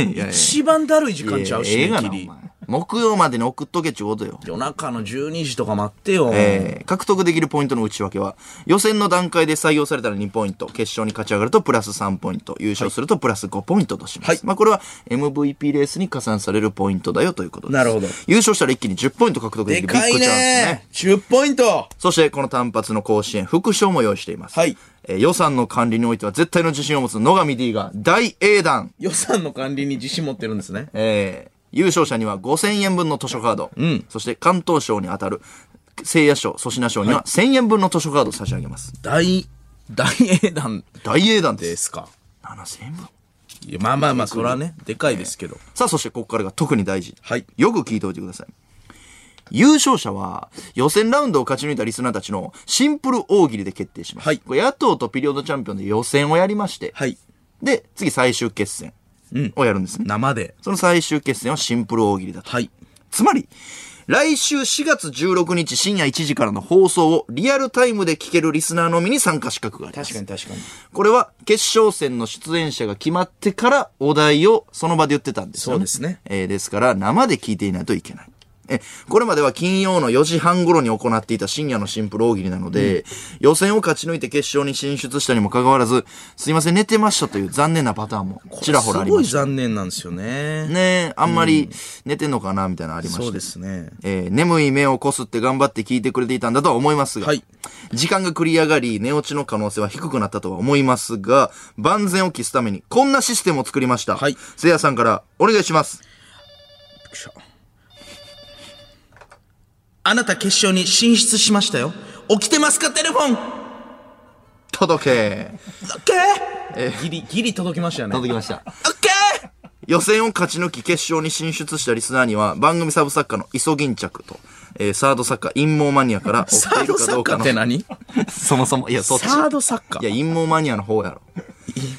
[SPEAKER 1] い。いやいや
[SPEAKER 2] 一番だるい時間ちゃうし、
[SPEAKER 1] ええがな、
[SPEAKER 2] 締
[SPEAKER 1] お
[SPEAKER 2] め切
[SPEAKER 1] 前
[SPEAKER 2] り。
[SPEAKER 1] 木曜までに送っとけっちゅうことよ。
[SPEAKER 2] 夜中の12時とか待ってよ。
[SPEAKER 1] えー獲得できるポイントの内訳は、予選の段階で採用されたら2ポイント、決勝に勝ち上がるとプラス3ポイント、優勝するとプラス5ポイントとします。まあこれは MVP レースに加算されるポイントだよということです。
[SPEAKER 2] なるほど
[SPEAKER 1] 優勝したら一気に10ポイント獲得できる
[SPEAKER 2] で
[SPEAKER 1] ビッ
[SPEAKER 2] かい
[SPEAKER 1] グチャンス
[SPEAKER 2] ね
[SPEAKER 1] ね。
[SPEAKER 2] 10ポイント
[SPEAKER 1] そしてこの単発の甲子園、副賞も用意しています。
[SPEAKER 2] はい
[SPEAKER 1] えー予算の管理においては絶対の自信を持つ野上 D が大英断。
[SPEAKER 2] 予算の管理に自信持ってるんですね。
[SPEAKER 1] えー優勝者には5000円分の図書カード、そして関東賞に当たる聖夜賞、粗品賞には1000円分の図書カードを差し上げます。
[SPEAKER 2] 大、大英断
[SPEAKER 1] 大英断で。
[SPEAKER 2] ですすか。
[SPEAKER 1] 7000円分
[SPEAKER 2] いやまあまあまあ、それはね、でかいですけど。
[SPEAKER 1] さあ、そしてここからが特に大事。
[SPEAKER 2] はい
[SPEAKER 1] よく聞いておいてください。優勝者は、予選ラウンドを勝ち抜いたリスナーたちのシンプル大喜利で決定します。
[SPEAKER 2] はい
[SPEAKER 1] これ野党とピリオドチャンピオンで予選をやりまして、
[SPEAKER 2] はい。
[SPEAKER 1] で、次最終決戦をやるんですね。
[SPEAKER 2] 生で。
[SPEAKER 1] その最終決戦はシンプル大喜利だと。
[SPEAKER 2] はい。
[SPEAKER 1] つまり、来週4月16日深夜1時からの放送をリアルタイムで聞けるリスナーのみに参加資格があります。
[SPEAKER 2] に確かに。
[SPEAKER 1] これは決勝戦の出演者が決まってからお題をその場で言ってたんですよ、ね。
[SPEAKER 2] そうですね
[SPEAKER 1] えーですから生で聞いていないといけない。え、これまでは金曜の4時半頃に行っていた深夜のシンプル大喜利なので、予選を勝ち抜いて決勝に進出したにもかかわらず、すいません寝てましたという残念なパターンもちらほらあり
[SPEAKER 2] すご
[SPEAKER 1] ま
[SPEAKER 2] い
[SPEAKER 1] し
[SPEAKER 2] 残念なんですよね。
[SPEAKER 1] た。ねあんまり寝てんのかなみたいなのありました
[SPEAKER 2] そうですね。
[SPEAKER 1] えー眠い目をこすって頑張って聞いてくれていたんだとは思いますが、
[SPEAKER 2] はい
[SPEAKER 1] 時間が繰り上がり、寝落ちの可能性は低くなったとは思いますが、万全を期すために、こんなシステムを作りました。
[SPEAKER 2] はい
[SPEAKER 1] せいやさんから、お願いします。
[SPEAKER 2] あなた決勝に進出しましたよ。起きてますかテレフォン
[SPEAKER 1] 届け。
[SPEAKER 2] ギリ、ギリ届きましたよね。
[SPEAKER 1] きました。
[SPEAKER 2] オッケー
[SPEAKER 1] 予選を勝ち抜き決勝に進出したリスナーには、番組サブ作家の磯銀着と、えーサード作家陰謀マニアから、起き
[SPEAKER 2] サ
[SPEAKER 1] てい
[SPEAKER 2] ー
[SPEAKER 1] る
[SPEAKER 2] ド
[SPEAKER 1] かど
[SPEAKER 2] 作
[SPEAKER 1] うか
[SPEAKER 2] 家
[SPEAKER 1] の
[SPEAKER 2] って、何
[SPEAKER 1] そもそも、いや、そっち。
[SPEAKER 2] サード作家
[SPEAKER 1] いや、陰謀マニアの方やろ。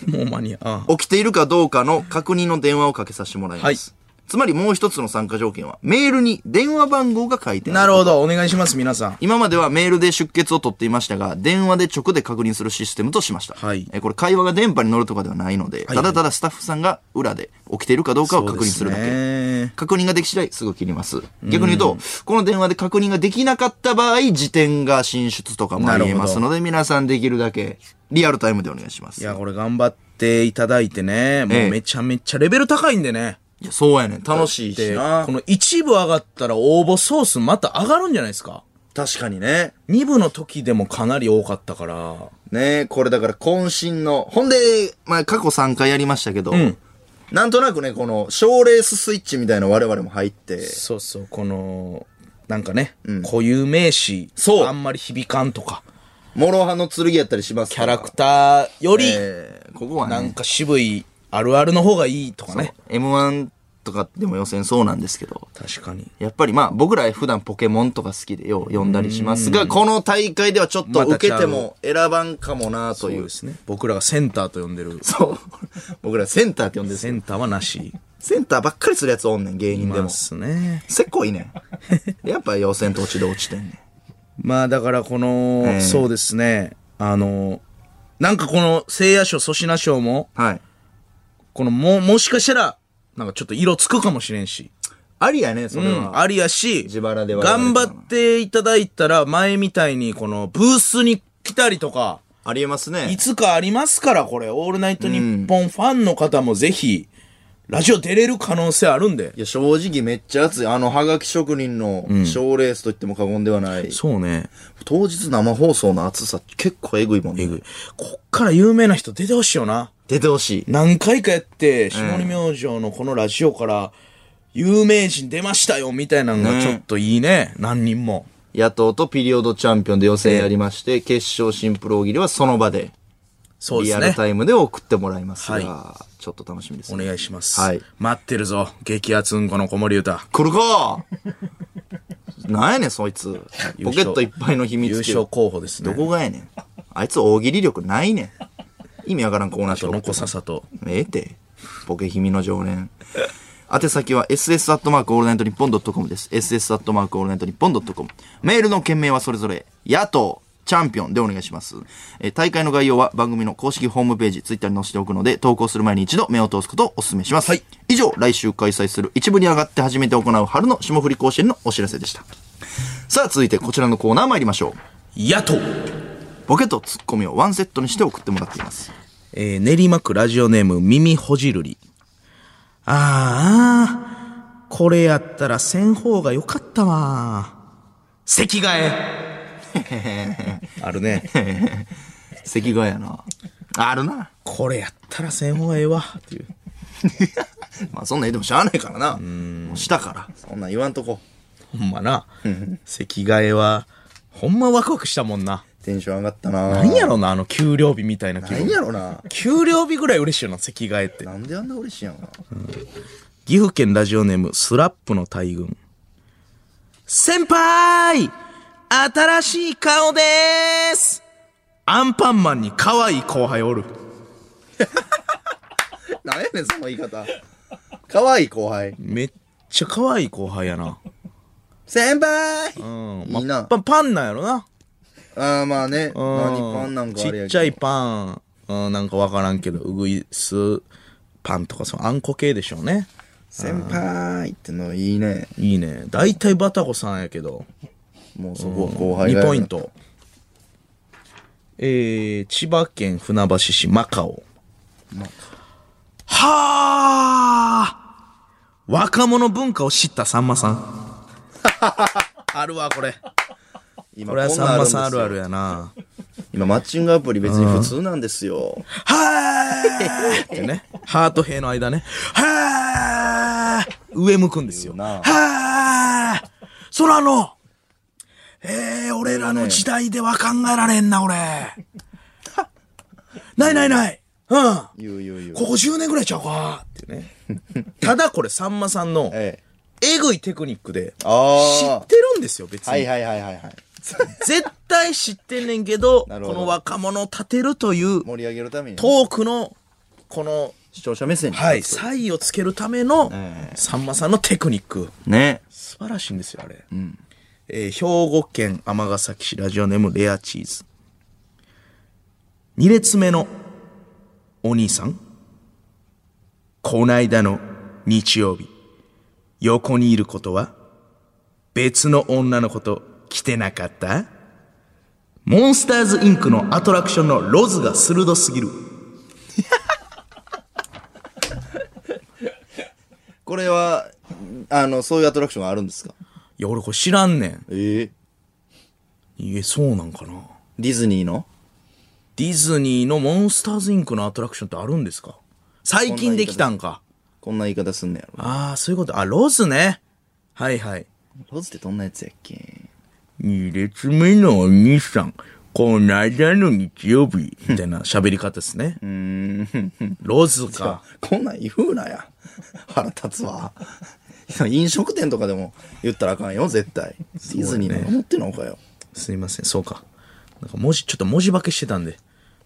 [SPEAKER 2] もう間に合わん。
[SPEAKER 1] 起きているかどうかの確認の電話をかけさせてもらいます。つまりもう一つの参加条件は、メールに電話番号が書いてある。
[SPEAKER 2] なるほど。お願いします、皆さん。
[SPEAKER 1] 今まではメールで出血を取っていましたが、電話で直で確認するシステムとしました。
[SPEAKER 2] はい
[SPEAKER 1] えーこれ会話が電波に乗るとかではないので、
[SPEAKER 2] い
[SPEAKER 1] ただただスタッフさんが裏で起きているかどうかを確認するだけ。
[SPEAKER 2] そうですね
[SPEAKER 1] 確認ができ次第すぐ切ります。逆に言うと、この電話で確認ができなかった場合、時点が進出とかもありえますので、皆さんできるだけリアルタイムでお願いします。
[SPEAKER 2] いや、これ頑張っていただいてね。も
[SPEAKER 1] え
[SPEAKER 2] う
[SPEAKER 1] え
[SPEAKER 2] めちゃめちゃレベル高いんでね。
[SPEAKER 1] いやそうやねん。楽しいし
[SPEAKER 2] で、
[SPEAKER 1] な
[SPEAKER 2] こ。の一部上がったら応募ソースまた上がるんじゃないですか
[SPEAKER 1] 確かにね。
[SPEAKER 2] 二部の時でもかなり多かったから。
[SPEAKER 1] ねこれだから渾身の。ほんで、まあ過去3回やりましたけど、
[SPEAKER 2] ん
[SPEAKER 1] なんとなくね、この賞レーススイッチみたいな我々も入って、
[SPEAKER 2] そうそう、この、なんかね、固有名詞。
[SPEAKER 1] そう
[SPEAKER 2] あんまり響かんとか。
[SPEAKER 1] 諸刃の剣やったりします
[SPEAKER 2] キ
[SPEAKER 1] か
[SPEAKER 2] ャ
[SPEAKER 1] ら。
[SPEAKER 2] ラクターより、
[SPEAKER 1] えーここはね、
[SPEAKER 2] なんか渋いあるあるの方がいいとかね。
[SPEAKER 1] M1 とかでも予選そうなんですけど、
[SPEAKER 2] 確かに。
[SPEAKER 1] やっぱりまあ僕ら普段ポケモンとか好きでよう呼んだりしますが、この大会ではちょっと
[SPEAKER 2] また
[SPEAKER 1] 受
[SPEAKER 2] ちゃ
[SPEAKER 1] けて
[SPEAKER 2] う
[SPEAKER 1] も選ばんかもなとい
[SPEAKER 2] そう
[SPEAKER 1] う。
[SPEAKER 2] で
[SPEAKER 1] そ
[SPEAKER 2] すね。僕らがセンターと呼んでる。
[SPEAKER 1] う。 (laughs) 僕らセンターって呼んでるんです
[SPEAKER 2] セ
[SPEAKER 1] よ
[SPEAKER 2] ンターはなし。
[SPEAKER 1] センターばっかりするやつおんねん、芸人で
[SPEAKER 2] ま
[SPEAKER 1] も。
[SPEAKER 2] すね。
[SPEAKER 1] せっこいねん。やっぱ予選と落ちで落ちてんねん。
[SPEAKER 2] まあだからこの、
[SPEAKER 1] え
[SPEAKER 2] そうですね。あの、なんかこの聖夜賞、粗品賞も、
[SPEAKER 1] はい。
[SPEAKER 2] このも、もしかしたら、なんかちょっと色つくかもしれんし。
[SPEAKER 1] ありやね、それ
[SPEAKER 2] う
[SPEAKER 1] は。
[SPEAKER 2] ん、ありやし、
[SPEAKER 1] 自腹で我々
[SPEAKER 2] 頑張っていただいたら、前みたいにこのブースに来たりとか、
[SPEAKER 1] ありえますね
[SPEAKER 2] い。つかありますから、これ。オールナイトニッポンファンの方もぜひ、ラジオ出れる可能性あるんで
[SPEAKER 1] い。や、正直めっちゃ熱い。あの、はがき職人の賞レースと言っても過言ではない。
[SPEAKER 2] そうね。
[SPEAKER 1] 当日生放送の熱さ結構えぐいもんね。
[SPEAKER 2] こっから有名な人出てほしいよな。
[SPEAKER 1] 出てほしい。
[SPEAKER 2] 何回かやって、下り明星のこのラジオから、有名人出ましたよ、みたいなのがちょっといいね。何人も。
[SPEAKER 1] 野党とピリオドチャンピオンで予選やりまして、決勝新プロ大喜利はその場で、
[SPEAKER 2] そうで
[SPEAKER 1] リ
[SPEAKER 2] す
[SPEAKER 1] アル
[SPEAKER 2] ね。
[SPEAKER 1] タイムで送ってもらいますが、
[SPEAKER 2] は
[SPEAKER 1] ちょっと楽しみです、
[SPEAKER 2] お
[SPEAKER 1] ね。
[SPEAKER 2] 願いします。
[SPEAKER 1] はい
[SPEAKER 2] 待ってるぞ。激アツうんこの子守歌。
[SPEAKER 1] 来るか (laughs) なんやねん、そいつ。ポケットいっぱいの秘密
[SPEAKER 2] 優
[SPEAKER 1] 兵器
[SPEAKER 2] 勝候補ですね。
[SPEAKER 1] どこがやねん。あいつ大喜利力ないねん。意味わからんコーナーしか送って
[SPEAKER 2] 残
[SPEAKER 1] こない
[SPEAKER 2] ささと。
[SPEAKER 1] ええて。ポケヒミの常連。宛先は ss アットマークオールナイトニッポンドットコムです。ss アットマークオールナイトニッポンドットコム。メールの件名はそれぞれ、野党、チャンピオンでお願いします。えー大会の概要は番組の公式ホームページ、ツイッターに載せておくので、投稿する前に一度目を通すことをお勧めします。
[SPEAKER 2] はい
[SPEAKER 1] 以上、来週開催する一部に上がって初めて行う春の霜降り甲子園のお知らせでした。さあ、続いてこちらのコーナー参りましょ
[SPEAKER 2] 野党。
[SPEAKER 1] う。ボケとツッコミをワンセットにして送ってもらっています。
[SPEAKER 2] えー練馬区ラジオネーム耳ほじるり。あーあー、これやったらせん方がよかったわ。席替え。
[SPEAKER 1] (laughs)
[SPEAKER 2] あるね。
[SPEAKER 1] 席替えやな。あるな。
[SPEAKER 2] これやったらせん方がええわ。っていう。
[SPEAKER 1] まあそんなん言ってもしゃあないからな。もうしたから。そんなん言わんとこ。
[SPEAKER 2] ほんまな。席替えは、ほんまワクワクしたもんな。
[SPEAKER 1] テンション上がったな。
[SPEAKER 2] なんやろな、あの給料日みたいな気
[SPEAKER 1] なん
[SPEAKER 2] 分。
[SPEAKER 1] やろな。
[SPEAKER 2] 給料日ぐらい嬉しいよな、席替えって。
[SPEAKER 1] なんであんな嬉しいんやろな。
[SPEAKER 2] 岐阜県ラジオネームスラップの大群先輩新しい顔でーすアンパンマンに可愛い後輩おる
[SPEAKER 1] なんやねん、その言い方。可愛い後輩。
[SPEAKER 2] めっちゃ可愛い後輩やな
[SPEAKER 1] 先輩
[SPEAKER 2] うん
[SPEAKER 1] いいな
[SPEAKER 2] パパンなんやろな
[SPEAKER 1] ああ、まあね。
[SPEAKER 2] うん
[SPEAKER 1] 何パンなんかあれ
[SPEAKER 2] ち
[SPEAKER 1] やけど。
[SPEAKER 2] っちゃいパンうんなんかわからんけどうぐいすパンとかそのあんこ系でしょうね
[SPEAKER 1] 先輩ってのいいね。
[SPEAKER 2] いいね大体バタコさんやけど
[SPEAKER 1] もうそこは後輩が
[SPEAKER 2] 2ポイン。ト。えー、千葉県船橋市マカオ。はあ若者文化を知ったさんまさん。 (laughs) あるわ、これ。
[SPEAKER 1] 今
[SPEAKER 2] これはさんまさんあるある
[SPEAKER 1] や。
[SPEAKER 2] やな。
[SPEAKER 1] 今マッチングアプリ別に普通なんですよ。
[SPEAKER 2] はーってね。ハート兵の間ね。はー上向くんですよ。
[SPEAKER 1] な
[SPEAKER 2] はーそらの、えー、俺らの時代では考えられんな、俺。ないないない。うん。
[SPEAKER 1] 言う言う言う。
[SPEAKER 2] ここ10年ぐらいちゃうかっていうね。ただこれ、さんまさんの、
[SPEAKER 1] ええ。
[SPEAKER 2] えぐいテクニックで、知
[SPEAKER 1] ああ
[SPEAKER 2] ってるんですよ、別に。
[SPEAKER 1] はいはいはいはいはい。
[SPEAKER 2] 絶対知ってんねんけ (laughs) ど、
[SPEAKER 1] なるほ
[SPEAKER 2] こ
[SPEAKER 1] ど
[SPEAKER 2] の若者を立てるという
[SPEAKER 1] 盛り上げるために
[SPEAKER 2] トークの、この、
[SPEAKER 1] 視聴者目線に
[SPEAKER 2] はい、差異をつけるための、
[SPEAKER 1] え
[SPEAKER 2] さんまさんのテクニック。
[SPEAKER 3] ね。
[SPEAKER 2] 素晴らしいんですよ、あれ。えー兵庫県尼崎市ラジオネームレアチーズ。二列目のお兄さん。こないだの日曜日、横にいることは別の女の子と来てなかったモンスターズインクのアトラクションのロズが鋭すぎる。
[SPEAKER 1] これはあのそういうアトラクションがあるんですか
[SPEAKER 2] いや、俺これ知らんねん。
[SPEAKER 1] ええ
[SPEAKER 2] いえ、そうなんかな。
[SPEAKER 1] ディズニーの
[SPEAKER 2] ディズニーのモンスターズインクのアトラクションってあるんですか最近できたんか。
[SPEAKER 1] こんな言い方すんねやろ
[SPEAKER 2] ああ、そういうこと。あ、ロズね。はいはい。
[SPEAKER 1] ロズってどんなやつやっけ
[SPEAKER 2] 二列目のお兄さん。こないだの日曜日。みたいな喋り方ですね。ロズか。
[SPEAKER 1] こんなん言うなや腹立つわ飲食店とかでも言ったらあかんよ絶対ディズニーの思ってんのかよ
[SPEAKER 2] すいません、そうか。なんか文字、ちょっと文字化けしてたんで、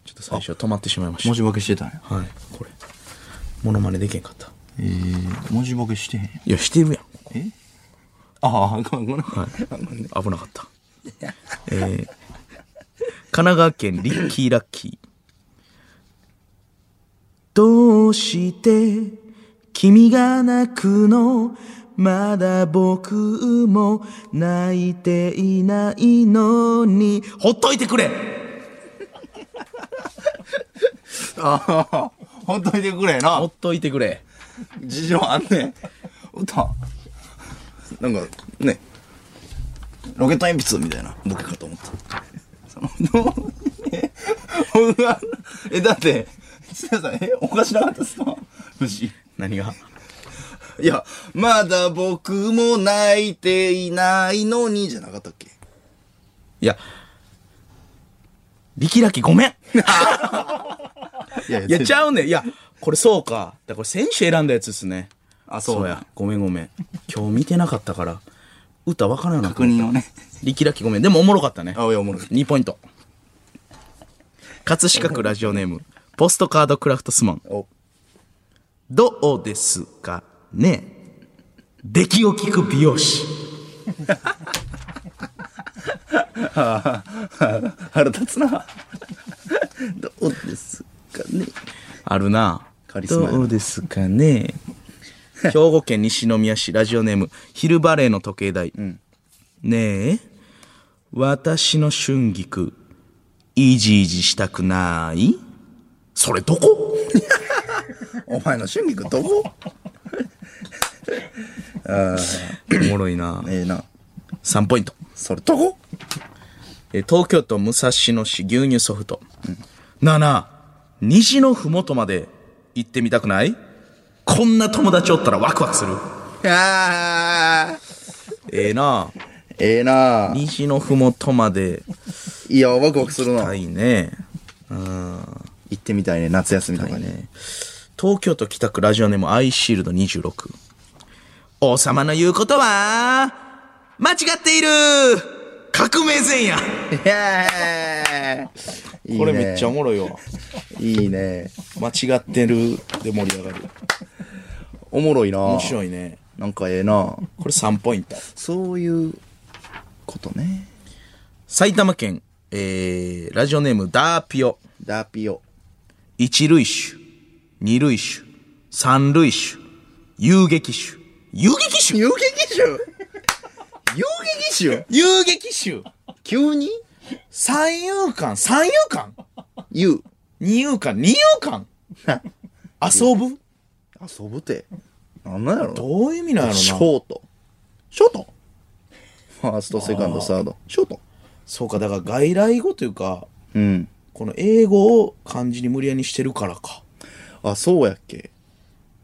[SPEAKER 2] ちょっと最初止まってしまいまし
[SPEAKER 3] 文
[SPEAKER 2] た。
[SPEAKER 3] 字化けしてたんや。
[SPEAKER 2] はい、これ。モノマネできへんかった。
[SPEAKER 3] えー、文字化けしてへんや。
[SPEAKER 2] いや、してるやん。
[SPEAKER 3] ああ、ごめんごめん。
[SPEAKER 2] はい、危なかった。えー、神奈川県リッキーラッキー。どうして君が泣くのまだ僕も泣いていないのに。ほっといてくれ
[SPEAKER 3] ほっといてくれな
[SPEAKER 2] ほ。っといてくれ。
[SPEAKER 3] 事情あんねん。歌。
[SPEAKER 1] なんかねロケット鉛筆みたいなボケかと思った
[SPEAKER 3] ほんまえ、だって、すいません、え、おかしなかったですか藤井。
[SPEAKER 2] 何が
[SPEAKER 1] いやまだ僕も泣いていないのにじゃなかったっけ
[SPEAKER 2] いや、リキラキごめん
[SPEAKER 1] いやい
[SPEAKER 2] いや、ちゃうねん。いや、これそうか。だからこれ選手選んだやつですね。
[SPEAKER 1] あそう
[SPEAKER 2] そうや。ごめんごめん。今日見てなかったから、歌わからんな
[SPEAKER 3] 確認をね。
[SPEAKER 2] 力ラキごめん。でもおもろかったね。
[SPEAKER 1] あいやおもろい
[SPEAKER 2] 2ポイント。葛飾区ラジオネーム、ポストカードクラフトスモン。
[SPEAKER 1] お
[SPEAKER 2] どうですかね出来を聞く美容師。
[SPEAKER 1] 腹立つなどうですかね
[SPEAKER 2] あるな。
[SPEAKER 1] カリスマやな
[SPEAKER 2] どうですかね。
[SPEAKER 1] (laughs)
[SPEAKER 2] 兵庫県西宮市ラジオネーム、昼バレーの時計台。ねえ、私の春菊、いじいじしたくないそれどこ
[SPEAKER 1] お前の春菊どこ
[SPEAKER 2] おもろいな。
[SPEAKER 1] ええな
[SPEAKER 2] 3ポイント。
[SPEAKER 1] それどこ
[SPEAKER 2] えー東京都武蔵野市牛乳ソフト。なあなあ、虹のふもとまで行ってみたくないこんな友達おったらワクワクする。
[SPEAKER 1] あー
[SPEAKER 2] ええなあ、
[SPEAKER 1] ええな
[SPEAKER 2] 虹のふもとまで、
[SPEAKER 1] いやワクワクするな
[SPEAKER 2] たいね。
[SPEAKER 1] 行ってみたいね夏休みとかね
[SPEAKER 2] ね東京都北区ラジオネームアイシールド26。王様の言うことは、間違っている革命前夜
[SPEAKER 1] いや
[SPEAKER 2] これめっちゃおもろいわ。
[SPEAKER 1] いいね
[SPEAKER 2] 間違ってるで盛り上がる。
[SPEAKER 1] おもろいな
[SPEAKER 2] 面白いね。
[SPEAKER 1] なんかええな
[SPEAKER 2] これ3ポイント。
[SPEAKER 1] そういうことね
[SPEAKER 2] 埼玉県、えー、ラジオネームダーピオ。
[SPEAKER 1] ダーピオ
[SPEAKER 2] 一類種、二類種、三類種、遊撃種。遊撃種
[SPEAKER 1] 遊撃手遊撃手
[SPEAKER 2] 遊撃種
[SPEAKER 1] 急に
[SPEAKER 2] 三遊間三遊間
[SPEAKER 1] 言う
[SPEAKER 2] 二遊間二遊 (laughs) 間遊ぶ
[SPEAKER 1] 遊ぶてなんなんやろな
[SPEAKER 2] どういう意味なの
[SPEAKER 1] シ
[SPEAKER 2] な
[SPEAKER 1] ョートショートファーストセカンドサードショート
[SPEAKER 2] そうか、だから外来語というか、
[SPEAKER 1] うん
[SPEAKER 2] この英語を漢字に無理やりにしてるからか。
[SPEAKER 1] あそうやっけ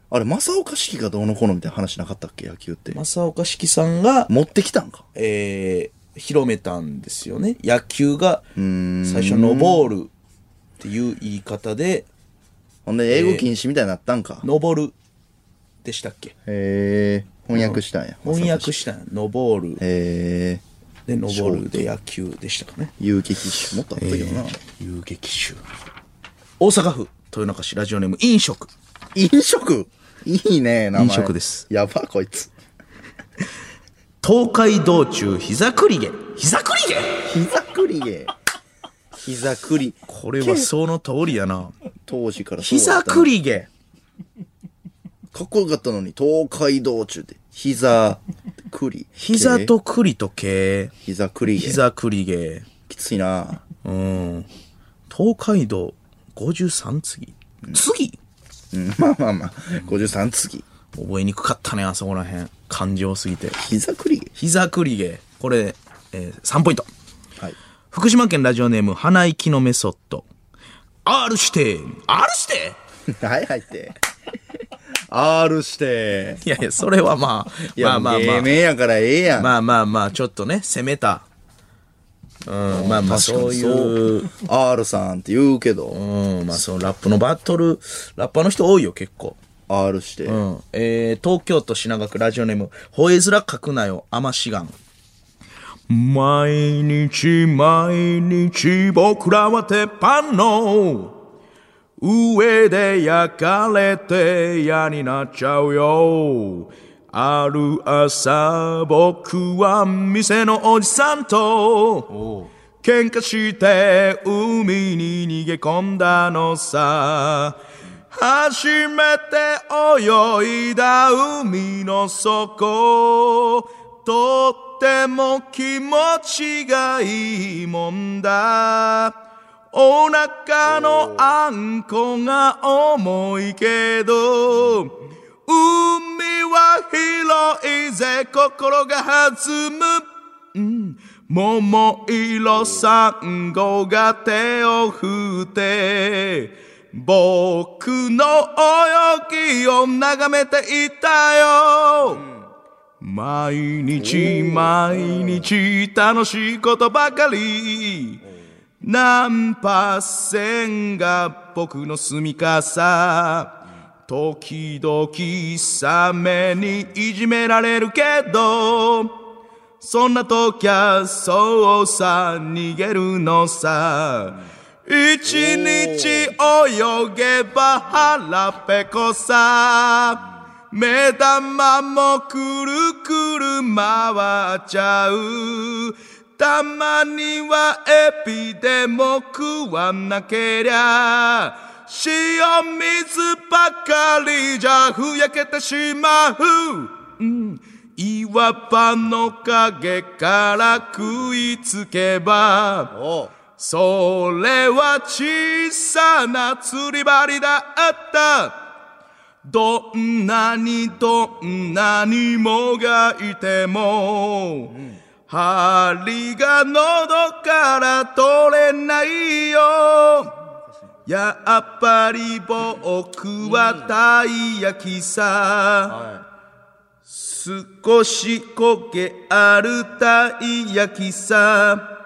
[SPEAKER 1] あれ正岡式がどうのこうのみたいな話なかったっけ野球って
[SPEAKER 2] 正岡式さんが、
[SPEAKER 1] 持ってきたんか
[SPEAKER 2] えー、広めたんですよね。野球が、最初のボールっていう言い方で、
[SPEAKER 1] ほんで英語禁止みたいになったんか、
[SPEAKER 2] 登るでしたっけ
[SPEAKER 1] へえ翻訳したんや
[SPEAKER 2] 翻
[SPEAKER 1] 正岡
[SPEAKER 2] 訳
[SPEAKER 1] 式
[SPEAKER 2] したの登る。
[SPEAKER 1] へえ
[SPEAKER 2] で、登るで野球でしたかね。
[SPEAKER 1] 遊撃手もっとあったけどな。
[SPEAKER 2] 遊撃手。大阪府、豊中市ラジオネーム飲食。
[SPEAKER 1] 飲食いいね、名前。
[SPEAKER 2] 飲食です。
[SPEAKER 1] やば、こいつ。
[SPEAKER 2] 東海道中膝栗毛。膝栗毛
[SPEAKER 1] 膝くりげ。膝くり。
[SPEAKER 2] これはその通りやな。
[SPEAKER 1] 当時からそうだ
[SPEAKER 2] (laughs) 膝
[SPEAKER 1] ったな
[SPEAKER 2] 栗毛。
[SPEAKER 1] かっこよかったのに、東海道中で。膝、栗。
[SPEAKER 2] 膝と栗と毛。
[SPEAKER 1] 膝栗毛。
[SPEAKER 2] 膝栗毛。
[SPEAKER 1] きついな。
[SPEAKER 2] うん。東海道53次。次
[SPEAKER 1] うんまあまあまあ。53次。
[SPEAKER 2] 覚えにくかったね、あそこら辺。漢字多すぎて。
[SPEAKER 1] 膝栗毛。
[SPEAKER 2] 膝栗毛。これ、えー3ポイント。
[SPEAKER 1] はい。
[SPEAKER 2] 福島県ラジオネーム、花息のメソッド。R して、R して
[SPEAKER 1] はい、入って。R して。
[SPEAKER 2] いやいや、それはまあ、
[SPEAKER 1] いや、
[SPEAKER 2] まあまあまあ
[SPEAKER 1] 芸。名やからええやん。
[SPEAKER 2] まあまあまあ、ちょっとね、攻めた。うん、まあま
[SPEAKER 1] 確
[SPEAKER 2] あ、
[SPEAKER 1] か
[SPEAKER 2] そう
[SPEAKER 1] に
[SPEAKER 2] い
[SPEAKER 1] そう
[SPEAKER 2] う、
[SPEAKER 1] R さんって言うけど、
[SPEAKER 2] うん、まあそのラップのバトル、ラッパーの人多いよ、結構。
[SPEAKER 1] R して。
[SPEAKER 2] うん。えー、東京都品川区ラジオネーム、吠えづら書くなよ、アマシガン。毎日毎日僕らは鉄板の上で焼かれて嫌になっちゃうよ。ある朝僕は店のおじさんと喧嘩して海に逃げ込んだのさ。初めて泳いだ海の底。とっても気持ちがいいもんだ。お腹のあんこが重いけど、海は広いぜ心が弾む。うん桃色サンゴが手を振って、僕の泳ぎを眺めていたよ。毎日毎日楽しいことばかり何パーセンが僕の住みかさ時々サメにいじめられるけどそんな時はそうさ逃げるのさ一日泳げば腹ペコさ目玉もくるくる回っちゃうたまにはエビでも食わなけりゃ塩水ばかりじゃふやけてしまう、うん、岩場の陰から食いつけば
[SPEAKER 1] おう
[SPEAKER 2] それは小さな釣り針だったどんなにどんなにもがいても、針が喉から取れないよ。やっぱり僕はたい焼きさ。少し焦げあるたい焼きさ。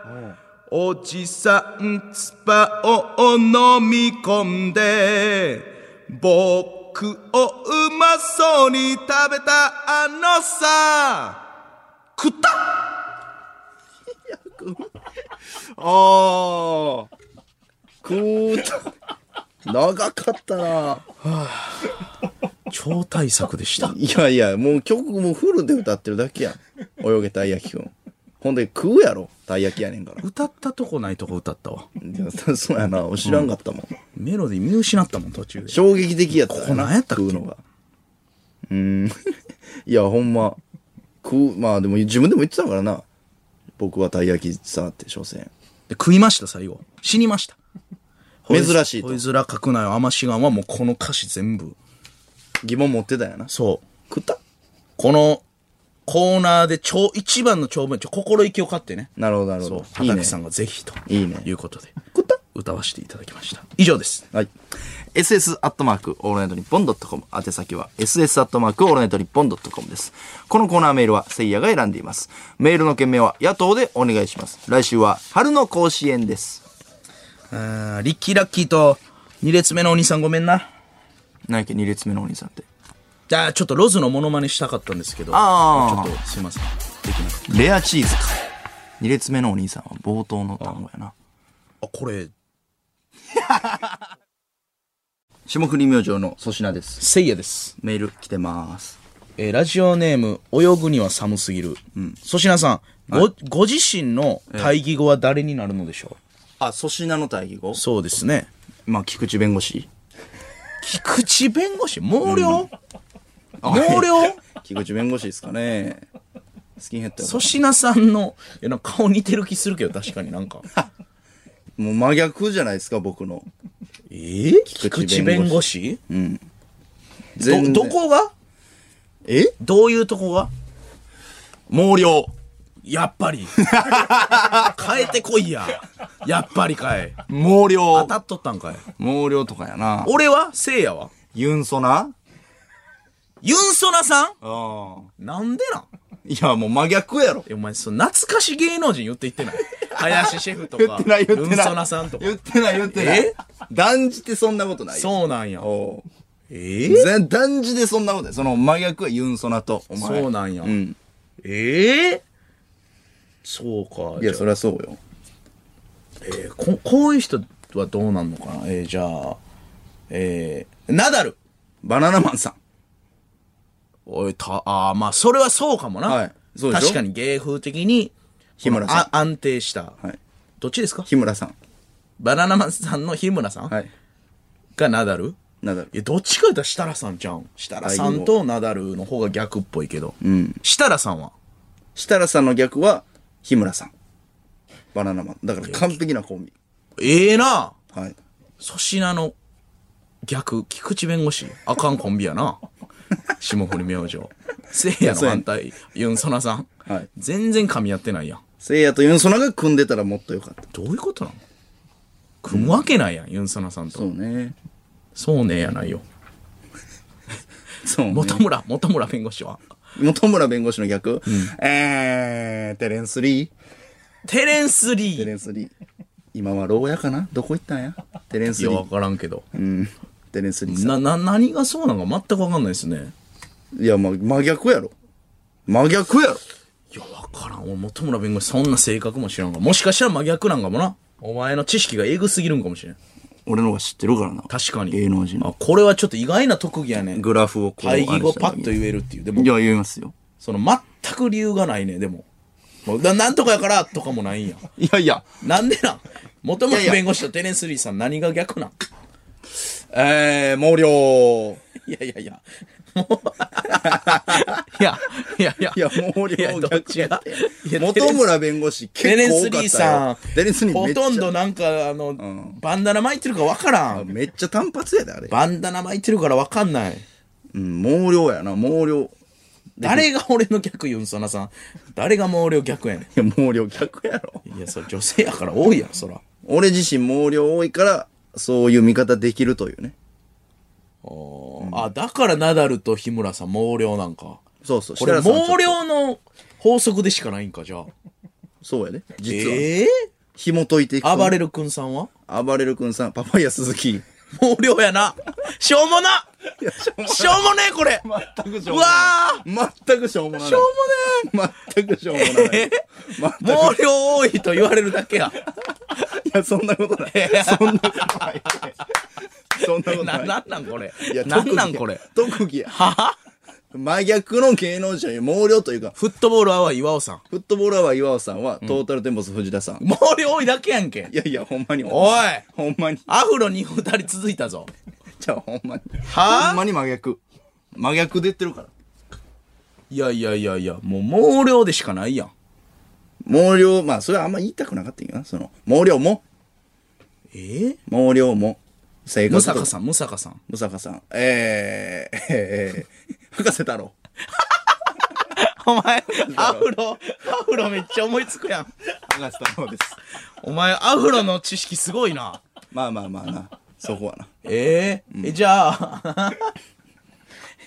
[SPEAKER 2] おじさんつばを飲み込んで僕をうまそうに食べたあのさ食った
[SPEAKER 1] あー。くーっと。長かったな。
[SPEAKER 2] 超大作でした
[SPEAKER 1] いやいや、もう曲もフルで歌ってるだけやん。泳げたい焼きくん。ほんで食うやろ。たい焼きやねんから。
[SPEAKER 2] 歌ったとこないとこ歌ったわ
[SPEAKER 1] いやそ (laughs) そうやな。知らんかったもん。
[SPEAKER 2] メロディー見失ったもん途中で
[SPEAKER 1] 衝撃的やった
[SPEAKER 2] ここ何やったっけ
[SPEAKER 1] 食うのが。うーん。い (laughs) や、ほんま。食う、まあでも自分でも言ってたからな。僕はたい焼きさって、所詮。
[SPEAKER 2] で食いました最後死にました
[SPEAKER 1] 珍しいと
[SPEAKER 2] ほいずら書くなよアマシガンはもうこの歌詞全部
[SPEAKER 1] 疑問持ってたんやな。
[SPEAKER 2] そう
[SPEAKER 1] 食った
[SPEAKER 2] このコーナーで超一番の長文ちょ心意気を買ってね
[SPEAKER 1] なるほど、なるほ
[SPEAKER 2] そう
[SPEAKER 1] ど。いいね
[SPEAKER 2] 畑さんがぜひと
[SPEAKER 1] いいね
[SPEAKER 2] いうことで
[SPEAKER 1] 食った
[SPEAKER 2] 歌わせていただきました以上です
[SPEAKER 1] はい。
[SPEAKER 3] ss アットマークオールナイトニッポンドットコム宛先は ss アットマークオールナイトニッポンドットコムですこのコーナーメールはせいやが選んでいますメールの件名は野党でお願いします来週は春の甲子園です
[SPEAKER 2] あーリッキーラッキーと2列目のお兄さんごめんな
[SPEAKER 3] 何やっけ2列目のお兄さんって
[SPEAKER 2] じゃあちょっとロズのモノマネしたかったんですけど
[SPEAKER 3] あ
[SPEAKER 2] ちょっとすいません
[SPEAKER 3] レアチーズか2列目のお兄さんは冒頭の単語やな。
[SPEAKER 2] あ、これ、
[SPEAKER 1] 霜降り明星の粗品です。
[SPEAKER 2] せいやです。
[SPEAKER 1] メール来てます。
[SPEAKER 2] えーラジオネーム、泳ぐには寒すぎる。粗品さん、ご、ご自身の対義語は誰になるのでしょう、
[SPEAKER 1] あ、粗品の対義語
[SPEAKER 2] そうですね。
[SPEAKER 1] まあ、菊池弁護士。
[SPEAKER 2] 菊池弁護士、毛量、毛量
[SPEAKER 1] (laughs) 菊池弁護士ですかね。スキンヘッドやか
[SPEAKER 2] 粗品さんの、いやなんか顔似てる気するけど、確かに (laughs) なんか。
[SPEAKER 1] らもう真逆じゃないですか、僕の。
[SPEAKER 2] えー、菊池
[SPEAKER 1] 池
[SPEAKER 2] 弁
[SPEAKER 1] 弁
[SPEAKER 2] 護
[SPEAKER 1] 護
[SPEAKER 2] 士
[SPEAKER 1] 全然
[SPEAKER 2] ど、どこが
[SPEAKER 1] え
[SPEAKER 2] どういうとこが
[SPEAKER 1] 毛量。
[SPEAKER 2] やっぱり。 (laughs) 変えてこいや。やっぱりかい。
[SPEAKER 1] 毛
[SPEAKER 2] 当
[SPEAKER 1] 量。
[SPEAKER 2] たっとったんかい。
[SPEAKER 1] 毛量とかやな。
[SPEAKER 2] 俺はせいやは
[SPEAKER 1] ユンソナ
[SPEAKER 2] ユンソナさん
[SPEAKER 1] ああ。
[SPEAKER 2] なんでなん
[SPEAKER 1] いや、もう真逆やろ。
[SPEAKER 2] えお前、その懐かし芸能人言って言ってない林シェフとか、
[SPEAKER 1] 言ってない言っ
[SPEAKER 2] ユ
[SPEAKER 1] て
[SPEAKER 2] ン
[SPEAKER 1] ない
[SPEAKER 2] ソナさんとか。
[SPEAKER 1] 言ってない言ってない。
[SPEAKER 2] え
[SPEAKER 1] 断じてそんなことないよ。
[SPEAKER 2] そうなんや。
[SPEAKER 1] おう。
[SPEAKER 2] ええ
[SPEAKER 1] 全断じてそんなことない。その真逆はユンソナと、お前。
[SPEAKER 2] そうなんや。
[SPEAKER 1] ん
[SPEAKER 2] ええそう
[SPEAKER 1] い
[SPEAKER 2] か。
[SPEAKER 1] や、
[SPEAKER 2] じゃあ
[SPEAKER 1] そりゃそうよ。
[SPEAKER 2] えーこ、こういう人はどうなんのかなえー、じゃあ、えー、ナダル。
[SPEAKER 1] バナナマンさん。
[SPEAKER 2] おい、た、ああ、まあ、それはそうかもな。
[SPEAKER 1] はいそうでしょ
[SPEAKER 2] 確かに芸風的に、
[SPEAKER 1] 日村さん
[SPEAKER 2] このあ安定した。
[SPEAKER 1] はい。
[SPEAKER 2] どっちですか
[SPEAKER 1] 日村さん。
[SPEAKER 2] バナナマンさんの日村さん、
[SPEAKER 1] はい。
[SPEAKER 2] がナダル
[SPEAKER 1] なんだろう
[SPEAKER 2] いや、どっちか言ったら設楽さんじゃん。設楽さんとナダルの方が逆っぽいけど。うん。設楽さんは
[SPEAKER 1] 設楽さんの逆は、日村さん。バナナマン。だから完璧なコンビ。
[SPEAKER 2] ええな
[SPEAKER 1] はい。
[SPEAKER 2] 粗品の逆、菊池弁護士。あかんコンビ
[SPEAKER 1] (laughs)
[SPEAKER 2] やな。霜降り明星。せいやの反対、ユンソナさん。
[SPEAKER 1] はい
[SPEAKER 2] 全然噛み合ってないやん。
[SPEAKER 1] せいやとユンソナが組んでたらもっとよかった。
[SPEAKER 2] どういうことなの組むわけないやん、ユンソナさんと。
[SPEAKER 1] そうね。
[SPEAKER 2] そうねやないよ。
[SPEAKER 1] そうね。
[SPEAKER 2] 元村、元村弁護士は。
[SPEAKER 1] 元村弁護士の逆、えー、テレンスリー。
[SPEAKER 2] テレン
[SPEAKER 1] テ
[SPEAKER 2] ス・リ
[SPEAKER 1] レンスリー。今は牢屋かなどこ行ったんやテレンス
[SPEAKER 2] ー。い
[SPEAKER 1] リ
[SPEAKER 2] や、わ
[SPEAKER 1] ー。
[SPEAKER 2] からんけど。
[SPEAKER 1] テレンスリーさ
[SPEAKER 2] な、な、何がそうなのか全くわかんないですね。
[SPEAKER 1] ん。いや、ま、真逆やろ。真逆やろ。
[SPEAKER 2] いや、わからん。俺、元村弁護士、そんな性格も知らんが。もしかしたら真逆なんかもな。お前の知識がエグすぎるんかもしれん。
[SPEAKER 1] 俺の方が知ってるからな。
[SPEAKER 2] 確かに。
[SPEAKER 1] 芸能人の
[SPEAKER 2] あ、これはちょっと意外な特技やね。
[SPEAKER 1] グラフをこう。
[SPEAKER 2] 会議後パッと
[SPEAKER 1] い
[SPEAKER 2] 言えるっていう。でも、
[SPEAKER 1] や、言いますよ。
[SPEAKER 2] その、全く理由がないね、でも。もうななんとかやからとかもないんや。
[SPEAKER 1] いやいや。
[SPEAKER 2] なんでなん元村
[SPEAKER 1] いやいや
[SPEAKER 2] 弁護士とテレンスリーさん何が逆なん
[SPEAKER 1] えー、毛量。
[SPEAKER 2] いやいやいや。もういや、いやいや。
[SPEAKER 1] いや、毛
[SPEAKER 2] いや
[SPEAKER 1] 量
[SPEAKER 2] どっ
[SPEAKER 1] 逆
[SPEAKER 2] ち
[SPEAKER 1] や
[SPEAKER 2] が
[SPEAKER 1] って。元村弁護士結
[SPEAKER 2] テレン
[SPEAKER 1] 構
[SPEAKER 2] ス
[SPEAKER 1] 多
[SPEAKER 2] リ
[SPEAKER 1] かった
[SPEAKER 2] ー
[SPEAKER 1] よ。
[SPEAKER 2] さん、
[SPEAKER 1] テレンスリーめ
[SPEAKER 2] ほ
[SPEAKER 1] っちゃ
[SPEAKER 2] とんどなんか、あの、バンダナ巻いてるかわからん。
[SPEAKER 1] めっちゃ単発やで、あれ。
[SPEAKER 2] バンダナ巻いてるからわかんない。
[SPEAKER 1] うん、毛量やな、毛量。
[SPEAKER 2] 誰が俺の逆ユンソナさん。誰が毛量逆やね
[SPEAKER 1] いや、毛量逆やろ。
[SPEAKER 2] ん。いや、それ女性やから多いやろ、そら。
[SPEAKER 1] 俺自身毛量多いから、そういう見方できるというね。
[SPEAKER 2] あ、だからナダルと日村さん毛量なんか。
[SPEAKER 1] そうそう。
[SPEAKER 2] これ
[SPEAKER 1] 設楽さんはちょ
[SPEAKER 2] 毛
[SPEAKER 1] っと
[SPEAKER 2] 量の法則でしかないんか、じゃあ。
[SPEAKER 1] そうやで。実は。
[SPEAKER 2] ええ
[SPEAKER 1] 紐解いていくと。
[SPEAKER 2] 暴れる君さんは
[SPEAKER 1] 暴れる君さん、パパイヤ鈴木。
[SPEAKER 2] 毛量やな。しょうもなしょうもねえ、これ。
[SPEAKER 1] 全くし
[SPEAKER 2] うわあ
[SPEAKER 1] 全くしょうもない。
[SPEAKER 2] しょう
[SPEAKER 1] もない。全くしょうもない。全く。い
[SPEAKER 2] 毛量多いと言われるだけや。
[SPEAKER 1] や、そんなことない。そんなことない。そんなこと
[SPEAKER 2] な、
[SPEAKER 1] ない。
[SPEAKER 2] なんなんこれ
[SPEAKER 1] いや。
[SPEAKER 2] なん
[SPEAKER 1] 特技
[SPEAKER 2] な
[SPEAKER 1] や
[SPEAKER 2] んこれ。
[SPEAKER 1] 特技や。真逆の芸能人より毛量というか、
[SPEAKER 2] フットボールアワー岩尾さん。
[SPEAKER 1] フットボールアワー岩尾さんは、トータルテンボス藤田さん。い
[SPEAKER 2] 毛量多いだけやんけ。
[SPEAKER 1] やいや、ほんまに。
[SPEAKER 2] おい
[SPEAKER 1] ほんまに。
[SPEAKER 2] アフロに二人続いたぞ。
[SPEAKER 1] じゃあほんまに。
[SPEAKER 2] はあ
[SPEAKER 1] ほんまに真逆。真逆で言ってるから。
[SPEAKER 2] いやいやいやいや、もう毛量でしかないやん。
[SPEAKER 1] 毛量、まあ、それはあんま言いたくなかったんやな。その、毛量も、
[SPEAKER 2] えー、
[SPEAKER 1] 毛量も、性
[SPEAKER 2] ム
[SPEAKER 1] 格と
[SPEAKER 2] サカさん、ムサカさん。
[SPEAKER 1] ムサカさん。えー、えー、 (laughs) 博士太郎。
[SPEAKER 2] お前、アフロ、アフロめっちゃ思いつくやん。
[SPEAKER 1] 博士太郎です。
[SPEAKER 2] お前、アフロの知識すごいな。
[SPEAKER 1] まあまあまあな。そこはな。
[SPEAKER 2] えーえ、じゃあ、 (laughs)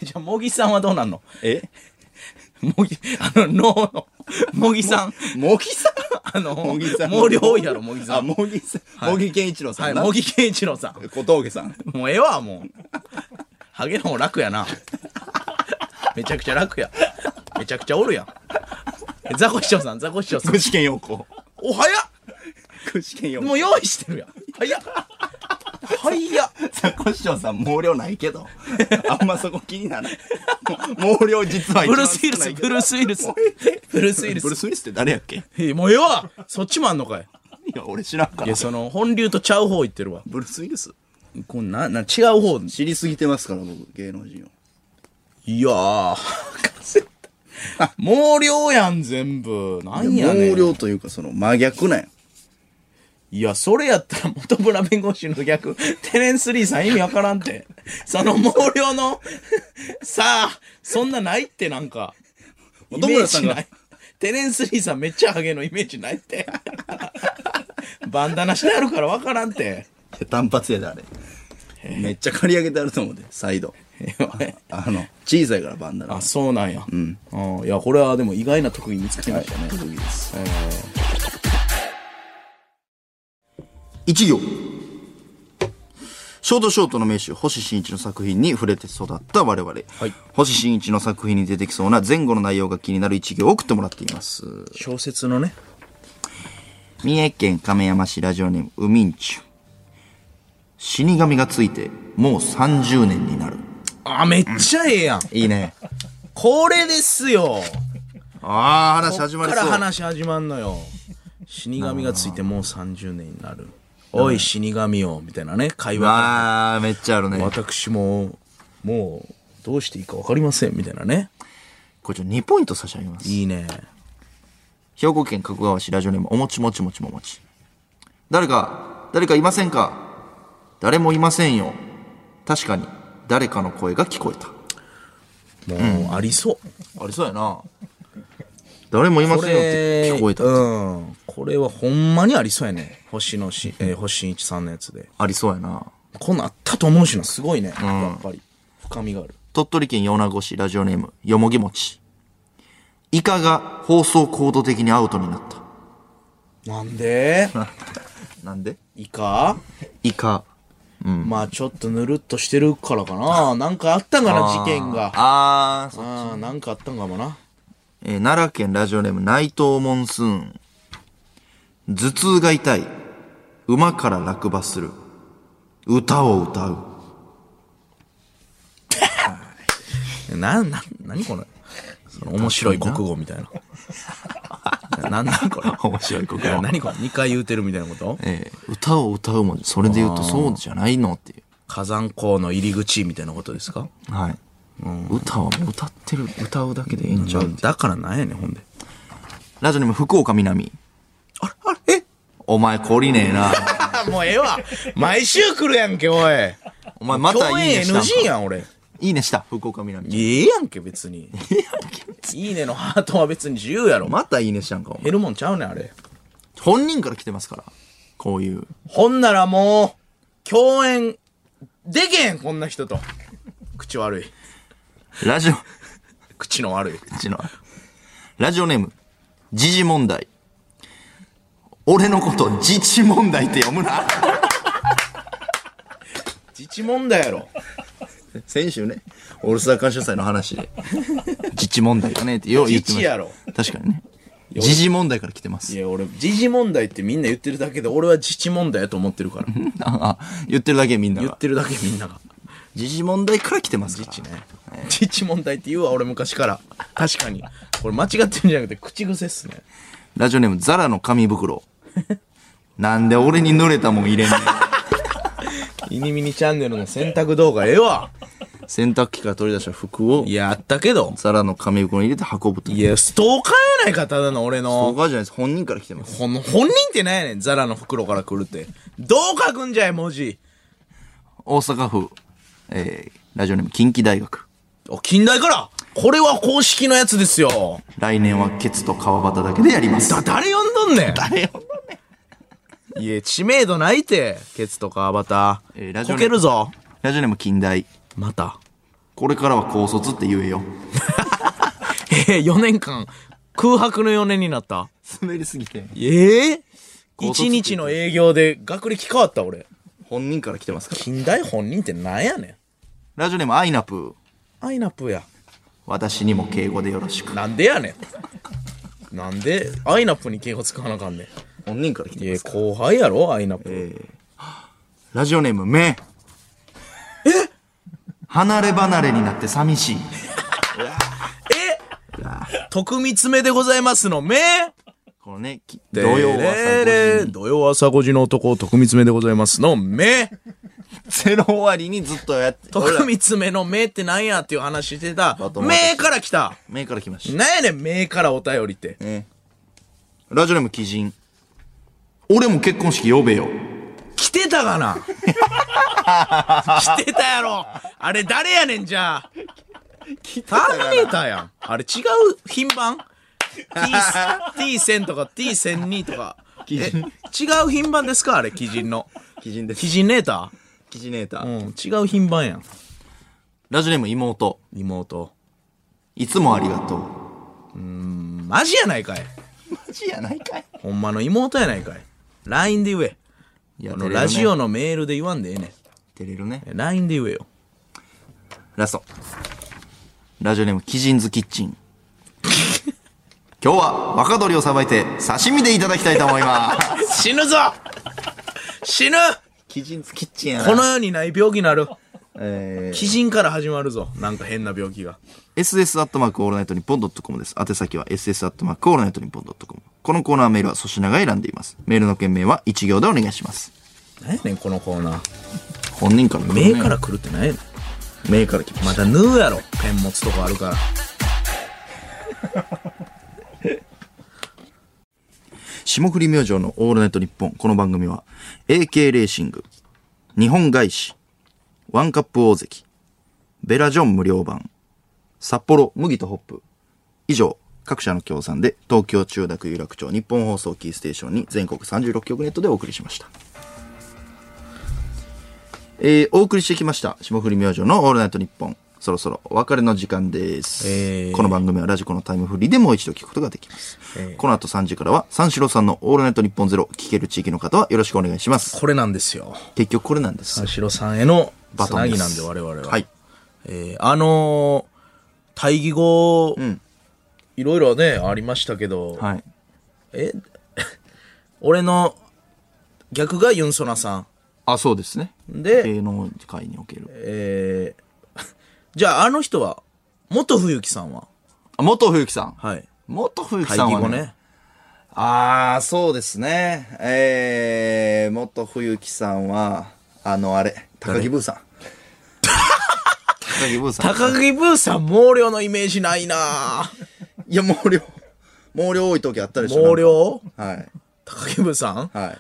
[SPEAKER 2] じゃあ、茂木さんはどうなんの
[SPEAKER 1] え
[SPEAKER 2] 茂木、あの、脳の、茂木さん。
[SPEAKER 1] 茂木さん
[SPEAKER 2] (laughs) あの、
[SPEAKER 1] 茂木さん。
[SPEAKER 2] 毛量多いやろ、茂木さ
[SPEAKER 1] あ、
[SPEAKER 2] ん。
[SPEAKER 1] 茂木さん。茂木健一郎
[SPEAKER 2] は
[SPEAKER 1] さ
[SPEAKER 2] い、
[SPEAKER 1] んな。
[SPEAKER 2] 茂木健一郎さん。
[SPEAKER 1] 小峠さん。
[SPEAKER 2] もうええわ、もう。ハゲの方楽やな。めちゃくちゃ楽や。めちゃくちゃおるやん。ザコシショウさん、ザコシショウさん。
[SPEAKER 1] 試験要項。
[SPEAKER 2] お、早っ
[SPEAKER 1] 試験要項。
[SPEAKER 2] もう用意してるやん。早っ早っ
[SPEAKER 1] ザコシショウさん毛量ないけど。あんまそこ気にならない。毛量実は一
[SPEAKER 2] ブル
[SPEAKER 1] 番
[SPEAKER 2] ース・ウィル
[SPEAKER 1] 少な
[SPEAKER 2] ス、
[SPEAKER 1] いけ
[SPEAKER 2] ブ
[SPEAKER 1] ど
[SPEAKER 2] ルース・ウィルス。ブルース・ウィル
[SPEAKER 1] ブルー
[SPEAKER 2] ス
[SPEAKER 1] ス・ウィルスって誰やっけい
[SPEAKER 2] え。もうええわそっちもあんのかい。
[SPEAKER 1] や、俺知らんか
[SPEAKER 2] い
[SPEAKER 1] ら
[SPEAKER 2] や、。その、本流とちゃう方行ってるわ。
[SPEAKER 1] ブルース・ウィルス
[SPEAKER 2] こんな、な、違う方。
[SPEAKER 1] 知りすぎてますから、僕、芸能人を。
[SPEAKER 2] いやー、 (laughs) 稼いだ毛量やん、全部。なんやねん
[SPEAKER 1] 毛量というか、その真逆なんや。
[SPEAKER 2] いや、それやったら元村弁護士の逆、テレンス・リーさん意味わからんて。その毛量の、 (laughs) さあ、そんなないってなんか。
[SPEAKER 1] 元村さんが
[SPEAKER 2] イメージない。テレンス・リーさんめっちゃハゲのイメージないって。 (laughs) バンダナしてあるからわからんて。
[SPEAKER 1] 単発やで、あれ。めっちゃ刈り上げてあると思うで、サイド。あの、小さいからバンダナ
[SPEAKER 2] あ、。そうなんや。うん。いや、これはでも意外な特技見つけましたね。
[SPEAKER 1] 一行。ショートショートの名手、星新一の作品に触れて育った我々。
[SPEAKER 2] い
[SPEAKER 1] 星新一の作品に出てきそうな前後の内容が気になる一行を送ってもらっています。
[SPEAKER 2] 小説のね。
[SPEAKER 1] 三重県亀山市ラジオネーム、ウミンチュ。死神がついて、もう30年になる。
[SPEAKER 2] あ、めっちゃええやん。
[SPEAKER 1] いいね。
[SPEAKER 2] これですよ。
[SPEAKER 1] ああ、話始まり
[SPEAKER 2] か
[SPEAKER 1] そ
[SPEAKER 2] ら
[SPEAKER 1] う。
[SPEAKER 2] 話始まんのよ死神がついてもう30年になるおい死神よみたいなね会話
[SPEAKER 1] ああ、めっちゃあるね。
[SPEAKER 2] 私ももうどうしていいか分かりませんみたいなね
[SPEAKER 1] これちょっと2ポイント差し上げます。
[SPEAKER 2] いいね
[SPEAKER 1] 兵庫県加古川市ラジオネームおもちもちもちももち誰か誰かいませんか誰もいませんよ確かに誰かの声が聞こえた
[SPEAKER 2] もう、ありそう
[SPEAKER 1] ありそうやな誰もいませんよって聞こえた、
[SPEAKER 2] うんこれはほんまにありそうやね星野し、えー星新一さんのやつで
[SPEAKER 1] ありそうやな
[SPEAKER 2] こんなんあったと思うしなすごいね、やっぱり深みがある
[SPEAKER 1] 鳥取県米子市ラジオネームよもぎもちイカが放送コード的にアウトになった
[SPEAKER 2] な
[SPEAKER 1] (laughs)
[SPEAKER 2] んで
[SPEAKER 1] なんで
[SPEAKER 2] イカ
[SPEAKER 1] イカ
[SPEAKER 2] まあちょっとぬるっとしてるからかななんかあったんかな事件が
[SPEAKER 1] あーそう
[SPEAKER 2] ああ、なんかあったんかもな。
[SPEAKER 1] えー奈良県ラジオネーム内藤モンスーン。頭痛が痛い。馬から落馬する。歌を歌う。
[SPEAKER 2] な、な、なにこれ。その面白い国語みたい (laughs) な。なんなんこれ。面白い国語。何これ。2回言うてるみたいなこと
[SPEAKER 1] えー歌を歌うもん、それで言うとそうじゃないのってい
[SPEAKER 2] 火山港の入り口みたいなことですか
[SPEAKER 1] う。はい。歌はもう歌ってる、歌うだけでええんちゃう、
[SPEAKER 2] だからなんやねん、ほんで。
[SPEAKER 1] ラジオネーム福岡南。
[SPEAKER 2] あれ、え
[SPEAKER 1] お前懲りねえな。
[SPEAKER 2] もうええわ。毎週来るやんけ、おい。
[SPEAKER 1] お前また
[SPEAKER 2] 共
[SPEAKER 1] いい
[SPEAKER 2] 演
[SPEAKER 1] ねしたん
[SPEAKER 2] NG
[SPEAKER 1] か。
[SPEAKER 2] やん、俺。
[SPEAKER 1] いいねした、福岡南。
[SPEAKER 2] いいやんけ、別に。いいねのハートは別に自由やろ。
[SPEAKER 1] またいいねしたんか、お前。
[SPEAKER 2] 減るもんちゃうねん、あれ。
[SPEAKER 1] 本人から来てますから。こういう。
[SPEAKER 2] ほんならもう、共演、でけへん、こんな人と。口悪い。
[SPEAKER 1] ラジオ、
[SPEAKER 2] 口の悪い。
[SPEAKER 1] うちのラジオネーム、時事問題。俺のこと、自治問題って読むな。
[SPEAKER 2] 自治問題やろ。
[SPEAKER 1] 先週ね、オールスター感謝祭の話 (laughs) で、自治問題だねってよう言ってま
[SPEAKER 2] 自治
[SPEAKER 1] した。
[SPEAKER 2] やろ
[SPEAKER 1] 確かにね。時事問題から来てま
[SPEAKER 2] い
[SPEAKER 1] す。
[SPEAKER 2] や、俺、時事問題ってみんな言ってるだけで、俺は自治問題やと思ってるから。
[SPEAKER 1] ああ言ってるだけみんな
[SPEAKER 2] 言っ
[SPEAKER 1] が。
[SPEAKER 2] てるだけみんなが。
[SPEAKER 1] 時事問題から来てますから。
[SPEAKER 2] 自治ね。自治問題って言うわ、俺昔から。確かに。これ間違ってるんじゃなくて、口癖っすね。
[SPEAKER 1] ラジオネーム、ザラの紙 (laughs) 袋。なんで俺に濡れたもん入れんねん。
[SPEAKER 2] イニミニチャンネルの選択動画、ええわ。
[SPEAKER 1] 洗濯機から取り出した服を
[SPEAKER 2] い、や、あったけど。
[SPEAKER 1] ザラの紙袋に入れて運ぶと。
[SPEAKER 2] いや、ストーカーやないか、ただの俺の。
[SPEAKER 1] 僕はじゃないです。本人から来てます。
[SPEAKER 2] ほの、本人ってなんやねん、ザラの袋から来るって。どう書くんじゃい、文字。
[SPEAKER 1] 大阪府、えー、ラジオネーム近畿大学。
[SPEAKER 2] お、近代からこれは公式のやつですよ。
[SPEAKER 1] 来年はケツと川端だけでやります。
[SPEAKER 2] だ、誰呼んどんねん。
[SPEAKER 1] 誰よ。
[SPEAKER 2] いや、知名度ないて、ケツとかバタ
[SPEAKER 1] え
[SPEAKER 2] ー。
[SPEAKER 1] ーラジオ
[SPEAKER 2] こ
[SPEAKER 1] ネーム
[SPEAKER 2] けるぞ。
[SPEAKER 1] ラジオネーム近代。
[SPEAKER 2] また。
[SPEAKER 1] これからは高卒って言えよ。
[SPEAKER 2] えー、4年間、空白の4年になった。
[SPEAKER 1] 滑りすぎて。
[SPEAKER 2] ええ
[SPEAKER 1] 高卒
[SPEAKER 2] 一日の営業で学歴変わった俺。
[SPEAKER 1] 本人から来てますから。
[SPEAKER 2] 近代本人ってなんやね
[SPEAKER 1] ラジオネームアイナプー。
[SPEAKER 2] ん。アイナップーや。
[SPEAKER 1] 私にも敬語でよろしく。
[SPEAKER 2] なんでやねん。なんで、アイナップに敬語使わなあかんね
[SPEAKER 1] 本人から来
[SPEAKER 2] ん。
[SPEAKER 1] て
[SPEAKER 2] い
[SPEAKER 1] ま
[SPEAKER 2] や、
[SPEAKER 1] すから
[SPEAKER 2] 後輩やろ、アイナップ。
[SPEAKER 1] ラジオネームめえ離れ離れになって寂しい
[SPEAKER 2] 徳光めでございますの、め
[SPEAKER 1] このねき土曜朝5時に
[SPEAKER 2] 土曜朝5時の男、徳光めでございますの、め
[SPEAKER 1] ゼロ終わりにずっとやって
[SPEAKER 2] 徳光めのめってなんやっていう話してた
[SPEAKER 1] バ。トン渡し
[SPEAKER 2] めから来た。
[SPEAKER 1] めえから来ました
[SPEAKER 2] なんやねん、めからお便りって。
[SPEAKER 1] ラジオネーム鬼人俺も結婚式呼べよ
[SPEAKER 2] 来てた
[SPEAKER 1] (laughs)
[SPEAKER 2] かな来てたやろあれ誰やねんじゃあ。ターミネーターやん。あれ違う品番 ?T、T1000 とか T1002 とか。え違う品番ですかあれ、基人の。
[SPEAKER 1] 鬼人です
[SPEAKER 2] 基人ネータ
[SPEAKER 1] 鬼人ネーター、
[SPEAKER 2] ーうん、違う品番やん。
[SPEAKER 1] ラジオネーム妹
[SPEAKER 2] 妹。
[SPEAKER 1] いつもありがとう
[SPEAKER 2] マジやないかい。
[SPEAKER 1] マジやないかい
[SPEAKER 2] ほんまの妹やないかい。LINE で言え。
[SPEAKER 1] いや
[SPEAKER 2] あの、ラジオ
[SPEAKER 1] の
[SPEAKER 2] のメールで言わんでええね
[SPEAKER 1] 照れるね
[SPEAKER 2] ん。LINE で言えよ。
[SPEAKER 1] ラスト。ラジオネーム、キジンズキッ (laughs) チン。今日は若鶏をさばいて刺身でいただきたいと思います。
[SPEAKER 2] 死ぬぞ死ぬ
[SPEAKER 1] (laughs) キジンズキッチンや
[SPEAKER 2] この世にない病気なる。
[SPEAKER 1] え
[SPEAKER 2] 基人から始まるぞ。なんか変な病気が。
[SPEAKER 1] ー、ss アットマークオールナイトニッポンドットコムです。宛先は ss アットマークオールナイトニッポンドットコム。このコーナーメールは粗品が選んでいます。メールの件名は一行でお願いします。
[SPEAKER 2] なんやねん、このコーナー。
[SPEAKER 1] 本人から、
[SPEAKER 2] 目から来るってなんやねん。
[SPEAKER 1] 名から来ま
[SPEAKER 2] また縫うやろ。ペン持つとこあるから。
[SPEAKER 1] 霜降り明星のオールナイトニッポン。この番組は、AK レーシング、日本外資、ワンカップ大関、ベラジョン無料版、札幌麦とホップ。以上、各社の協賛で、東京中田区有楽町日本放送キーステーションに全国36局ネットでお送りしました。えー、お送りしてきました、霜降り明星のオールナイトニッポン。そろそろお別れの時間です。
[SPEAKER 2] えー
[SPEAKER 1] この番組はラジコのタイムフリーでもう一度聞くことができます。この後3時からは、三四郎さんのオールナイトニッポンゼロ、聞ける地域の方はよろしくお願いします。
[SPEAKER 2] これなんですよ。
[SPEAKER 1] 結局これなんです。
[SPEAKER 2] 三代さんへの
[SPEAKER 1] バ
[SPEAKER 2] つ
[SPEAKER 1] トン
[SPEAKER 2] な
[SPEAKER 1] で
[SPEAKER 2] ぎ
[SPEAKER 1] す。
[SPEAKER 2] なんで我々は。
[SPEAKER 1] はい。
[SPEAKER 2] えーあのー、対義語、いろいろね、ありましたけど、
[SPEAKER 1] はい。
[SPEAKER 2] え俺の逆がユンソナさ
[SPEAKER 1] あ、そうですね。
[SPEAKER 2] ん。で、
[SPEAKER 1] 芸能界における。
[SPEAKER 2] えー (laughs) じゃああの人は、元冬木さんは
[SPEAKER 1] あ、元冬樹さん。
[SPEAKER 2] はい。
[SPEAKER 1] 元冬樹
[SPEAKER 2] 対
[SPEAKER 1] さん
[SPEAKER 2] 義
[SPEAKER 1] は
[SPEAKER 2] 語
[SPEAKER 1] ね。
[SPEAKER 2] ね。
[SPEAKER 1] ああ、そうですね。えー、元冬樹さんは、あの、あれ、高木ブー
[SPEAKER 2] (laughs)
[SPEAKER 1] さん。高木ブーさん。
[SPEAKER 2] 高木ブーさん、毛量のイメージないなぁ
[SPEAKER 1] いや、毛量、毛量多い時あったでしょ。
[SPEAKER 2] 毛量
[SPEAKER 1] なんか
[SPEAKER 2] 高木ブーさん
[SPEAKER 1] はい。はい。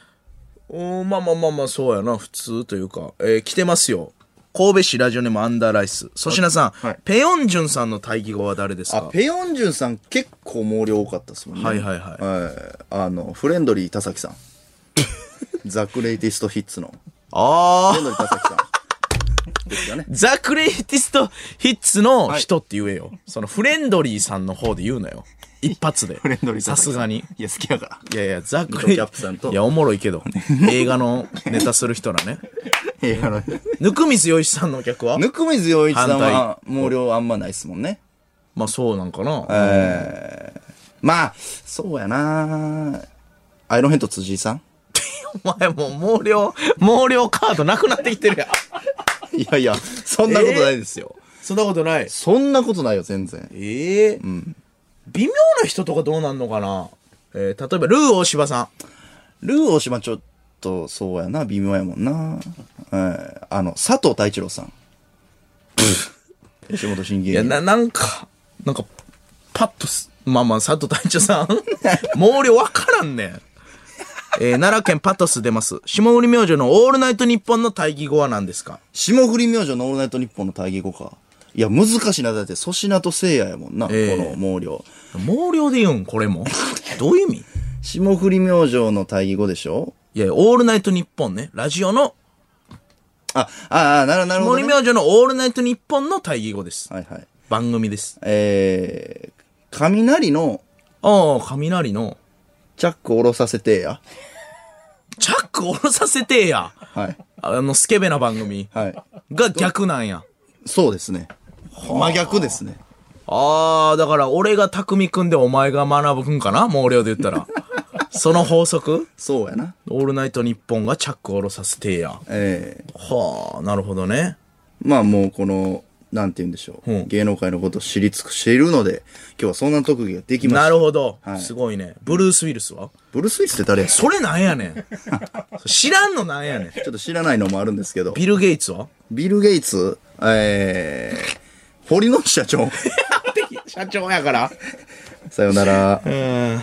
[SPEAKER 2] うん、まあまあまあまあ、そうやな。普通というか。えー来てますよ。神戸市ラジオネームアンダーライス。粗品さん、
[SPEAKER 1] はい
[SPEAKER 2] ペヨンジュンさんの対義語は誰です
[SPEAKER 1] あ、
[SPEAKER 2] か
[SPEAKER 1] ペヨンジュンさん結構毛量多かったですもんね。
[SPEAKER 2] はいはいはい
[SPEAKER 1] あの、フレンドリー田 (laughs) 崎さん。ザ・クレイティストヒッツの。
[SPEAKER 2] あ
[SPEAKER 1] フレンド
[SPEAKER 2] ー
[SPEAKER 1] リー田崎さん。ですよね。
[SPEAKER 2] ザ・クレイティスト・ヒッツの人って言えよ。そのフレンドリーさんの方で言うなよ。一発で。
[SPEAKER 1] (laughs)
[SPEAKER 2] フ
[SPEAKER 1] フレンドリー田
[SPEAKER 2] さ
[SPEAKER 1] 崎さん
[SPEAKER 2] すがに。
[SPEAKER 1] (laughs) いや、好きやから。
[SPEAKER 2] いやいや、ザ・クレイ
[SPEAKER 1] キャップさんと
[SPEAKER 2] いや、おもろい
[SPEAKER 1] (laughs)
[SPEAKER 2] けど。映画のネタする人らね。
[SPEAKER 1] いや、あの、
[SPEAKER 2] ぬくみずよいしさんの客は
[SPEAKER 1] ぬくみずよいちさんは毛量あんまないですもんね。
[SPEAKER 2] まあそうなんかな。
[SPEAKER 1] まあ、そうやなアイロンヘッド辻井さん
[SPEAKER 2] お前もう毛量、毛量カードなくなってきてるや
[SPEAKER 1] (laughs)
[SPEAKER 2] ん。
[SPEAKER 1] いやいや、そんなことないですよ。
[SPEAKER 2] そんなことない。
[SPEAKER 1] そんなことないよ、全然。
[SPEAKER 2] ええ微妙な人とかどうなんのかなえー、例えば、ルー大柴さん。
[SPEAKER 1] ルー大島ちょっと、そうやな、微妙やもんな。えー、あの、佐藤太一郎さん。吉本新芸
[SPEAKER 2] いや、
[SPEAKER 1] 人。
[SPEAKER 2] な、なんか、なんか、パッとす、まあまあ、佐藤隊長さん毛量わからんねん。えー、奈良県パトス出ます。霜降り明星のオールナイトニッポンの対義語は何ですか
[SPEAKER 1] 霜降り明星のオールナイトニッポンの対義語か。いや、難しいな。だって、粗品と聖夜やもんな、
[SPEAKER 2] ええ
[SPEAKER 1] この毛量。
[SPEAKER 2] 毛量で言うんこれも。どういう意味
[SPEAKER 1] 霜降り明星の対義語でしょ
[SPEAKER 2] いや、オールナイトニッポンね。ラジオの、
[SPEAKER 1] あ、ああ、なるなるほど、
[SPEAKER 2] 霜降
[SPEAKER 1] ね。
[SPEAKER 2] り明星のオールナイトニッポンの対義語です。
[SPEAKER 1] はいはい。
[SPEAKER 2] 番組です。
[SPEAKER 1] えー、雷の
[SPEAKER 2] ああ、雷の、
[SPEAKER 1] チャック下ろさせてや。
[SPEAKER 2] チャック下ろさせてや。
[SPEAKER 1] はい。
[SPEAKER 2] あの、スケベな番組
[SPEAKER 1] はい。
[SPEAKER 2] が逆なんや。
[SPEAKER 1] そうですね。真逆ですね。
[SPEAKER 2] ああ、だから俺が匠くんでお前が学ぶくんかな毛量で
[SPEAKER 1] (laughs)
[SPEAKER 2] 言ったら。その法則
[SPEAKER 1] そうやな。
[SPEAKER 2] オールナイト日本がチャックを下ろさせてや。
[SPEAKER 1] ええ
[SPEAKER 2] はあ、なるほどね。
[SPEAKER 1] まあもうこの、なんて言うんでしょう。
[SPEAKER 2] うん
[SPEAKER 1] 芸能界のことを知り尽くしているので、今日はそんな特技ができました。
[SPEAKER 2] なるほど、
[SPEAKER 1] はい
[SPEAKER 2] すごいね。ブルース・ウィルスは
[SPEAKER 1] ブルース・ウィリスって誰やちょ
[SPEAKER 2] それなんやね
[SPEAKER 1] (laughs)
[SPEAKER 2] ん。知らんのなんやねん。
[SPEAKER 1] っと知らないのもあるんですけど。
[SPEAKER 2] ビル・ゲイツは
[SPEAKER 1] ビル・ゲイツえー、堀之内社長。
[SPEAKER 2] (laughs) 社長やから。
[SPEAKER 1] さよなら。
[SPEAKER 2] うん。